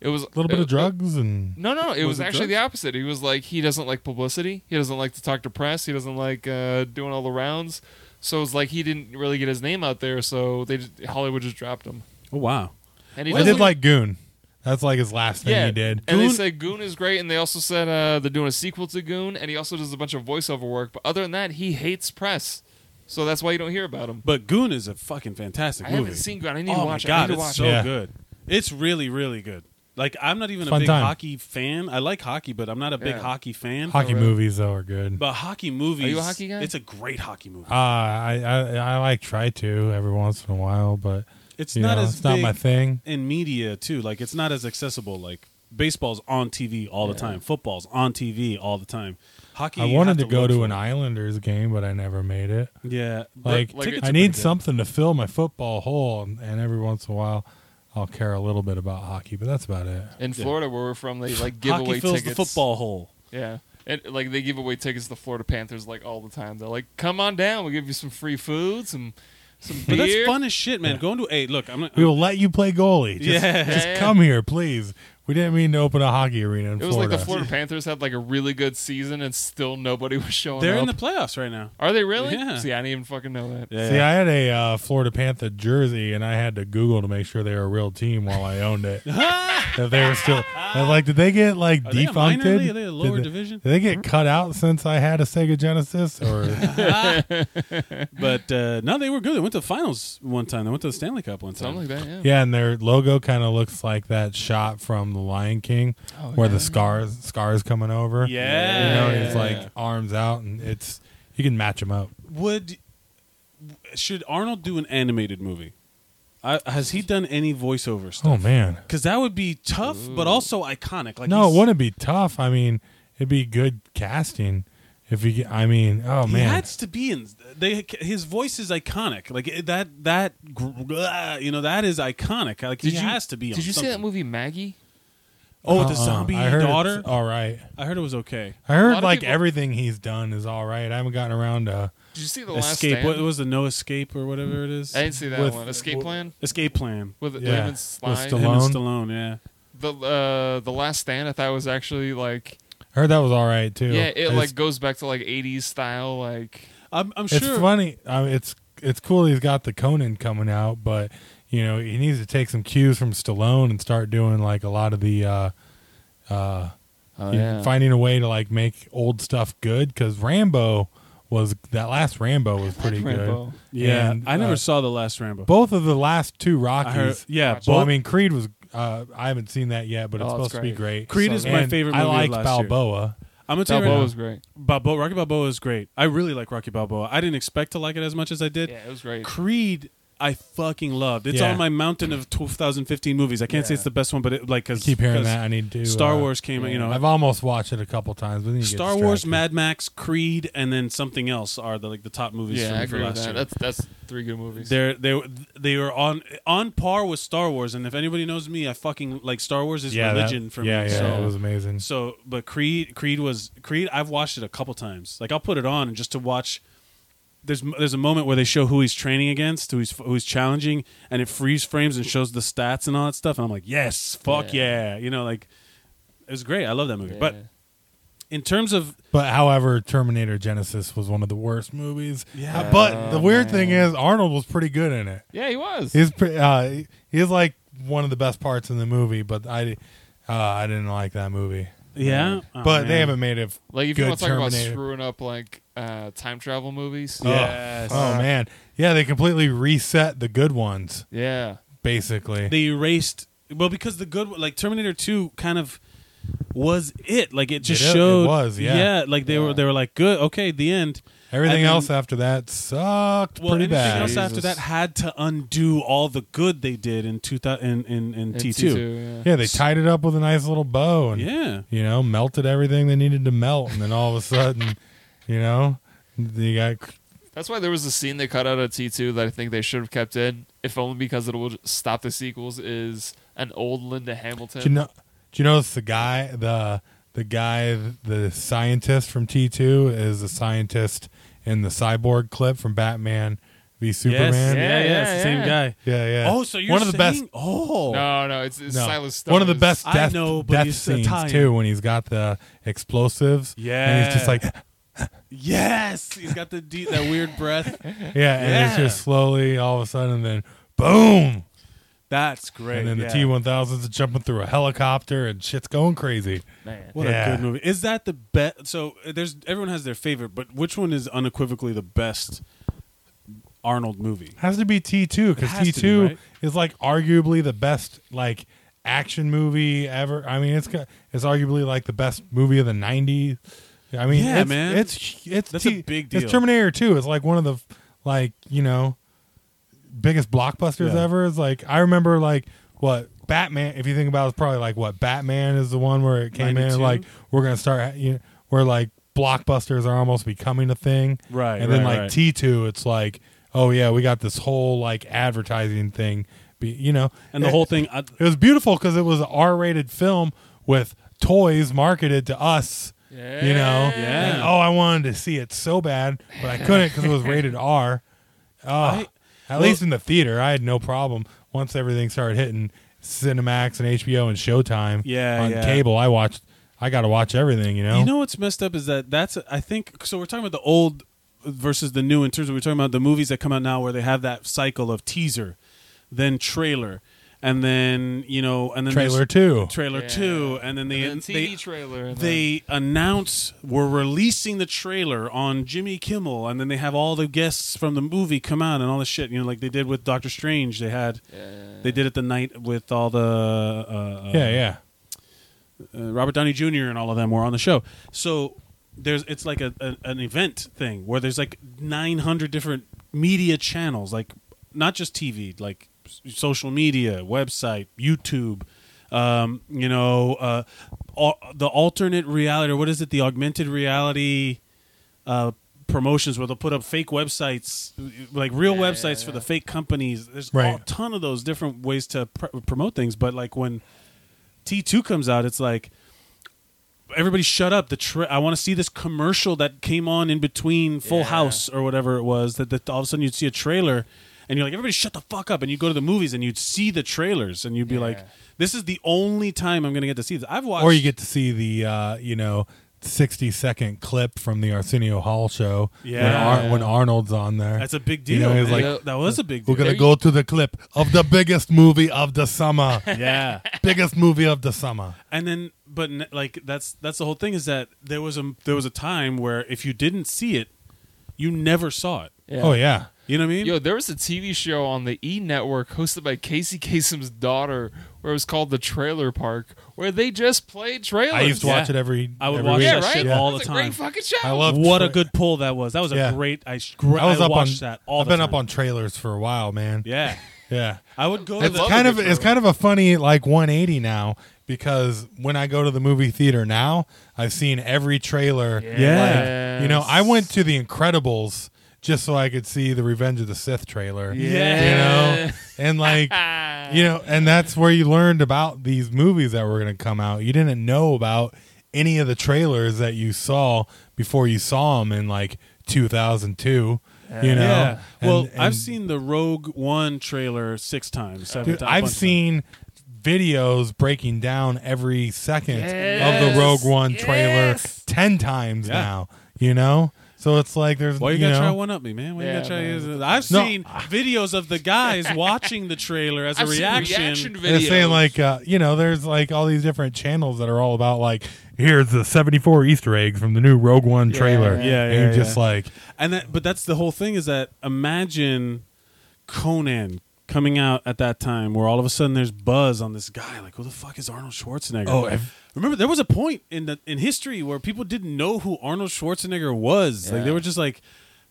Speaker 2: it was a
Speaker 3: a little bit of drugs and
Speaker 2: No, no, it was,
Speaker 1: Was it
Speaker 2: actually the opposite. He was like, he doesn't like publicity. He doesn't like to talk to press. He doesn't like uh, doing all the rounds. So it's like he didn't really get his name out there. So they just, Hollywood just dropped him.
Speaker 1: Oh wow,
Speaker 2: And he
Speaker 3: I did
Speaker 2: doesn't-
Speaker 3: like Goon. That's like his last thing
Speaker 2: yeah.
Speaker 3: he did.
Speaker 2: And they
Speaker 1: Goon-
Speaker 2: said Goon is great, and they also said uh, they're doing a sequel to Goon, and he also does a bunch of voiceover work. But other than that, he hates press, so that's why you don't hear about him.
Speaker 1: but Goon is a fucking fantastic
Speaker 2: I
Speaker 1: movie.
Speaker 2: haven't seen Goon. I need
Speaker 1: oh
Speaker 2: to watch.
Speaker 1: my
Speaker 2: it. I
Speaker 1: god,
Speaker 2: need to
Speaker 1: it's
Speaker 2: watch.
Speaker 1: so
Speaker 2: it.
Speaker 3: Yeah.
Speaker 1: good. It's really, really good. Like I'm not even
Speaker 3: Fun
Speaker 1: a big
Speaker 3: time.
Speaker 1: hockey fan. I like hockey, but I'm not a big
Speaker 2: Yeah.
Speaker 1: hockey fan.
Speaker 3: Hockey
Speaker 2: really?
Speaker 3: movies though are good. Uh,
Speaker 1: But hockey movies.
Speaker 2: Are you a hockey guy?
Speaker 1: It's a great hockey movie.
Speaker 3: I, I I like try to every once in a while, but
Speaker 1: It's
Speaker 3: you
Speaker 1: not
Speaker 3: know,
Speaker 1: as
Speaker 3: it's not
Speaker 1: big
Speaker 3: my thing.
Speaker 1: in media too. Like it's not as accessible. Like baseball's on TV all the time. Football's on TV all the time. Hockey.
Speaker 3: I
Speaker 1: you have
Speaker 3: wanted to go
Speaker 1: look
Speaker 3: to
Speaker 1: for
Speaker 3: an
Speaker 1: it.
Speaker 3: Islanders game, but I never made it.
Speaker 1: Yeah,
Speaker 3: Like,
Speaker 2: like
Speaker 1: tickets
Speaker 2: it's
Speaker 3: I
Speaker 1: are
Speaker 3: need
Speaker 1: pretty good.
Speaker 3: something to fill my football hole, and, and every once in a while, I'll care a little bit about hockey, but that's about it.
Speaker 2: In
Speaker 1: Yeah.
Speaker 2: Florida, where we're from, they like give
Speaker 1: Hockey
Speaker 2: away
Speaker 1: fills
Speaker 2: tickets.
Speaker 1: the football hole.
Speaker 2: Yeah. And like they give away tickets to the Florida Panthers like all the time. They're like, "Come on down. We'll give you some free food, some some
Speaker 1: But
Speaker 2: beer."
Speaker 1: that's fun as shit, man. Going to a look, I'm not.
Speaker 3: We will let you play goalie. Just,
Speaker 1: Yeah.
Speaker 3: just
Speaker 2: Yeah, yeah.
Speaker 3: come here, please. We didn't mean to open a hockey arena in
Speaker 2: It was
Speaker 3: Florida.
Speaker 2: like the Florida Panthers had like a really good season and still nobody was showing
Speaker 1: they're
Speaker 2: up.
Speaker 1: in the playoffs right now.
Speaker 2: Are they really?
Speaker 1: Yeah.
Speaker 2: See, I didn't even fucking know that.
Speaker 1: Yeah.
Speaker 3: See, I had a uh, Florida Panther jersey, and I had to Google to make sure they were a real team while I owned it. if they were still, I was like, did they get like
Speaker 1: Are they a minor
Speaker 3: defuncted?
Speaker 1: league? Are they a lower
Speaker 3: did
Speaker 1: division?
Speaker 3: Did they get cut out since I had a Sega Genesis? Or
Speaker 1: But uh, no, they were good. They went to the finals one time. They went to the Stanley Cup one time.
Speaker 2: Something like that. Yeah.
Speaker 3: yeah, and their logo kind of looks like that shot from The Lion King,
Speaker 2: Oh,
Speaker 3: where
Speaker 2: yeah.
Speaker 3: the scars scars coming over. you
Speaker 1: Yeah.
Speaker 3: know, and he's
Speaker 2: Yeah.
Speaker 3: like arms out, and it's you can match him up.
Speaker 1: Would should Arnold do an animated movie? I, has he done any voiceover stuff?
Speaker 3: Oh man,
Speaker 1: Because that would be tough, but also iconic. Like
Speaker 3: no, it
Speaker 1: he's-
Speaker 3: wouldn't be tough. I mean, it'd be good casting if you. get- I mean, oh
Speaker 1: He
Speaker 3: man,
Speaker 1: has to be in. They his voice is iconic. Like it- that that gr- uh, you know that is iconic. Like
Speaker 2: Did
Speaker 1: he
Speaker 2: you-
Speaker 1: has to be. on
Speaker 2: Did you see that
Speaker 1: something.
Speaker 2: movie Maggie?
Speaker 1: Oh, the
Speaker 3: Uh-uh.
Speaker 1: zombie
Speaker 3: I heard uh, it's
Speaker 1: daughter.
Speaker 3: All right.
Speaker 1: I heard it was okay.
Speaker 3: I
Speaker 2: lot
Speaker 3: heard
Speaker 2: of
Speaker 3: like
Speaker 2: people-
Speaker 3: everything he's done is all right. I haven't gotten around to
Speaker 2: Did you see the last
Speaker 1: Escape.
Speaker 2: stand?
Speaker 1: What was the no escape or whatever it is?
Speaker 2: I didn't see that
Speaker 3: with-
Speaker 2: one. Escape
Speaker 3: with-
Speaker 2: Plan
Speaker 1: escape plan.
Speaker 2: with
Speaker 3: Yeah.
Speaker 2: Damon
Speaker 3: With
Speaker 2: Slide.
Speaker 3: Stallone.
Speaker 1: Him and Stallone. Yeah.
Speaker 2: The uh, the last stand I thought was actually like
Speaker 3: I heard that was all right too.
Speaker 2: yeah, it
Speaker 3: I
Speaker 2: like
Speaker 3: just-
Speaker 2: goes back to like 80s style like
Speaker 1: I'm, I'm
Speaker 3: it's
Speaker 1: sure.
Speaker 3: funny. I mean, it's it's cool he's got the Conan coming out, but you know, he needs to take some cues from Stallone and start doing like a lot of the uh uh
Speaker 2: oh,
Speaker 3: you- finding a way to like make old stuff good cuz Rambo was that last Rambo was pretty
Speaker 2: Rambo.
Speaker 3: good.
Speaker 1: Yeah,
Speaker 3: And,
Speaker 1: I never
Speaker 3: uh,
Speaker 1: saw the last Rambo.
Speaker 3: both of the last two
Speaker 1: I
Speaker 3: Rockies.
Speaker 1: heard, yeah,
Speaker 2: Gotcha.
Speaker 1: both.
Speaker 3: Well, I mean, Creed was. Uh, I haven't seen that yet, but
Speaker 2: Oh,
Speaker 3: it's
Speaker 2: it's
Speaker 3: supposed to be
Speaker 2: great.
Speaker 3: great.
Speaker 1: Creed
Speaker 2: So
Speaker 1: is my
Speaker 3: And
Speaker 1: favorite.
Speaker 3: I
Speaker 1: movie
Speaker 3: like
Speaker 1: of last Year.
Speaker 3: Balboa.
Speaker 1: I'm gonna tell you
Speaker 2: Balboa
Speaker 1: right
Speaker 2: was
Speaker 1: now,
Speaker 2: great.
Speaker 1: Balboa, Rocky Balboa is great. I really like Rocky Balboa. I didn't expect to like it as much as I did.
Speaker 2: Yeah, it was great.
Speaker 1: Creed, I fucking loved. It's
Speaker 3: Yeah.
Speaker 1: on my mountain of 2015 movies. I can't say
Speaker 2: Yeah.
Speaker 1: it's the best one, but it, like
Speaker 3: I
Speaker 1: because
Speaker 3: keep hearing that. I need to.
Speaker 1: Star
Speaker 3: uh,
Speaker 1: Wars came, you know,
Speaker 3: I've almost watched it a couple times. But then you get
Speaker 1: Star Wars,
Speaker 3: distracted.
Speaker 1: Mad Max, Creed, and then something else are the like the top movies
Speaker 2: Yeah,
Speaker 1: for,
Speaker 2: I
Speaker 1: me for
Speaker 2: agree with
Speaker 1: last
Speaker 2: that.
Speaker 1: year.
Speaker 2: That's that's three good movies.
Speaker 1: They're they were- they were on on par with Star Wars, and if anybody knows me, I fucking like Star Wars is
Speaker 3: yeah, that-
Speaker 1: religion for
Speaker 3: yeah,
Speaker 1: me.
Speaker 3: Yeah,
Speaker 1: so
Speaker 3: it was amazing.
Speaker 1: So, but Creed, Creed was Creed. I've watched it a couple times. Like I'll put it on just to watch. There's there's a moment where they show who he's training against, who he's who he's challenging, and it freeze frames and shows the stats and all that stuff. And I'm like, yes, fuck yeah,
Speaker 2: Yeah.
Speaker 1: you know, like it was great. I love that movie. But
Speaker 2: Yeah.
Speaker 1: in terms of
Speaker 3: But however, Terminator Genesis was one of the worst movies.
Speaker 1: Yeah.
Speaker 3: Uh, but the
Speaker 2: Oh,
Speaker 3: weird
Speaker 2: man.
Speaker 3: thing is, Arnold was pretty good in it.
Speaker 2: yeah, he was.
Speaker 3: He's pre- uh, he's like one of the best parts in the movie. But I, uh, I didn't like that movie.
Speaker 1: yeah, Oh,
Speaker 3: but they
Speaker 1: man.
Speaker 3: haven't made it.
Speaker 2: Like if
Speaker 3: good
Speaker 2: you want to talk
Speaker 3: Terminator.
Speaker 2: about screwing up like uh, time travel movies,
Speaker 3: Ugh.
Speaker 1: Yes.
Speaker 3: Oh man, yeah, they completely reset the good ones
Speaker 2: yeah,
Speaker 3: basically.
Speaker 1: they erased well because the good like Terminator Two kind of was it like it just
Speaker 3: It is- it
Speaker 1: showed
Speaker 3: was, yeah.
Speaker 1: like they
Speaker 2: Yeah.
Speaker 1: were they were like good okay the end
Speaker 3: Everything
Speaker 1: And then-
Speaker 3: else after that sucked
Speaker 1: well
Speaker 3: pretty
Speaker 1: anything
Speaker 3: bad.
Speaker 1: else after
Speaker 2: Jesus.
Speaker 1: that had to undo all the good they did in two thou- in in, in
Speaker 2: And
Speaker 1: T two
Speaker 2: T2, yeah.
Speaker 3: yeah, they tied it up with a nice little bow and
Speaker 1: yeah
Speaker 3: you know melted everything they needed to melt, and then all of a sudden, you know, you got
Speaker 2: That's why there was a scene they cut out of T two that I think they should have kept in, if only because it would stop the sequels. Is an old Linda Hamilton?
Speaker 3: do you know? Do you notice the guy the the guy the scientist from T two is the scientist in the cyborg clip from Batman v Superman?
Speaker 1: yes yeah yeah,
Speaker 2: Yeah,
Speaker 1: it's the
Speaker 2: yeah,
Speaker 1: same
Speaker 2: yeah.
Speaker 1: guy
Speaker 3: Yeah, yeah.
Speaker 1: oh so you're
Speaker 3: one of the best
Speaker 1: saying- oh
Speaker 2: no, no, it's, it's
Speaker 3: No.
Speaker 2: Silas. Stone
Speaker 3: One of the
Speaker 2: is-
Speaker 3: best
Speaker 1: I
Speaker 3: death,
Speaker 1: know, but
Speaker 3: death
Speaker 1: he's
Speaker 3: scenes
Speaker 1: Italian.
Speaker 3: too, when he's got the explosives. and he's just
Speaker 1: Yeah.
Speaker 3: like,
Speaker 1: yes he's got the deep, that weird breath
Speaker 3: yeah, and it's
Speaker 1: Yeah.
Speaker 3: just slowly all of a sudden, then boom,
Speaker 1: that's great
Speaker 3: and then the
Speaker 1: yeah.
Speaker 3: T one thousands are jumping through a helicopter and shit's going crazy.
Speaker 2: Man.
Speaker 1: What
Speaker 3: Yeah.
Speaker 1: a good movie! Is that the best? So uh, there's everyone has their favorite, but which one is unequivocally the best Arnold movie?
Speaker 3: Has to be T two because
Speaker 1: has
Speaker 3: T
Speaker 1: to be,
Speaker 3: two
Speaker 1: right?
Speaker 3: is like arguably the best like action movie ever. I mean, it's got- it's arguably like the best movie of the nineties. I mean,
Speaker 1: Yeah,
Speaker 3: it's,
Speaker 1: man.
Speaker 3: it's it's
Speaker 1: That's
Speaker 3: T-
Speaker 1: a big deal.
Speaker 3: It's Terminator two. It's like one of the like you know biggest blockbusters
Speaker 1: Yeah.
Speaker 3: ever. It's like I remember like what Batman, if you think about it, it's probably like what Batman is the one where it came in and
Speaker 1: 92?
Speaker 3: like we're gonna start you know, where like blockbusters are almost becoming a thing.
Speaker 1: Right,
Speaker 3: And then
Speaker 1: right,
Speaker 3: like
Speaker 1: right.
Speaker 3: T two, it's like, oh yeah, we got this whole like advertising thing. Be, you know,
Speaker 1: and the whole thing. I,
Speaker 3: it was beautiful because it was an R rated film with toys marketed to us.
Speaker 2: Yeah.
Speaker 3: You know,
Speaker 1: Yeah.
Speaker 3: And, oh, I wanted to see it so bad, but I couldn't because it was rated R. Oh, at
Speaker 1: well-
Speaker 3: least in the theater, I had no problem. Once everything started hitting Cinemax and HBO and Showtime,
Speaker 1: Yeah,
Speaker 3: on
Speaker 1: yeah.
Speaker 3: cable, I watched. I got to watch everything. You know,
Speaker 1: You know what's messed up is that that's I think so. We're talking about the old versus the new in terms of we're talking about the movies that come out now where they have that cycle of teaser, then trailer, and then you know, and then there's
Speaker 3: trailer two.
Speaker 1: trailer
Speaker 2: Yeah.
Speaker 1: two, and then they
Speaker 2: and then TV
Speaker 1: they
Speaker 2: trailer. And then-
Speaker 1: they announce we're releasing the trailer on Jimmy Kimmel, and then they have all the guests from the movie come out and all this shit. You know, like they did with Doctor Strange. They had
Speaker 2: Yeah.
Speaker 1: they did it the night with all the uh, uh,
Speaker 3: yeah, yeah.
Speaker 1: uh, Robert Downey Jr. and all of them were on the show. So there's it's like a, a an event thing where there's like 900 different media channels, like not just TV, like s- social media, website, YouTube, um, you know, uh, al- the alternate reality or what is it, the augmented reality. Uh, promotions where they'll put up fake websites like real
Speaker 2: Yeah,
Speaker 1: websites
Speaker 2: yeah,
Speaker 1: for
Speaker 2: yeah.
Speaker 1: the fake companies there's a
Speaker 3: Right.
Speaker 1: ton of those different ways to pr- promote things but like when T2 comes out, it's like everybody shut up. The tra- I want to see this commercial that came on in between Full
Speaker 2: Yeah.
Speaker 1: House or whatever it was. That, that all of a sudden you'd see a trailer, and you're like, everybody shut the fuck up. And you would go to the movies and you'd see the trailers, and you'd be like,
Speaker 2: Yeah.
Speaker 1: this is the only time I'm going to get to see this. I've watched.
Speaker 3: Or you get to see the uh, you know sixty second clip from the Arsenio Hall show. when,
Speaker 1: Yeah.
Speaker 3: Ar- when Arnold's on there,
Speaker 1: that's a big
Speaker 3: You
Speaker 1: deal.
Speaker 3: know, it's
Speaker 1: man.
Speaker 2: like-
Speaker 1: that was a big
Speaker 3: We're
Speaker 1: deal.
Speaker 3: gonna
Speaker 2: There you-
Speaker 3: go to the clip of the biggest movie of the summer.
Speaker 1: yeah.
Speaker 3: biggest movie of the summer.
Speaker 1: and then but n- like that's that's the whole thing is that there was a there was a time where if you didn't see it, you never saw it.
Speaker 3: Oh yeah.
Speaker 1: You know what I mean?
Speaker 2: Yo, there was a TV show on the E Network hosted by Casey Kasem's daughter, where it was called the Trailer Park, where they just played trailers.
Speaker 3: I used to
Speaker 1: Yeah.
Speaker 3: watch it every.
Speaker 1: I would
Speaker 3: every
Speaker 1: watch
Speaker 3: week.
Speaker 2: yeah,
Speaker 1: that
Speaker 2: right?
Speaker 1: shit
Speaker 3: Yeah.
Speaker 1: all
Speaker 2: That's
Speaker 1: the
Speaker 2: a
Speaker 1: time.
Speaker 2: Great fucking show.
Speaker 3: I love
Speaker 1: what a
Speaker 3: tra-
Speaker 1: good pull that was. That was a
Speaker 3: Yeah.
Speaker 1: great. I, sh- gr-
Speaker 3: I was
Speaker 1: I
Speaker 3: up on
Speaker 1: watched that all
Speaker 3: I've
Speaker 1: the
Speaker 3: been
Speaker 1: time.
Speaker 3: up on trailers for a while, man.
Speaker 1: Yeah,
Speaker 3: yeah.
Speaker 1: I would go to
Speaker 3: It's
Speaker 1: the
Speaker 2: love
Speaker 3: kind
Speaker 2: a
Speaker 3: of
Speaker 2: good
Speaker 3: it's
Speaker 2: trailer.
Speaker 3: kind of a funny like 180 now because when I go to the movie theater now, I've seen every trailer.
Speaker 1: Yeah.
Speaker 3: Like, you know, I went to The Incredibles just so I could see the Revenge of the Sith trailer. You know, and like
Speaker 2: Yeah.
Speaker 3: you know, and that's where you learned about these movies that were going to come out. You didn't know about any of the trailers that you saw before you saw them in like 2002. You know,
Speaker 1: yeah. well,
Speaker 3: And-
Speaker 1: I've
Speaker 3: and-
Speaker 1: seen the Rogue One trailer six times, seven
Speaker 3: Dude,
Speaker 1: times.
Speaker 3: I've
Speaker 1: bunch of
Speaker 3: seen videos breaking down every second of
Speaker 2: Yes.
Speaker 3: the Rogue One trailer
Speaker 2: Yes.
Speaker 3: ten times
Speaker 1: Yeah.
Speaker 3: now. You know, so it's like there's
Speaker 1: times. Why you,
Speaker 3: know,
Speaker 1: gotta try one up me, man? Why
Speaker 2: Yeah,
Speaker 1: you gotta try?
Speaker 2: man.
Speaker 1: I've
Speaker 3: No.
Speaker 1: seen videos of the guys watching the trailer as a
Speaker 2: I've seen
Speaker 1: reaction.
Speaker 2: reaction videos.
Speaker 3: They're saying like uh, you know, there's like all these different channels that are all about like here's the 74 Easter eggs from the new Rogue One trailer.
Speaker 2: Yeah,
Speaker 1: yeah,
Speaker 3: and you're
Speaker 1: yeah.
Speaker 3: just like
Speaker 1: and that, but that's the whole thing is that imagine Conan coming out at that time where all of a sudden there's buzz on this guy like who the fuck is Arnold Schwarzenegger?
Speaker 3: Oh, ev-
Speaker 1: remember there was a point in the in history where people didn't know who Arnold Schwarzenegger was. Like they
Speaker 2: Yeah.
Speaker 1: were just like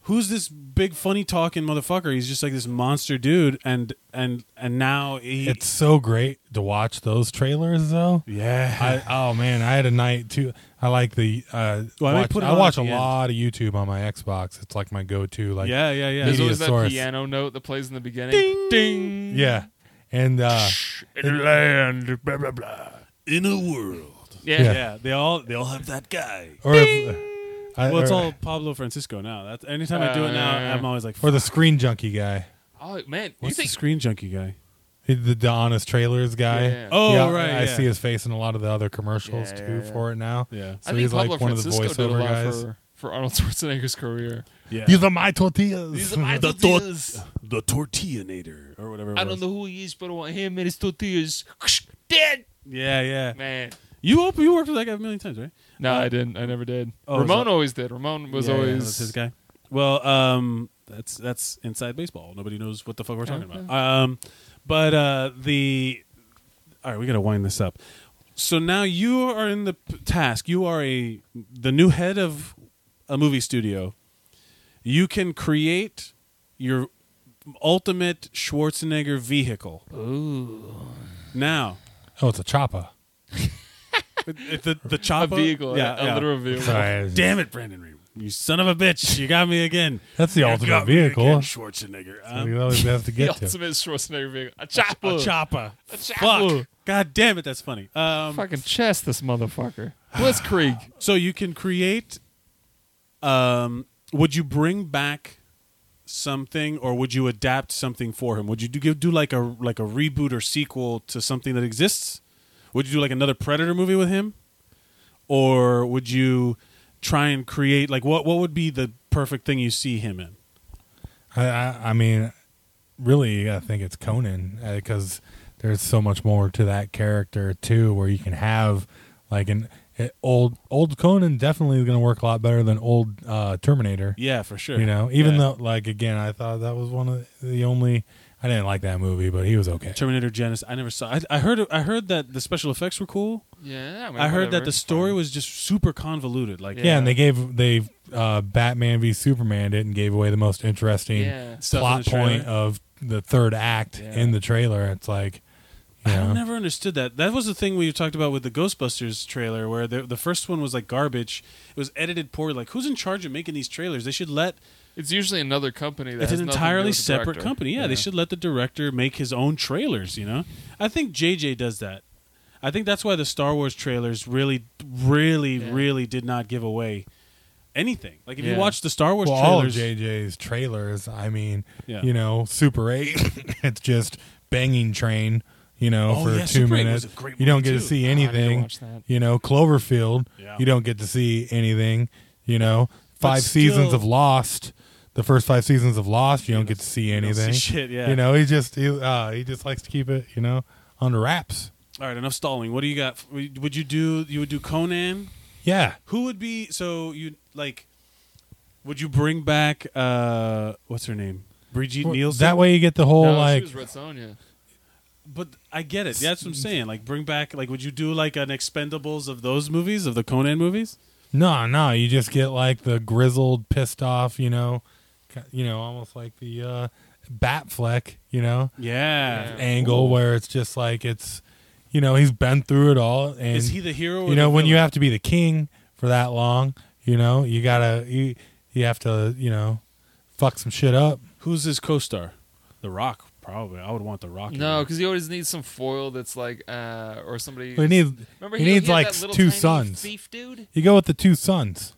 Speaker 1: who's this big funny talking motherfucker? He's just like this monster dude and and and now he
Speaker 3: it's so great to watch those trailers though.
Speaker 1: yeah.
Speaker 3: I, oh man, I had a night too. I like the uh,
Speaker 1: Well, I may
Speaker 3: watch-
Speaker 1: put it
Speaker 3: I
Speaker 1: on
Speaker 3: watch
Speaker 1: at
Speaker 3: a
Speaker 1: the end.
Speaker 3: lot of YouTube on my Xbox. It's like my go-to. Like
Speaker 1: yeah, yeah, yeah.
Speaker 2: there's
Speaker 3: media
Speaker 2: always that
Speaker 3: source.
Speaker 2: piano note that plays in the beginning. Ding, ding.
Speaker 3: Yeah. And uh
Speaker 2: In land, blah blah blah.
Speaker 1: In a world.
Speaker 2: Yeah,
Speaker 3: Yeah.
Speaker 1: Yeah, they all they all have that guy.
Speaker 3: or if, I,
Speaker 1: Well, it's
Speaker 3: or,
Speaker 1: all Pablo Francisco now. That's anytime I do it now,
Speaker 2: Uh,
Speaker 1: I'm always like,
Speaker 3: or the screen junkie guy.
Speaker 2: Oh man,
Speaker 1: What's
Speaker 2: you
Speaker 1: the
Speaker 2: think
Speaker 1: screen junkie guy?
Speaker 3: He- The, the honest trailers guy.
Speaker 2: Yeah.
Speaker 1: Oh,
Speaker 3: Yeah,
Speaker 1: right,
Speaker 3: I
Speaker 1: yeah.
Speaker 3: see his face in a lot of the other commercials
Speaker 2: Yeah,
Speaker 3: too
Speaker 2: yeah, yeah.
Speaker 3: for it now.
Speaker 1: Yeah.
Speaker 3: So
Speaker 2: I think
Speaker 3: he's
Speaker 2: Pablo
Speaker 3: like one
Speaker 2: Francisco
Speaker 3: of the
Speaker 2: did a
Speaker 3: voiceover
Speaker 2: lot
Speaker 3: guys.
Speaker 2: for, for Arnold Schwarzenegger's career.
Speaker 1: Yeah.
Speaker 3: These are my tortillas.
Speaker 2: These are my
Speaker 1: The
Speaker 2: tortillas.
Speaker 1: the tortillanator or whatever. It
Speaker 2: I don't
Speaker 1: was.
Speaker 2: know who he is, but I want him and his tortillas dead.
Speaker 1: Yeah, yeah.
Speaker 2: Man,
Speaker 1: You op- you worked with that guy a million times, right?
Speaker 2: no, I didn't. I never did.
Speaker 1: Oh,
Speaker 2: Ramon
Speaker 1: is that-
Speaker 2: always did. Ramon was
Speaker 1: Yeah, yeah,
Speaker 2: always
Speaker 1: that was his guy. Well, um, that's that's inside baseball. Nobody knows what the fuck we're talking
Speaker 2: Okay.
Speaker 1: about. Um, but uh, the all right, we gotta wind this up. So now you are in the p- task. You are a the new head of a movie studio. You can create your ultimate Schwarzenegger vehicle.
Speaker 2: Ooh.
Speaker 1: now.
Speaker 3: Oh, it's a chopper.
Speaker 1: It- it- the the
Speaker 2: A
Speaker 1: chopper,
Speaker 2: vehicle, yeah, a, literal vehicle.
Speaker 3: Sorry,
Speaker 1: Damn it, Brandon Reed! You son of a bitch! You got me again.
Speaker 3: that's the
Speaker 1: You
Speaker 3: ultimate
Speaker 1: got me again,
Speaker 3: vehicle.
Speaker 1: Schwarzenegger.
Speaker 3: You
Speaker 1: Um,
Speaker 3: always have to
Speaker 2: The
Speaker 3: get to.
Speaker 2: ultimate Schwarzenegger vehicle. A chopper.
Speaker 1: a chopper.
Speaker 2: A chopper.
Speaker 1: Fuck. God damn it, that's funny. Um,
Speaker 2: Fucking chest this motherfucker. Blitzkrieg.
Speaker 1: so you can create. Um, would you bring back something, or would you adapt something for him? Would you do give, do like a like a reboot or sequel to something that exists? Would you do like another Predator movie with him, or would you try and create like what what would be the perfect thing you see him in?
Speaker 3: I, I, I mean, really, you gotta think it's Conan because there's so much more to that character too, where you can have like an it, old old Conan definitely is gonna work a lot better than old uh, Terminator.
Speaker 1: Yeah, for sure.
Speaker 3: You know, even
Speaker 1: Yeah.
Speaker 3: though like again, I thought that was one of the only I didn't like that movie, but he was okay.
Speaker 1: Terminator Genesis. I never saw. I, I heard. I heard that the special effects were cool.
Speaker 2: Yeah. mean,
Speaker 1: I heard
Speaker 2: whatever,
Speaker 1: that the
Speaker 2: it's
Speaker 1: story
Speaker 2: fine.
Speaker 1: was just super convoluted. Like
Speaker 2: Yeah.
Speaker 3: Yeah. and they gave they uh, Batman v Superman it and gave away the most interesting
Speaker 2: Yeah.
Speaker 1: Stuff in
Speaker 3: plot
Speaker 1: the trailer?
Speaker 3: point of the third act
Speaker 2: Yeah.
Speaker 3: in the trailer. It's like, you
Speaker 1: I
Speaker 3: know,
Speaker 1: never understood that. That was the thing we talked about with the Ghostbusters trailer, where the, the first one was like garbage. It was edited poorly. Like, who's in charge of making these trailers? They should let
Speaker 2: It's usually another company that
Speaker 1: it's
Speaker 2: has
Speaker 1: an
Speaker 2: nothing to do
Speaker 1: entirely
Speaker 2: with the
Speaker 1: separate
Speaker 2: director.
Speaker 1: company. Yeah, they should let the director make his own trailers. You know, I think JJ does that. I think that's why the Star Wars trailers really, really,
Speaker 2: Yeah.
Speaker 1: really did not give away anything. Like if
Speaker 2: Yeah.
Speaker 1: you watch the Star Wars
Speaker 3: well, all of
Speaker 1: trailers,
Speaker 3: JJ's trailers. I mean,
Speaker 1: Yeah.
Speaker 3: you know, Super Eight. it's just banging train. You know,
Speaker 1: Oh,
Speaker 3: for
Speaker 1: yeah,
Speaker 3: two
Speaker 1: Super 8 was
Speaker 3: minutes,
Speaker 1: a great
Speaker 3: you don't
Speaker 1: movie,
Speaker 3: get to
Speaker 1: too. Ah,
Speaker 3: see
Speaker 2: Oh, I need to
Speaker 3: anything.
Speaker 2: watch that.
Speaker 3: you know, Cloverfield.
Speaker 1: Yeah.
Speaker 3: You don't get to see anything. You know, five seasons
Speaker 1: still-
Speaker 3: of Lost. The first five seasons of Lost, you don't get to see
Speaker 1: don't see
Speaker 3: anything.
Speaker 1: shit, yeah.
Speaker 3: You know, he just he, uh, he just likes to keep it, you know, under wraps.
Speaker 1: All right, enough stalling. What do you got? Would you do? You would do Conan.
Speaker 3: Yeah.
Speaker 1: Who would be? So you like? Would you bring back? uh What's her name? Brigitte
Speaker 3: Well,
Speaker 1: Nielsen.
Speaker 3: That way you get the whole
Speaker 2: No, she
Speaker 3: like
Speaker 2: was Red Sonja.
Speaker 1: But I get it. That's what I'm saying. Like bring back. Like would you do like an Expendables of those movies of the Conan movies?
Speaker 3: No, no, you just get like the grizzled, pissed off, you know, ki- you know, almost like the uh, Batfleck, you know,
Speaker 1: Yeah.
Speaker 2: Yeah.
Speaker 3: angle where it's just like it's, you know, he's been through it all, and
Speaker 1: Is he the hero? Or
Speaker 3: you know,
Speaker 1: the
Speaker 3: when you
Speaker 1: villain?
Speaker 3: have to be the king for that long, you know, you gotta you you have to you know, fuck some shit up.
Speaker 1: who's his co-star? The Rock, probably. I would want The Rock. in
Speaker 2: No,
Speaker 1: there.
Speaker 2: because he always needs some foil that's like, uh, or somebody.
Speaker 3: He needs
Speaker 2: Remember
Speaker 3: he
Speaker 2: he
Speaker 3: needs
Speaker 2: he had
Speaker 3: like
Speaker 2: that little
Speaker 3: two
Speaker 2: tiny
Speaker 3: sons.
Speaker 2: Thief dude.
Speaker 3: You go with the two sons.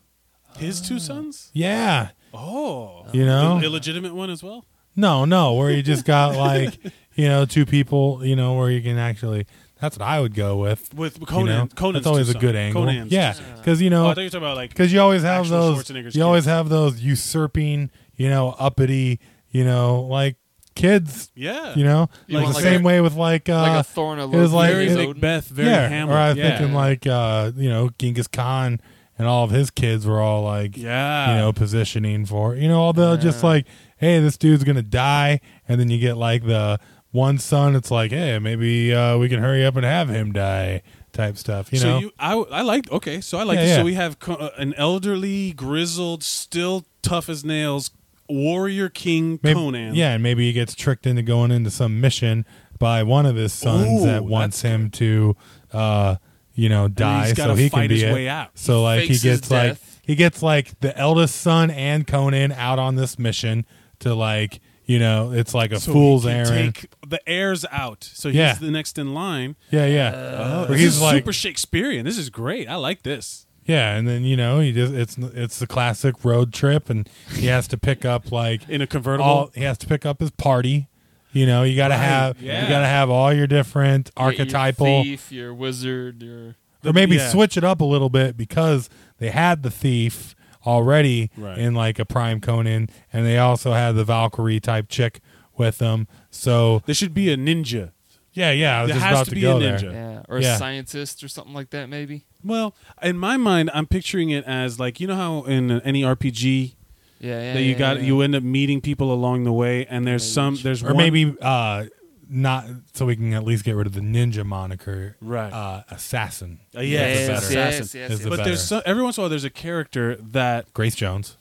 Speaker 1: his two sons.
Speaker 3: Yeah,
Speaker 1: Oh,
Speaker 3: you know,
Speaker 1: the illegitimate one as well.
Speaker 3: No, no, where you just got like, you know, two people, you know, where you can actually. That's what I would go with.
Speaker 1: With
Speaker 3: you
Speaker 1: Conan,
Speaker 3: know?
Speaker 1: Conan's
Speaker 3: that's always
Speaker 1: two
Speaker 3: a
Speaker 1: sons.
Speaker 3: good angle.
Speaker 1: Conan's
Speaker 3: yeah,
Speaker 1: two sons.
Speaker 3: because you
Speaker 1: Oh, I
Speaker 3: know,
Speaker 1: thought you were talking about like
Speaker 3: because you always have
Speaker 1: actual
Speaker 3: those, you
Speaker 1: Schwarzenegger's
Speaker 3: always
Speaker 1: kids.
Speaker 3: have those usurping, you know, uppity, you know, like kids,
Speaker 1: yeah,
Speaker 3: you know,
Speaker 2: You
Speaker 3: like
Speaker 2: want
Speaker 3: the
Speaker 2: like
Speaker 3: same
Speaker 2: a-
Speaker 3: way with like, uh,
Speaker 2: like a thorn. A
Speaker 3: it was like-
Speaker 1: very
Speaker 3: it-
Speaker 2: Odin.
Speaker 1: Macbeth, very
Speaker 3: yeah,
Speaker 1: Hamlet.
Speaker 3: or I was
Speaker 1: yeah.
Speaker 3: thinking like, uh, you know, Genghis Khan and all of his kids were all like,
Speaker 1: yeah,
Speaker 3: you know, positioning for. You know, although just
Speaker 2: Yeah.
Speaker 3: like, hey, this dude's gonna die, and then you get like the one son. It's like, hey, maybe uh, we can hurry up and have him die, type stuff. You
Speaker 1: so
Speaker 3: know,
Speaker 1: you, I, I liked. Okay, so I like.
Speaker 3: Yeah,
Speaker 1: this.
Speaker 3: yeah.
Speaker 1: So we have co- uh, an elderly, grizzled, still tough as nails warrior king
Speaker 3: maybe,
Speaker 1: Conan.
Speaker 3: yeah, and maybe he gets tricked into going into some mission by one of his sons
Speaker 1: Ooh,
Speaker 3: that wants him to, uh, you know, die,
Speaker 1: he's
Speaker 3: so
Speaker 1: gotta
Speaker 3: he can
Speaker 1: fight
Speaker 3: be
Speaker 1: his
Speaker 3: it.
Speaker 1: way out.
Speaker 3: So like he
Speaker 2: fakes his
Speaker 3: gets like
Speaker 2: death.
Speaker 3: he gets like the eldest son and Conan out on this mission to like. You know, it's like a
Speaker 1: So
Speaker 3: fool's
Speaker 1: he can
Speaker 3: errand.
Speaker 1: Take the heirs out, so
Speaker 3: Yeah.
Speaker 1: he's the next in line.
Speaker 3: Yeah, yeah. Where
Speaker 1: Uh, this
Speaker 3: he's
Speaker 1: is
Speaker 3: like,
Speaker 1: super Shakespearean. This is great. I like this.
Speaker 3: yeah, and then you know he just it's it's the classic road trip, and he has to pick up like
Speaker 1: In a convertible.
Speaker 3: all he has to pick up his party. You know, you gotta
Speaker 1: Right,
Speaker 3: have
Speaker 1: yeah.
Speaker 3: you gotta have all your different
Speaker 2: Yeah, your
Speaker 3: archetypal,
Speaker 2: thief, your wizard, your
Speaker 3: or maybe
Speaker 1: yeah.
Speaker 3: switch it up a little bit because they had the thief already
Speaker 1: Right.
Speaker 3: in like a prime Conan, and they also had the Valkyrie type chick with them. So
Speaker 1: there should be a ninja.
Speaker 3: yeah, yeah, I was
Speaker 1: There
Speaker 3: just
Speaker 1: has
Speaker 3: about
Speaker 1: to
Speaker 3: to,
Speaker 1: be a
Speaker 3: go there.
Speaker 1: ninja.
Speaker 2: yeah, or
Speaker 3: Yeah.
Speaker 2: a scientist or something like that. Maybe.
Speaker 1: Well, in my mind, I'm picturing it as like you know how in any RPG
Speaker 2: Yeah, yeah.
Speaker 1: that you
Speaker 2: yeah,
Speaker 1: got
Speaker 2: yeah.
Speaker 1: you end up meeting people along the way, and there's
Speaker 2: Maybe.
Speaker 1: some there's
Speaker 3: or
Speaker 1: one-
Speaker 3: maybe uh not so we can at least get rid of the ninja moniker
Speaker 1: Right.
Speaker 3: uh assassin
Speaker 1: Uh,
Speaker 2: Yeah,
Speaker 1: yeah,
Speaker 3: Is
Speaker 1: it's
Speaker 3: the
Speaker 1: an
Speaker 2: yes,
Speaker 3: better.
Speaker 2: yes, yes,
Speaker 1: assassin.
Speaker 2: yes,
Speaker 3: Is
Speaker 1: but
Speaker 3: the
Speaker 2: yes.
Speaker 3: better.
Speaker 1: there's so, every once in a while there's a character that
Speaker 3: grace jones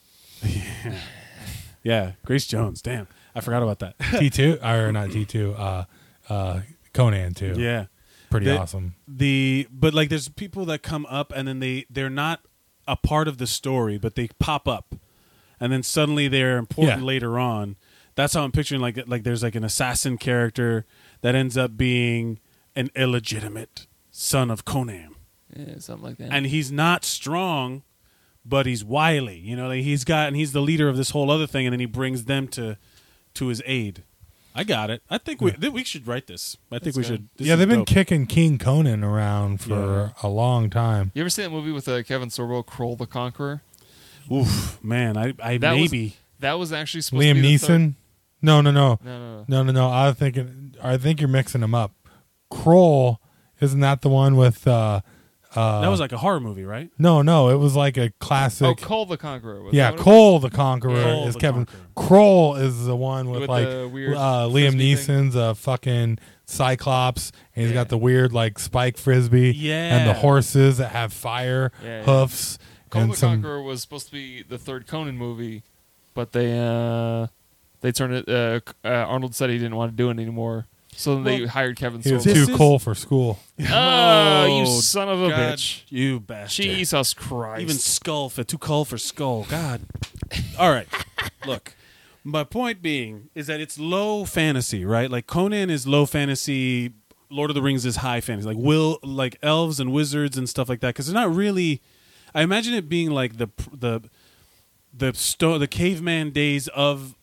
Speaker 1: yeah Grace Jones damn I forgot about that
Speaker 3: t2 or not t2 uh uh Conan too.
Speaker 1: Yeah.
Speaker 3: pretty
Speaker 1: They-
Speaker 3: awesome.
Speaker 1: the but like there's people that come up and then they they're not a part of the story but they pop up and then suddenly they're important
Speaker 3: Yeah.
Speaker 1: later on that's how i'm picturing like like there's like an assassin character that ends up being an illegitimate son of conan
Speaker 2: Yeah, something like that.
Speaker 1: and he's not strong but he's wily you know like he's got and he's the leader of this whole other thing and then he brings them to to his aid i got it i think we th- we should write this i think
Speaker 2: That's
Speaker 1: we
Speaker 2: good.
Speaker 1: should this
Speaker 3: yeah,
Speaker 1: is
Speaker 3: they've been
Speaker 1: dope.
Speaker 3: kicking King Conan around for a long time.
Speaker 2: you ever seen that movie with uh, Kevin Sorbo, Kroll the Conqueror?
Speaker 1: Oof, man, I, I
Speaker 2: That was-
Speaker 1: maybe
Speaker 2: That was actually supposed to
Speaker 3: Liam
Speaker 2: be the third-
Speaker 3: Neeson? No, no, no,
Speaker 2: No, no, no.
Speaker 3: no, no, no. I think I think you're mixing them up. Kroll isn't that the one with? uh uh
Speaker 1: that was like a horror movie, right?
Speaker 3: No, no, it was like a classic.
Speaker 2: Oh, Cole the Conqueror. Was
Speaker 3: yeah,
Speaker 2: that what it
Speaker 3: Cole the Conqueror
Speaker 1: Cole
Speaker 3: is
Speaker 1: the
Speaker 3: Kevin.
Speaker 1: Conqueror.
Speaker 3: Kroll is the one with,
Speaker 2: With
Speaker 3: like
Speaker 2: the weird
Speaker 3: uh, Liam
Speaker 2: frisbee thing.
Speaker 3: Neeson's a fucking Cyclops, and he's
Speaker 2: Yeah.
Speaker 3: got the weird like spike frisbee, and
Speaker 1: Yeah.
Speaker 3: the horses that have fire
Speaker 2: Yeah, yeah.
Speaker 3: hoofs,
Speaker 2: Cole
Speaker 3: and
Speaker 2: the
Speaker 3: some
Speaker 2: Conqueror was supposed to be the third Conan movie, but they uh, they turned it. Uh, uh, Arnold said he didn't want to do it anymore, so then they
Speaker 1: Well,
Speaker 2: hired Kevin
Speaker 3: he was
Speaker 2: Sorbo.
Speaker 1: This
Speaker 3: too
Speaker 1: is-
Speaker 3: cool for school.
Speaker 2: Oh, you
Speaker 1: Oh,
Speaker 2: son of a
Speaker 1: God,
Speaker 2: bitch!
Speaker 1: you bastard!
Speaker 2: Jesus Christ!
Speaker 1: Even skull for too cold for skull. God. All right, look. My point being is that it's low fantasy, right? Like Conan is low fantasy. Lord of the Rings is high fantasy, like will like elves and wizards and stuff like that. Because they're not really. I imagine it being like the pr- the the sto- the caveman days of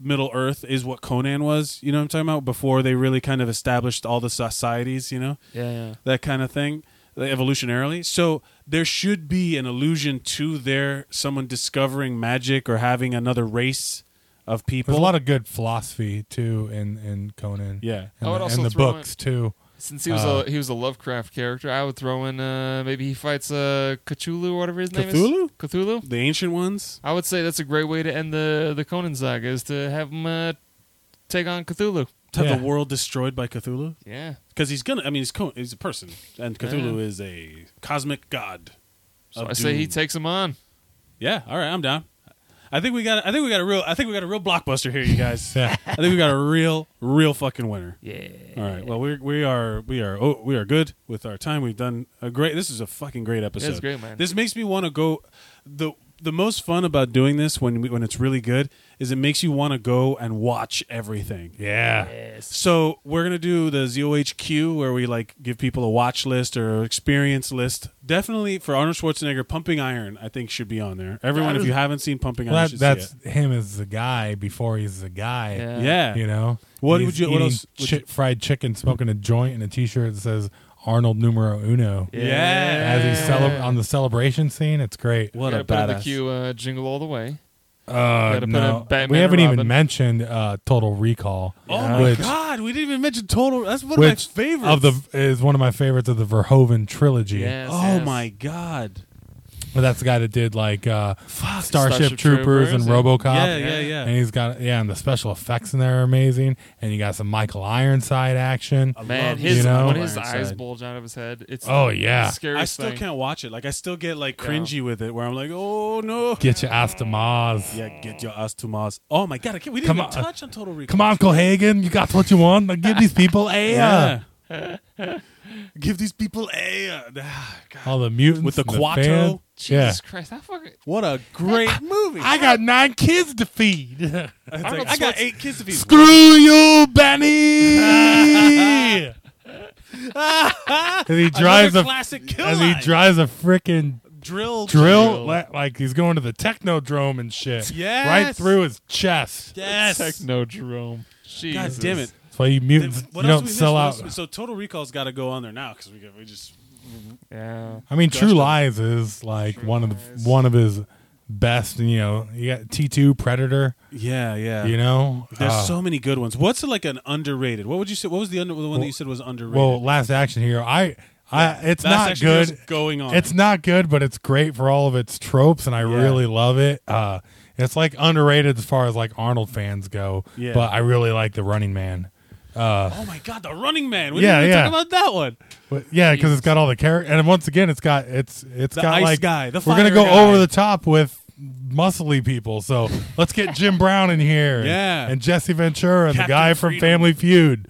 Speaker 1: Middle Earth is what Conan was. You know what I'm talking about? Before they really kind of established all the societies. You know.
Speaker 2: yeah, yeah.
Speaker 1: that kind of thing like, evolutionarily so there should be an allusion to their someone discovering magic or having another race of people
Speaker 3: There's a lot of good philosophy too in in Conan.
Speaker 1: yeah
Speaker 3: and,
Speaker 2: I would
Speaker 3: the,
Speaker 2: also
Speaker 3: and the
Speaker 2: throw
Speaker 3: books too.
Speaker 2: Since he was
Speaker 3: Uh,
Speaker 2: a he was a Lovecraft character, I would throw in uh, maybe he fights uh, Cthulhu or whatever his name
Speaker 1: Cthulhu?
Speaker 2: is. Cthulhu.
Speaker 1: the ancient ones
Speaker 2: I would say that's a great way to end the the Conan saga is to have him uh, take on Cthulhu.
Speaker 1: to have
Speaker 3: Yeah.
Speaker 1: the world destroyed by cthulhu
Speaker 2: Yeah.
Speaker 1: because he's gonna i mean he's, co- he's a person and cthulhu
Speaker 2: Yeah.
Speaker 1: is a cosmic god
Speaker 2: So
Speaker 1: of
Speaker 2: I say he
Speaker 1: doom.
Speaker 2: takes him on.
Speaker 1: yeah all right i'm down i think we got i think we got a real i think we got a real blockbuster here you guys
Speaker 3: Yeah.
Speaker 1: i think we got a real real fucking winner
Speaker 2: Yeah.
Speaker 1: All right. Well, we're, we are we are oh, we are good with our time. We've done a great. This is a fucking great episode.
Speaker 2: This is great, man.
Speaker 1: This makes me want to go. the The most fun about doing this when we, when it's really good is it makes you want to go and watch everything.
Speaker 3: Yeah.
Speaker 1: So we're gonna do the ZOHQ where we like give people a watch list or experience list. Definitely for Arnold Schwarzenegger, Pumping Iron I think should be on there. Everyone, if you haven't seen Pumping
Speaker 3: Well,
Speaker 1: Iron,
Speaker 3: that,
Speaker 1: should
Speaker 3: that's
Speaker 1: see
Speaker 3: him as the guy before he's the guy.
Speaker 2: Yeah.
Speaker 1: it. Yeah.
Speaker 3: You know,
Speaker 1: What
Speaker 3: He's
Speaker 1: would you- what
Speaker 3: eating
Speaker 1: else would
Speaker 3: chi-
Speaker 1: you-
Speaker 3: fried chicken, smoking a joint, and a T-shirt that says Arnold Numero Uno.
Speaker 1: Yeah.
Speaker 3: As he's cele- on the celebration scene, it's great.
Speaker 1: What
Speaker 2: Gotta
Speaker 1: a
Speaker 2: put in the
Speaker 1: badass.
Speaker 2: cue uh, jingle all the way.
Speaker 3: Uh,
Speaker 2: Gotta put in
Speaker 3: no,
Speaker 2: Batman
Speaker 3: we
Speaker 2: and
Speaker 3: haven't even
Speaker 2: Robin.
Speaker 3: mentioned uh, Total Recall.
Speaker 1: Oh my
Speaker 3: which,
Speaker 1: god, we didn't even mention Total. That's one
Speaker 3: Which
Speaker 1: of my favorites.
Speaker 3: Of the is one of my favorites of the Verhoeven trilogy.
Speaker 2: Yes,
Speaker 1: oh
Speaker 2: yes.
Speaker 1: my god.
Speaker 3: But that's the guy that did like uh,
Speaker 1: Fuck.
Speaker 3: Starship,
Speaker 2: Starship
Speaker 3: Troopers, and
Speaker 2: Troopers, yeah.
Speaker 3: RoboCop.
Speaker 1: Yeah, yeah, yeah.
Speaker 3: And he's got yeah, and the special effects in there are amazing. And you got some Michael Ironside action.
Speaker 1: I
Speaker 2: Man,
Speaker 1: love
Speaker 2: his
Speaker 3: you know?
Speaker 2: when his
Speaker 1: Ironside.
Speaker 2: eyes bulge out of his head, it's
Speaker 3: Oh
Speaker 2: the
Speaker 3: yeah,
Speaker 2: scariest
Speaker 1: I still
Speaker 2: thing.
Speaker 1: can't watch it. Like I still get like
Speaker 2: Yeah.
Speaker 1: cringy with it, where I'm like, oh no.
Speaker 3: get your ass to Mars.
Speaker 1: yeah, get your ass to Mars. Oh my god, I can't, we didn't
Speaker 3: Come
Speaker 1: even
Speaker 3: on.
Speaker 1: touch on Total Recall.
Speaker 3: Come on, Cohagen, you got what you want. Now give these people air.
Speaker 1: yeah. Give these people air. Ah, God.
Speaker 3: All the mutants
Speaker 1: With the
Speaker 3: and
Speaker 1: Quattro.
Speaker 3: fan. Yeah.
Speaker 2: Jesus Christ, that fucking
Speaker 1: What a great movie.
Speaker 3: I got nine kids to feed.
Speaker 1: It's
Speaker 2: Arnold
Speaker 1: like, I got
Speaker 2: Schwarz-
Speaker 1: eight kids to be.
Speaker 3: Screw you, Benny. as he drives
Speaker 1: Another
Speaker 3: a
Speaker 1: classic kill
Speaker 3: as he
Speaker 1: line.
Speaker 3: drives a freaking
Speaker 1: drill.
Speaker 3: drill li- like he's going to the technodrome and shit.
Speaker 1: Yes.
Speaker 3: Right through his chest.
Speaker 1: Yes.
Speaker 2: Technodrome.
Speaker 1: God
Speaker 2: Jesus.
Speaker 1: damn it.
Speaker 3: That's why you mutants
Speaker 1: What
Speaker 3: you
Speaker 1: else
Speaker 3: don't
Speaker 1: we
Speaker 3: sell
Speaker 1: missed?
Speaker 3: out.
Speaker 1: What else- So Total Recall's got to go on there now because we, we just
Speaker 2: Yeah.
Speaker 3: I mean, True
Speaker 1: Dustin.
Speaker 3: Lies is like
Speaker 2: True
Speaker 3: one of
Speaker 2: Lies.
Speaker 3: the, one of his best. You know, you got T two Predator.
Speaker 1: yeah yeah.
Speaker 3: You know,
Speaker 1: There's
Speaker 3: Uh,
Speaker 1: so many good ones. What's like an underrated? What would you say? What was the under, the one that you said was underrated?
Speaker 3: well, Last Action Hero. I, I, it's
Speaker 1: Last
Speaker 3: not
Speaker 1: Action Hero's
Speaker 3: good.
Speaker 1: Going on.
Speaker 3: It's not good, but it's great for all of its tropes, and I
Speaker 1: Yeah.
Speaker 3: really love it. Uh, it's like underrated as far as like Arnold fans go.
Speaker 1: Yeah.
Speaker 3: But I really like the Running Man.
Speaker 1: oh my god, the Running Man. We
Speaker 3: Yeah,
Speaker 1: didn't even
Speaker 3: yeah.
Speaker 1: talk about that one.
Speaker 3: But yeah, because it's got all the character, and once again, it's got it's it's
Speaker 1: The
Speaker 3: got
Speaker 1: ice
Speaker 3: like
Speaker 1: guy, the
Speaker 3: we're gonna
Speaker 1: fire
Speaker 3: go
Speaker 1: guy.
Speaker 3: over the top with muscly people. So let's get Jim Brown in here, and-
Speaker 1: Yeah.
Speaker 3: and, Jesse Ventura, and the
Speaker 1: Captain
Speaker 3: guy from
Speaker 1: Freedom.
Speaker 3: Family Feud,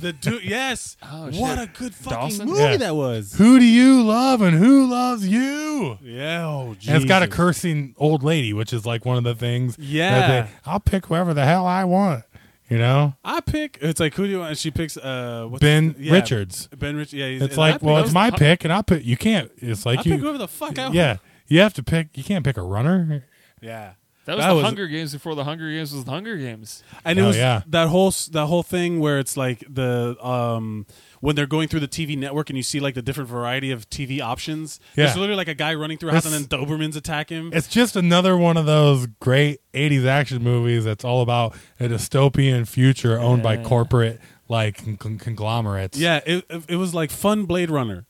Speaker 1: The dude, yes.
Speaker 2: Oh,
Speaker 1: what
Speaker 2: shit.
Speaker 1: a good fucking
Speaker 2: Dawson?
Speaker 1: movie
Speaker 3: Yeah.
Speaker 1: that was.
Speaker 3: Who do you love and who loves you?
Speaker 1: Yeah, oh,
Speaker 3: And it's got a
Speaker 1: Jesus.
Speaker 3: cursing old lady, which is like one of the things. that
Speaker 1: Yeah.
Speaker 3: they- I'll pick whoever the hell I want. You know,
Speaker 1: I pick. It's like who do you want? And she picks. Uh, what's
Speaker 3: Ben
Speaker 1: yeah,
Speaker 3: Richards.
Speaker 1: Ben Richards. Yeah, he's,
Speaker 3: It's
Speaker 1: and I
Speaker 3: like,
Speaker 1: pick-
Speaker 3: well, it's my
Speaker 2: pu-
Speaker 3: pick, and I put. You can't. It's
Speaker 1: I
Speaker 3: like
Speaker 1: pick
Speaker 3: you.
Speaker 1: whoever the fuck I want.
Speaker 3: Yeah, you have to pick. You can't pick a runner.
Speaker 1: yeah.
Speaker 2: That was
Speaker 1: That
Speaker 2: the
Speaker 1: was-
Speaker 2: Hunger Games before the Hunger Games was the Hunger Games.
Speaker 1: and it
Speaker 3: Hell
Speaker 1: was
Speaker 3: yeah.
Speaker 1: that whole s- that whole thing where it's like the um when they're going through the TV network and you see like the different variety of TV options.
Speaker 3: Yeah.
Speaker 1: It's literally like a guy running through a house and
Speaker 3: It's-
Speaker 1: then Dobermans attack him.
Speaker 3: It's just another one of those great '80s action movies that's all about a dystopian future owned by
Speaker 2: Yeah.
Speaker 3: corporate like con- con- conglomerates.
Speaker 1: Yeah, it it- it was like fun Blade Runner.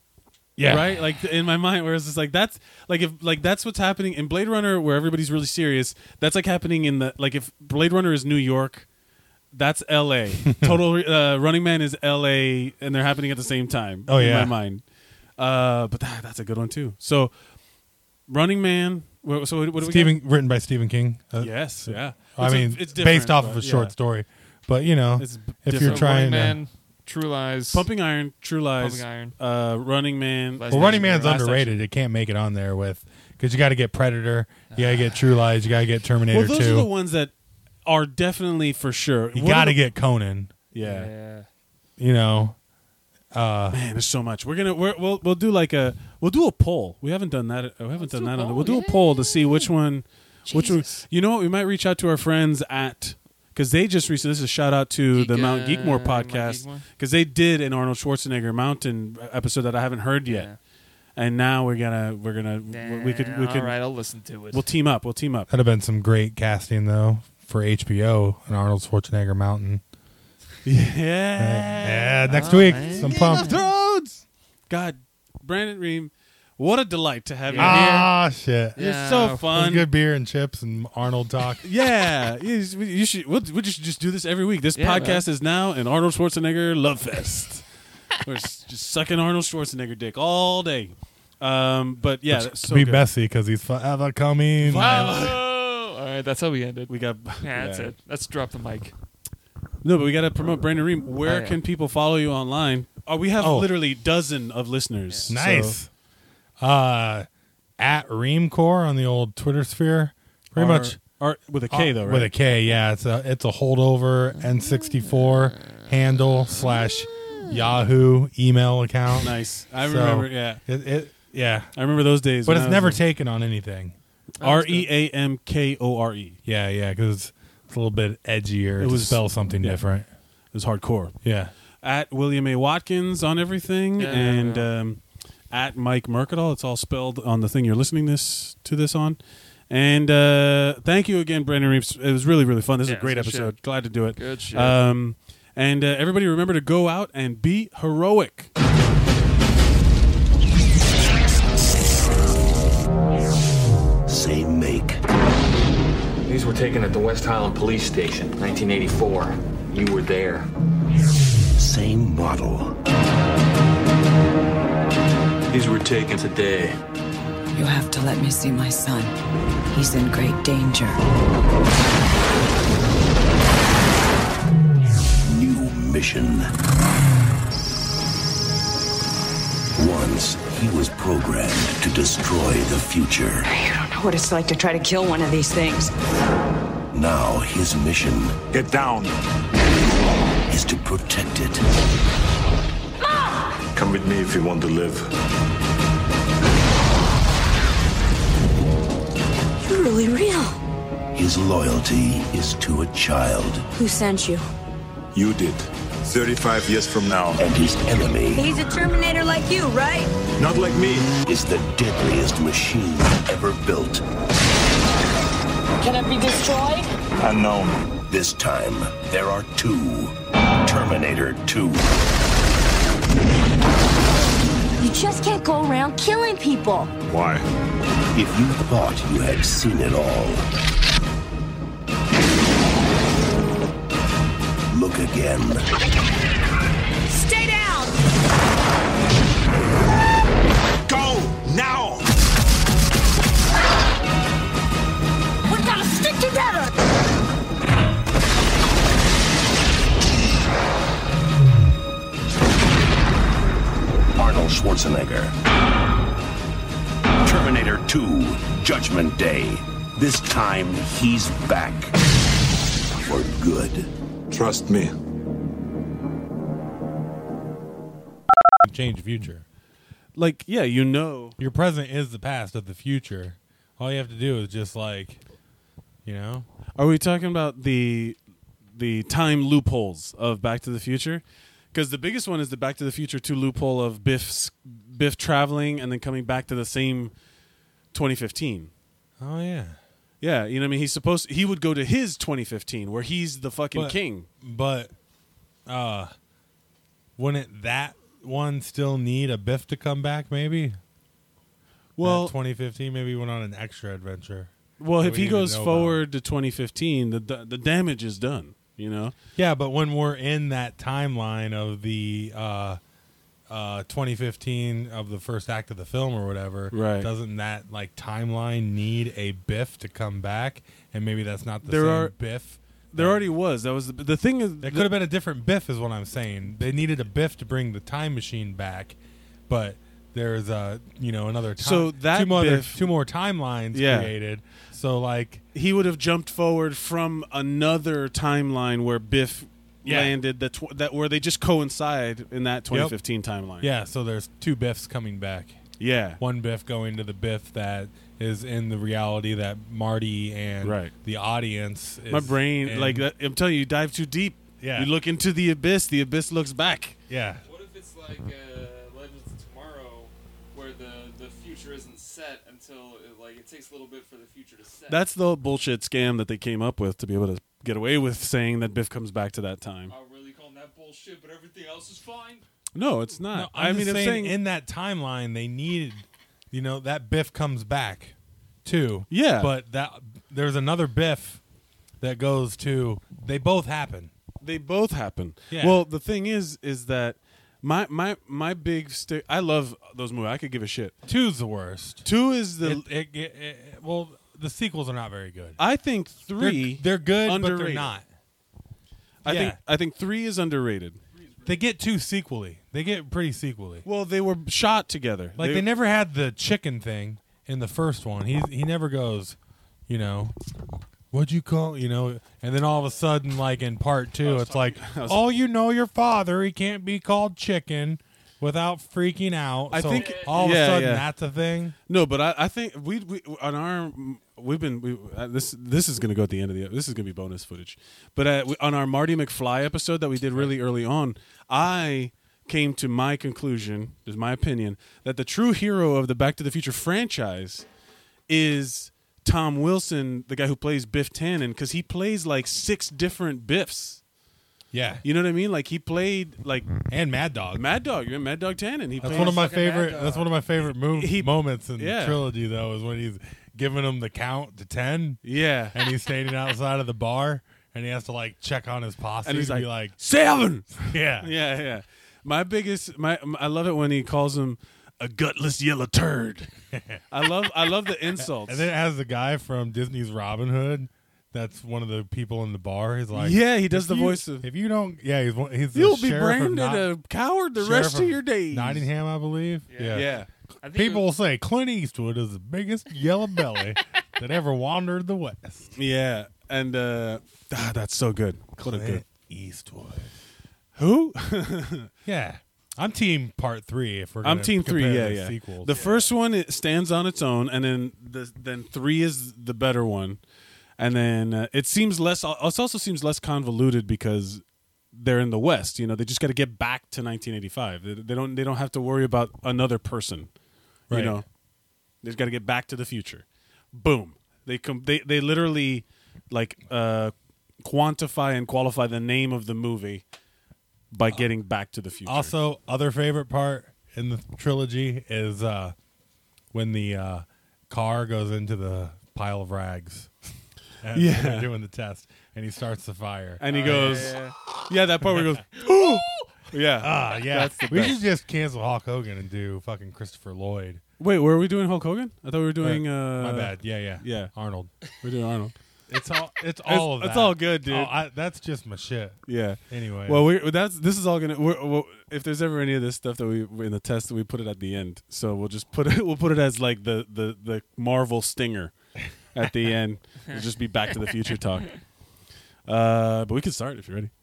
Speaker 3: yeah,
Speaker 1: Right? Like in my mind where it's just like that's like if like that's what's happening in Blade Runner where everybody's really serious, that's like happening in the like if Blade Runner is New York, that's LA. Total uh, Running Man is LA and they're happening at the same time.
Speaker 3: Oh,
Speaker 1: In
Speaker 3: yeah.
Speaker 1: my mind. Uh but that, that's a good one too. So Running Man wha- so what, what do we
Speaker 3: Stephen, written by Stephen King. Uh,
Speaker 1: got? Yes, yeah.
Speaker 3: I
Speaker 1: It's a-
Speaker 3: mean,
Speaker 1: it's different,
Speaker 3: based off of a
Speaker 1: but
Speaker 3: short
Speaker 1: yeah.
Speaker 3: story, but you know,
Speaker 1: It's b-
Speaker 3: if
Speaker 1: different.
Speaker 3: you're
Speaker 2: So
Speaker 3: trying
Speaker 2: Running
Speaker 3: to,
Speaker 2: Man, True Lies,
Speaker 1: Pumping Iron, True Lies,
Speaker 2: Pumping Iron.
Speaker 1: uh Running Man,
Speaker 2: Last
Speaker 3: well, Running Man's
Speaker 1: Last Action
Speaker 3: underrated. It can't make it on there with because you got to get Predator, you got to get True Lies, you got to get Terminator
Speaker 1: Well, those are the
Speaker 3: Two,
Speaker 1: ones that are definitely for sure.
Speaker 3: you
Speaker 1: What
Speaker 3: got
Speaker 1: are
Speaker 3: to
Speaker 1: the-
Speaker 3: get Conan.
Speaker 1: Yeah.
Speaker 3: You know, Uh,
Speaker 1: man, there's so much. We're gonna we're, we'll we'll do like a we'll do a poll. We haven't done that. We haven't done
Speaker 2: do a
Speaker 1: that. On,
Speaker 2: poll,
Speaker 1: we'll do a
Speaker 2: yeah.
Speaker 1: poll to see which one, which one.
Speaker 2: Jesus.
Speaker 1: You know what? We might reach out to our friends at because they just recently. This is a shout out to the
Speaker 2: Geek-
Speaker 1: Mount
Speaker 2: uh,
Speaker 1: Geekmore
Speaker 2: Mount
Speaker 1: podcast
Speaker 2: Geekmore.
Speaker 1: because they did an Arnold Schwarzenegger mountain episode that I haven't heard yet,
Speaker 2: Yeah.
Speaker 1: and now we're gonna we're gonna we- we could we
Speaker 2: All
Speaker 1: could
Speaker 2: right, I'll listen to it.
Speaker 1: we'll team up. We'll team up.
Speaker 3: that'd have been some great casting though for HBO and Arnold Schwarzenegger Mountain.
Speaker 1: Yeah.
Speaker 3: Yeah, next
Speaker 2: Oh,
Speaker 3: week,
Speaker 2: man.
Speaker 3: some
Speaker 1: Game of
Speaker 3: pump.
Speaker 1: Thrones. God, Brandon Ream, what a delight to have you.
Speaker 2: Yeah.
Speaker 3: Ah, shit.
Speaker 1: You're
Speaker 2: Yeah.
Speaker 1: so
Speaker 3: It was
Speaker 1: fun.
Speaker 3: Good beer and chips and Arnold talk.
Speaker 1: Yeah, you, you should. We'll, we just just do this every week. This
Speaker 2: Yeah,
Speaker 1: podcast is now an Arnold Schwarzenegger love fest. We're s- just sucking Arnold Schwarzenegger dick all day. Um, but yeah, that's so
Speaker 3: be
Speaker 1: good.
Speaker 3: messy because he's forever coming.
Speaker 2: Wow. All right, that's how we ended.
Speaker 1: We got
Speaker 2: yeah, that's
Speaker 1: yeah.
Speaker 2: it. Let's drop the mic.
Speaker 1: No, but we got to promote Brandon Ream. Where
Speaker 2: Oh, yeah.
Speaker 1: can people follow you online? Oh, we have
Speaker 3: Oh.
Speaker 1: literally dozen of listeners. so-
Speaker 3: Nice. Uh, at Reamcore on the old Twitter sphere. Pretty
Speaker 1: Are-
Speaker 3: much
Speaker 1: are- with a K
Speaker 3: uh,
Speaker 1: though, right?
Speaker 3: With a K, yeah. It's a it's a holdover N64 handle slash Yahoo email account.
Speaker 1: Nice. I
Speaker 3: So-
Speaker 1: remember. Yeah,
Speaker 3: It, it yeah,
Speaker 1: I remember those days.
Speaker 3: but
Speaker 1: when
Speaker 3: it's
Speaker 1: I was
Speaker 3: never
Speaker 1: in-
Speaker 3: taken on anything.
Speaker 1: R E A M K O R E.
Speaker 3: Yeah, yeah, because it's, it's a little bit edgier
Speaker 1: It
Speaker 3: to
Speaker 1: was-
Speaker 3: spell something
Speaker 1: yeah.
Speaker 3: different.
Speaker 1: E. It was hardcore.
Speaker 3: Yeah.
Speaker 1: At William A. Watkins on everything,
Speaker 2: Yeah.
Speaker 1: and um, at Mike Mercadal. It's all spelled on the thing you're listening this to this on. And uh, thank you again, Brandon Reeves. It was really really fun. This is
Speaker 2: Yeah,
Speaker 1: a great
Speaker 2: it's good
Speaker 1: episode.
Speaker 2: shit.
Speaker 1: Glad to do it.
Speaker 2: Good shit.
Speaker 1: Um, and uh, everybody, remember to go out and be heroic.
Speaker 4: Same make.
Speaker 5: These were taken at the West Highland Police Station, 1984. You were there.
Speaker 4: Same model.
Speaker 5: These were taken today.
Speaker 6: You have to let me see my son. He's in great danger.
Speaker 4: New mission. Once, he was programmed to destroy the future.
Speaker 6: You don't know what it's like to try to kill one of these things.
Speaker 4: Now, his mission
Speaker 7: Get down.
Speaker 4: is to protect it.
Speaker 7: Come with me if you want to live.
Speaker 8: You're really real.
Speaker 4: His loyalty is to a child,
Speaker 8: Who sent you?
Speaker 7: You did. 35 years from now.
Speaker 4: and his enemy
Speaker 8: He's a Terminator like you, right?
Speaker 7: Not like me.
Speaker 4: is the deadliest machine ever built.
Speaker 6: Can it be destroyed?
Speaker 7: Unknown.
Speaker 4: This time, there are two Terminator 2.
Speaker 8: You just can't go around killing people.
Speaker 7: Why?
Speaker 4: If you thought you had seen it all, look again.
Speaker 8: Stay down!
Speaker 7: Go now.
Speaker 8: We gotta stick together!
Speaker 4: Terminator. Terminator 2, Judgment Day. This time, he's back. For good.
Speaker 7: Trust me.
Speaker 3: Change future.
Speaker 1: Like, yeah, you know.
Speaker 3: Your present is the past of the future. All you have to do is just like, you know,
Speaker 1: Are we talking about the the time loopholes of Back to the Future? Because the biggest one is the Back to the Future two loophole of Biff's Biff traveling and then coming back to the same 2015.
Speaker 3: oh yeah.
Speaker 1: Yeah, you know what I mean. He's supposed he would go to his 2015 where he's the fucking
Speaker 3: But-
Speaker 1: king.
Speaker 3: But uh wouldn't that one still need a Biff to come back? Maybe.
Speaker 1: Well,
Speaker 3: 2015. Maybe he went on an extra adventure.
Speaker 1: well,
Speaker 3: that
Speaker 1: if
Speaker 3: we
Speaker 1: he
Speaker 3: didn't
Speaker 1: goes
Speaker 3: know about.
Speaker 1: forward to 2015, the, the the damage is done. You know,
Speaker 3: Yeah, but when we're in that timeline of the uh, uh, 2015 of the first act of the film or whatever,
Speaker 1: Right.
Speaker 3: Doesn't that like timeline need a Biff to come back? And maybe that's not the
Speaker 1: There
Speaker 3: same
Speaker 1: are-
Speaker 3: Biff.
Speaker 1: there already was. That was the, the thing. Is
Speaker 3: There could have been a different Biff, is what I'm saying. They needed a Biff to bring the time machine back, but there's a you know another time.
Speaker 1: So that
Speaker 3: two more other-
Speaker 1: Biff-
Speaker 3: two more timelines
Speaker 1: Yeah.
Speaker 3: created. So like
Speaker 1: he would have jumped forward from another timeline where Biff
Speaker 3: Yeah.
Speaker 1: landed the tw- that where they just coincide in that 2015 timeline.
Speaker 3: yeah, so there's two Biffs coming back.
Speaker 1: yeah,
Speaker 3: one biff going to the biff that is in the reality that Marty and
Speaker 1: Right.
Speaker 3: the audience. Is
Speaker 1: My brain,
Speaker 3: in.
Speaker 1: like that, I'm telling you, you dive too deep.
Speaker 3: Yeah.
Speaker 1: you look into the abyss. The abyss looks back.
Speaker 3: Yeah,
Speaker 2: What if it's like uh, Legends of Tomorrow, where the, the future isn't set until it, like it takes a little bit for the future to set?
Speaker 1: That's the bullshit scam that they came up with to be able to get away with saying that Biff comes back to that time.
Speaker 2: I'm really calling that bullshit, but everything else is fine.
Speaker 1: No, it's not.
Speaker 3: No, I'm
Speaker 1: I mean,
Speaker 3: just
Speaker 1: I'm
Speaker 3: saying,
Speaker 1: saying,
Speaker 3: in that timeline they needed, you know, that biff comes back, too.
Speaker 1: Yeah.
Speaker 3: but that there's another biff that goes to. They both happen.
Speaker 1: they both happen.
Speaker 3: Yeah.
Speaker 1: Well, the thing is, is that my my my big stick. I love those movies. I could give a shit.
Speaker 3: Two's the worst.
Speaker 1: Two is the.
Speaker 3: It, it, it- it- well, the sequels are not very good.
Speaker 1: I think
Speaker 3: They're-
Speaker 1: 3
Speaker 3: they're, good, but they're
Speaker 1: underrated.
Speaker 3: not.
Speaker 1: I think
Speaker 3: yeah.
Speaker 1: I think three is underrated.
Speaker 3: They get too sequely. They get pretty sequely.
Speaker 1: Well, they were shot together.
Speaker 3: Like they, never had the chicken thing in the first one. He he never goes, you know, what'd you call you know? And then all of a sudden, like in part two, it's like, oh, you know, your father, he can't be called chicken without freaking out.
Speaker 1: I
Speaker 3: so
Speaker 1: think-
Speaker 3: all of
Speaker 1: yeah,
Speaker 3: a sudden
Speaker 1: yeah.
Speaker 3: that's a thing.
Speaker 1: No, but I, I think we, we on our we've been we, uh, this this is going to go at the end of the this is going to be bonus footage. But uh, we, on our Marty McFly episode that we did really early on, I came to my conclusion, is my opinion, that the true hero of the Back to the Future franchise is Tom Wilson, the guy who plays Biff Tannen, because he plays like six different Biffs.
Speaker 3: Yeah,
Speaker 1: You know what I mean? Like he played like
Speaker 3: and Mad Dog.
Speaker 1: Mad Dog, you know, Mad Dog Tannen. He
Speaker 3: That's
Speaker 1: plays-
Speaker 3: one of my
Speaker 2: Fucking Mad
Speaker 3: favorite.
Speaker 2: Dog.
Speaker 3: That's one of my favorite move,
Speaker 1: He-
Speaker 3: moments in
Speaker 1: yeah.
Speaker 3: the trilogy, though, is when he's giving him the count to ten,
Speaker 1: yeah.
Speaker 3: and he's standing outside of the bar, and he has to like check on his posse
Speaker 1: And he's
Speaker 3: to
Speaker 1: like,
Speaker 3: be like,
Speaker 1: seven.
Speaker 3: yeah,
Speaker 1: Yeah, yeah. My biggest, my I love it when he calls him a gutless yellow turd. I love, I love the insults.
Speaker 3: And then it has the guy from Disney's Robin Hood. That's one of the people in the bar. He's like,
Speaker 1: Yeah, he does
Speaker 3: if
Speaker 1: the
Speaker 3: you-
Speaker 1: voice of-
Speaker 3: If you don't, yeah, he's one- he's the
Speaker 1: You'll be
Speaker 3: sheriff of
Speaker 1: branded
Speaker 3: Not-
Speaker 1: a coward the
Speaker 3: sheriff
Speaker 1: rest of
Speaker 3: of
Speaker 1: your days.
Speaker 3: Nottingham, I believe. Yeah,
Speaker 1: Yeah.
Speaker 2: I think
Speaker 3: people will say Clint Eastwood is the biggest yellow belly that ever wandered the West.
Speaker 1: yeah, and uh, ah, that's so good. What a good
Speaker 3: Clint Eastwood.
Speaker 1: who?
Speaker 3: Yeah, I'm team part three. If we're
Speaker 1: I'm
Speaker 3: gonna
Speaker 1: team three. Yeah,
Speaker 3: compare the
Speaker 1: yeah.
Speaker 3: sequels.
Speaker 1: The first one it stands on its own, and then the then three is the better one, and then uh, it seems less. It also seems less convoluted because they're in the West. You know, they just got to get back to 1985. They, they don't. They don't have to worry about another person. You
Speaker 3: Right.
Speaker 1: know, they've got to get back to the future. Boom. They com- They they literally like uh, quantify and qualify the name of the movie
Speaker 3: Uh,
Speaker 1: by getting back to the future.
Speaker 3: Also, other favorite part in the trilogy is uh, when the uh, car goes into the pile of rags. And
Speaker 1: Yeah.
Speaker 3: they're doing the test, and he starts the fire. Uh,
Speaker 1: and he goes.
Speaker 2: Yeah.
Speaker 1: Yeah, that part where he goes, ooh, yeah.
Speaker 3: Ah, yeah,
Speaker 1: That's the
Speaker 3: we
Speaker 1: best.
Speaker 3: should just cancel Hulk Hogan and do fucking Christopher Lloyd.
Speaker 1: Wait, were we doing Hulk Hogan? I thought we were doing.
Speaker 3: Or-
Speaker 1: Uh,
Speaker 3: my bad. Yeah, yeah,
Speaker 1: yeah.
Speaker 3: Arnold.
Speaker 1: We're doing Arnold.
Speaker 3: It's all. It's all of that.
Speaker 1: it's all good, dude.
Speaker 3: Oh, I, that's just my shit.
Speaker 1: Yeah.
Speaker 3: Anyway.
Speaker 1: Well, we're, that's this is all gonna. We're, we if there's ever any of this stuff that we in the test, we put it at the end. So we'll just put it. We'll put it as like the the the Marvel stinger at the end. It'll just be Back to the Future talk. Uh, but we can start if you're ready.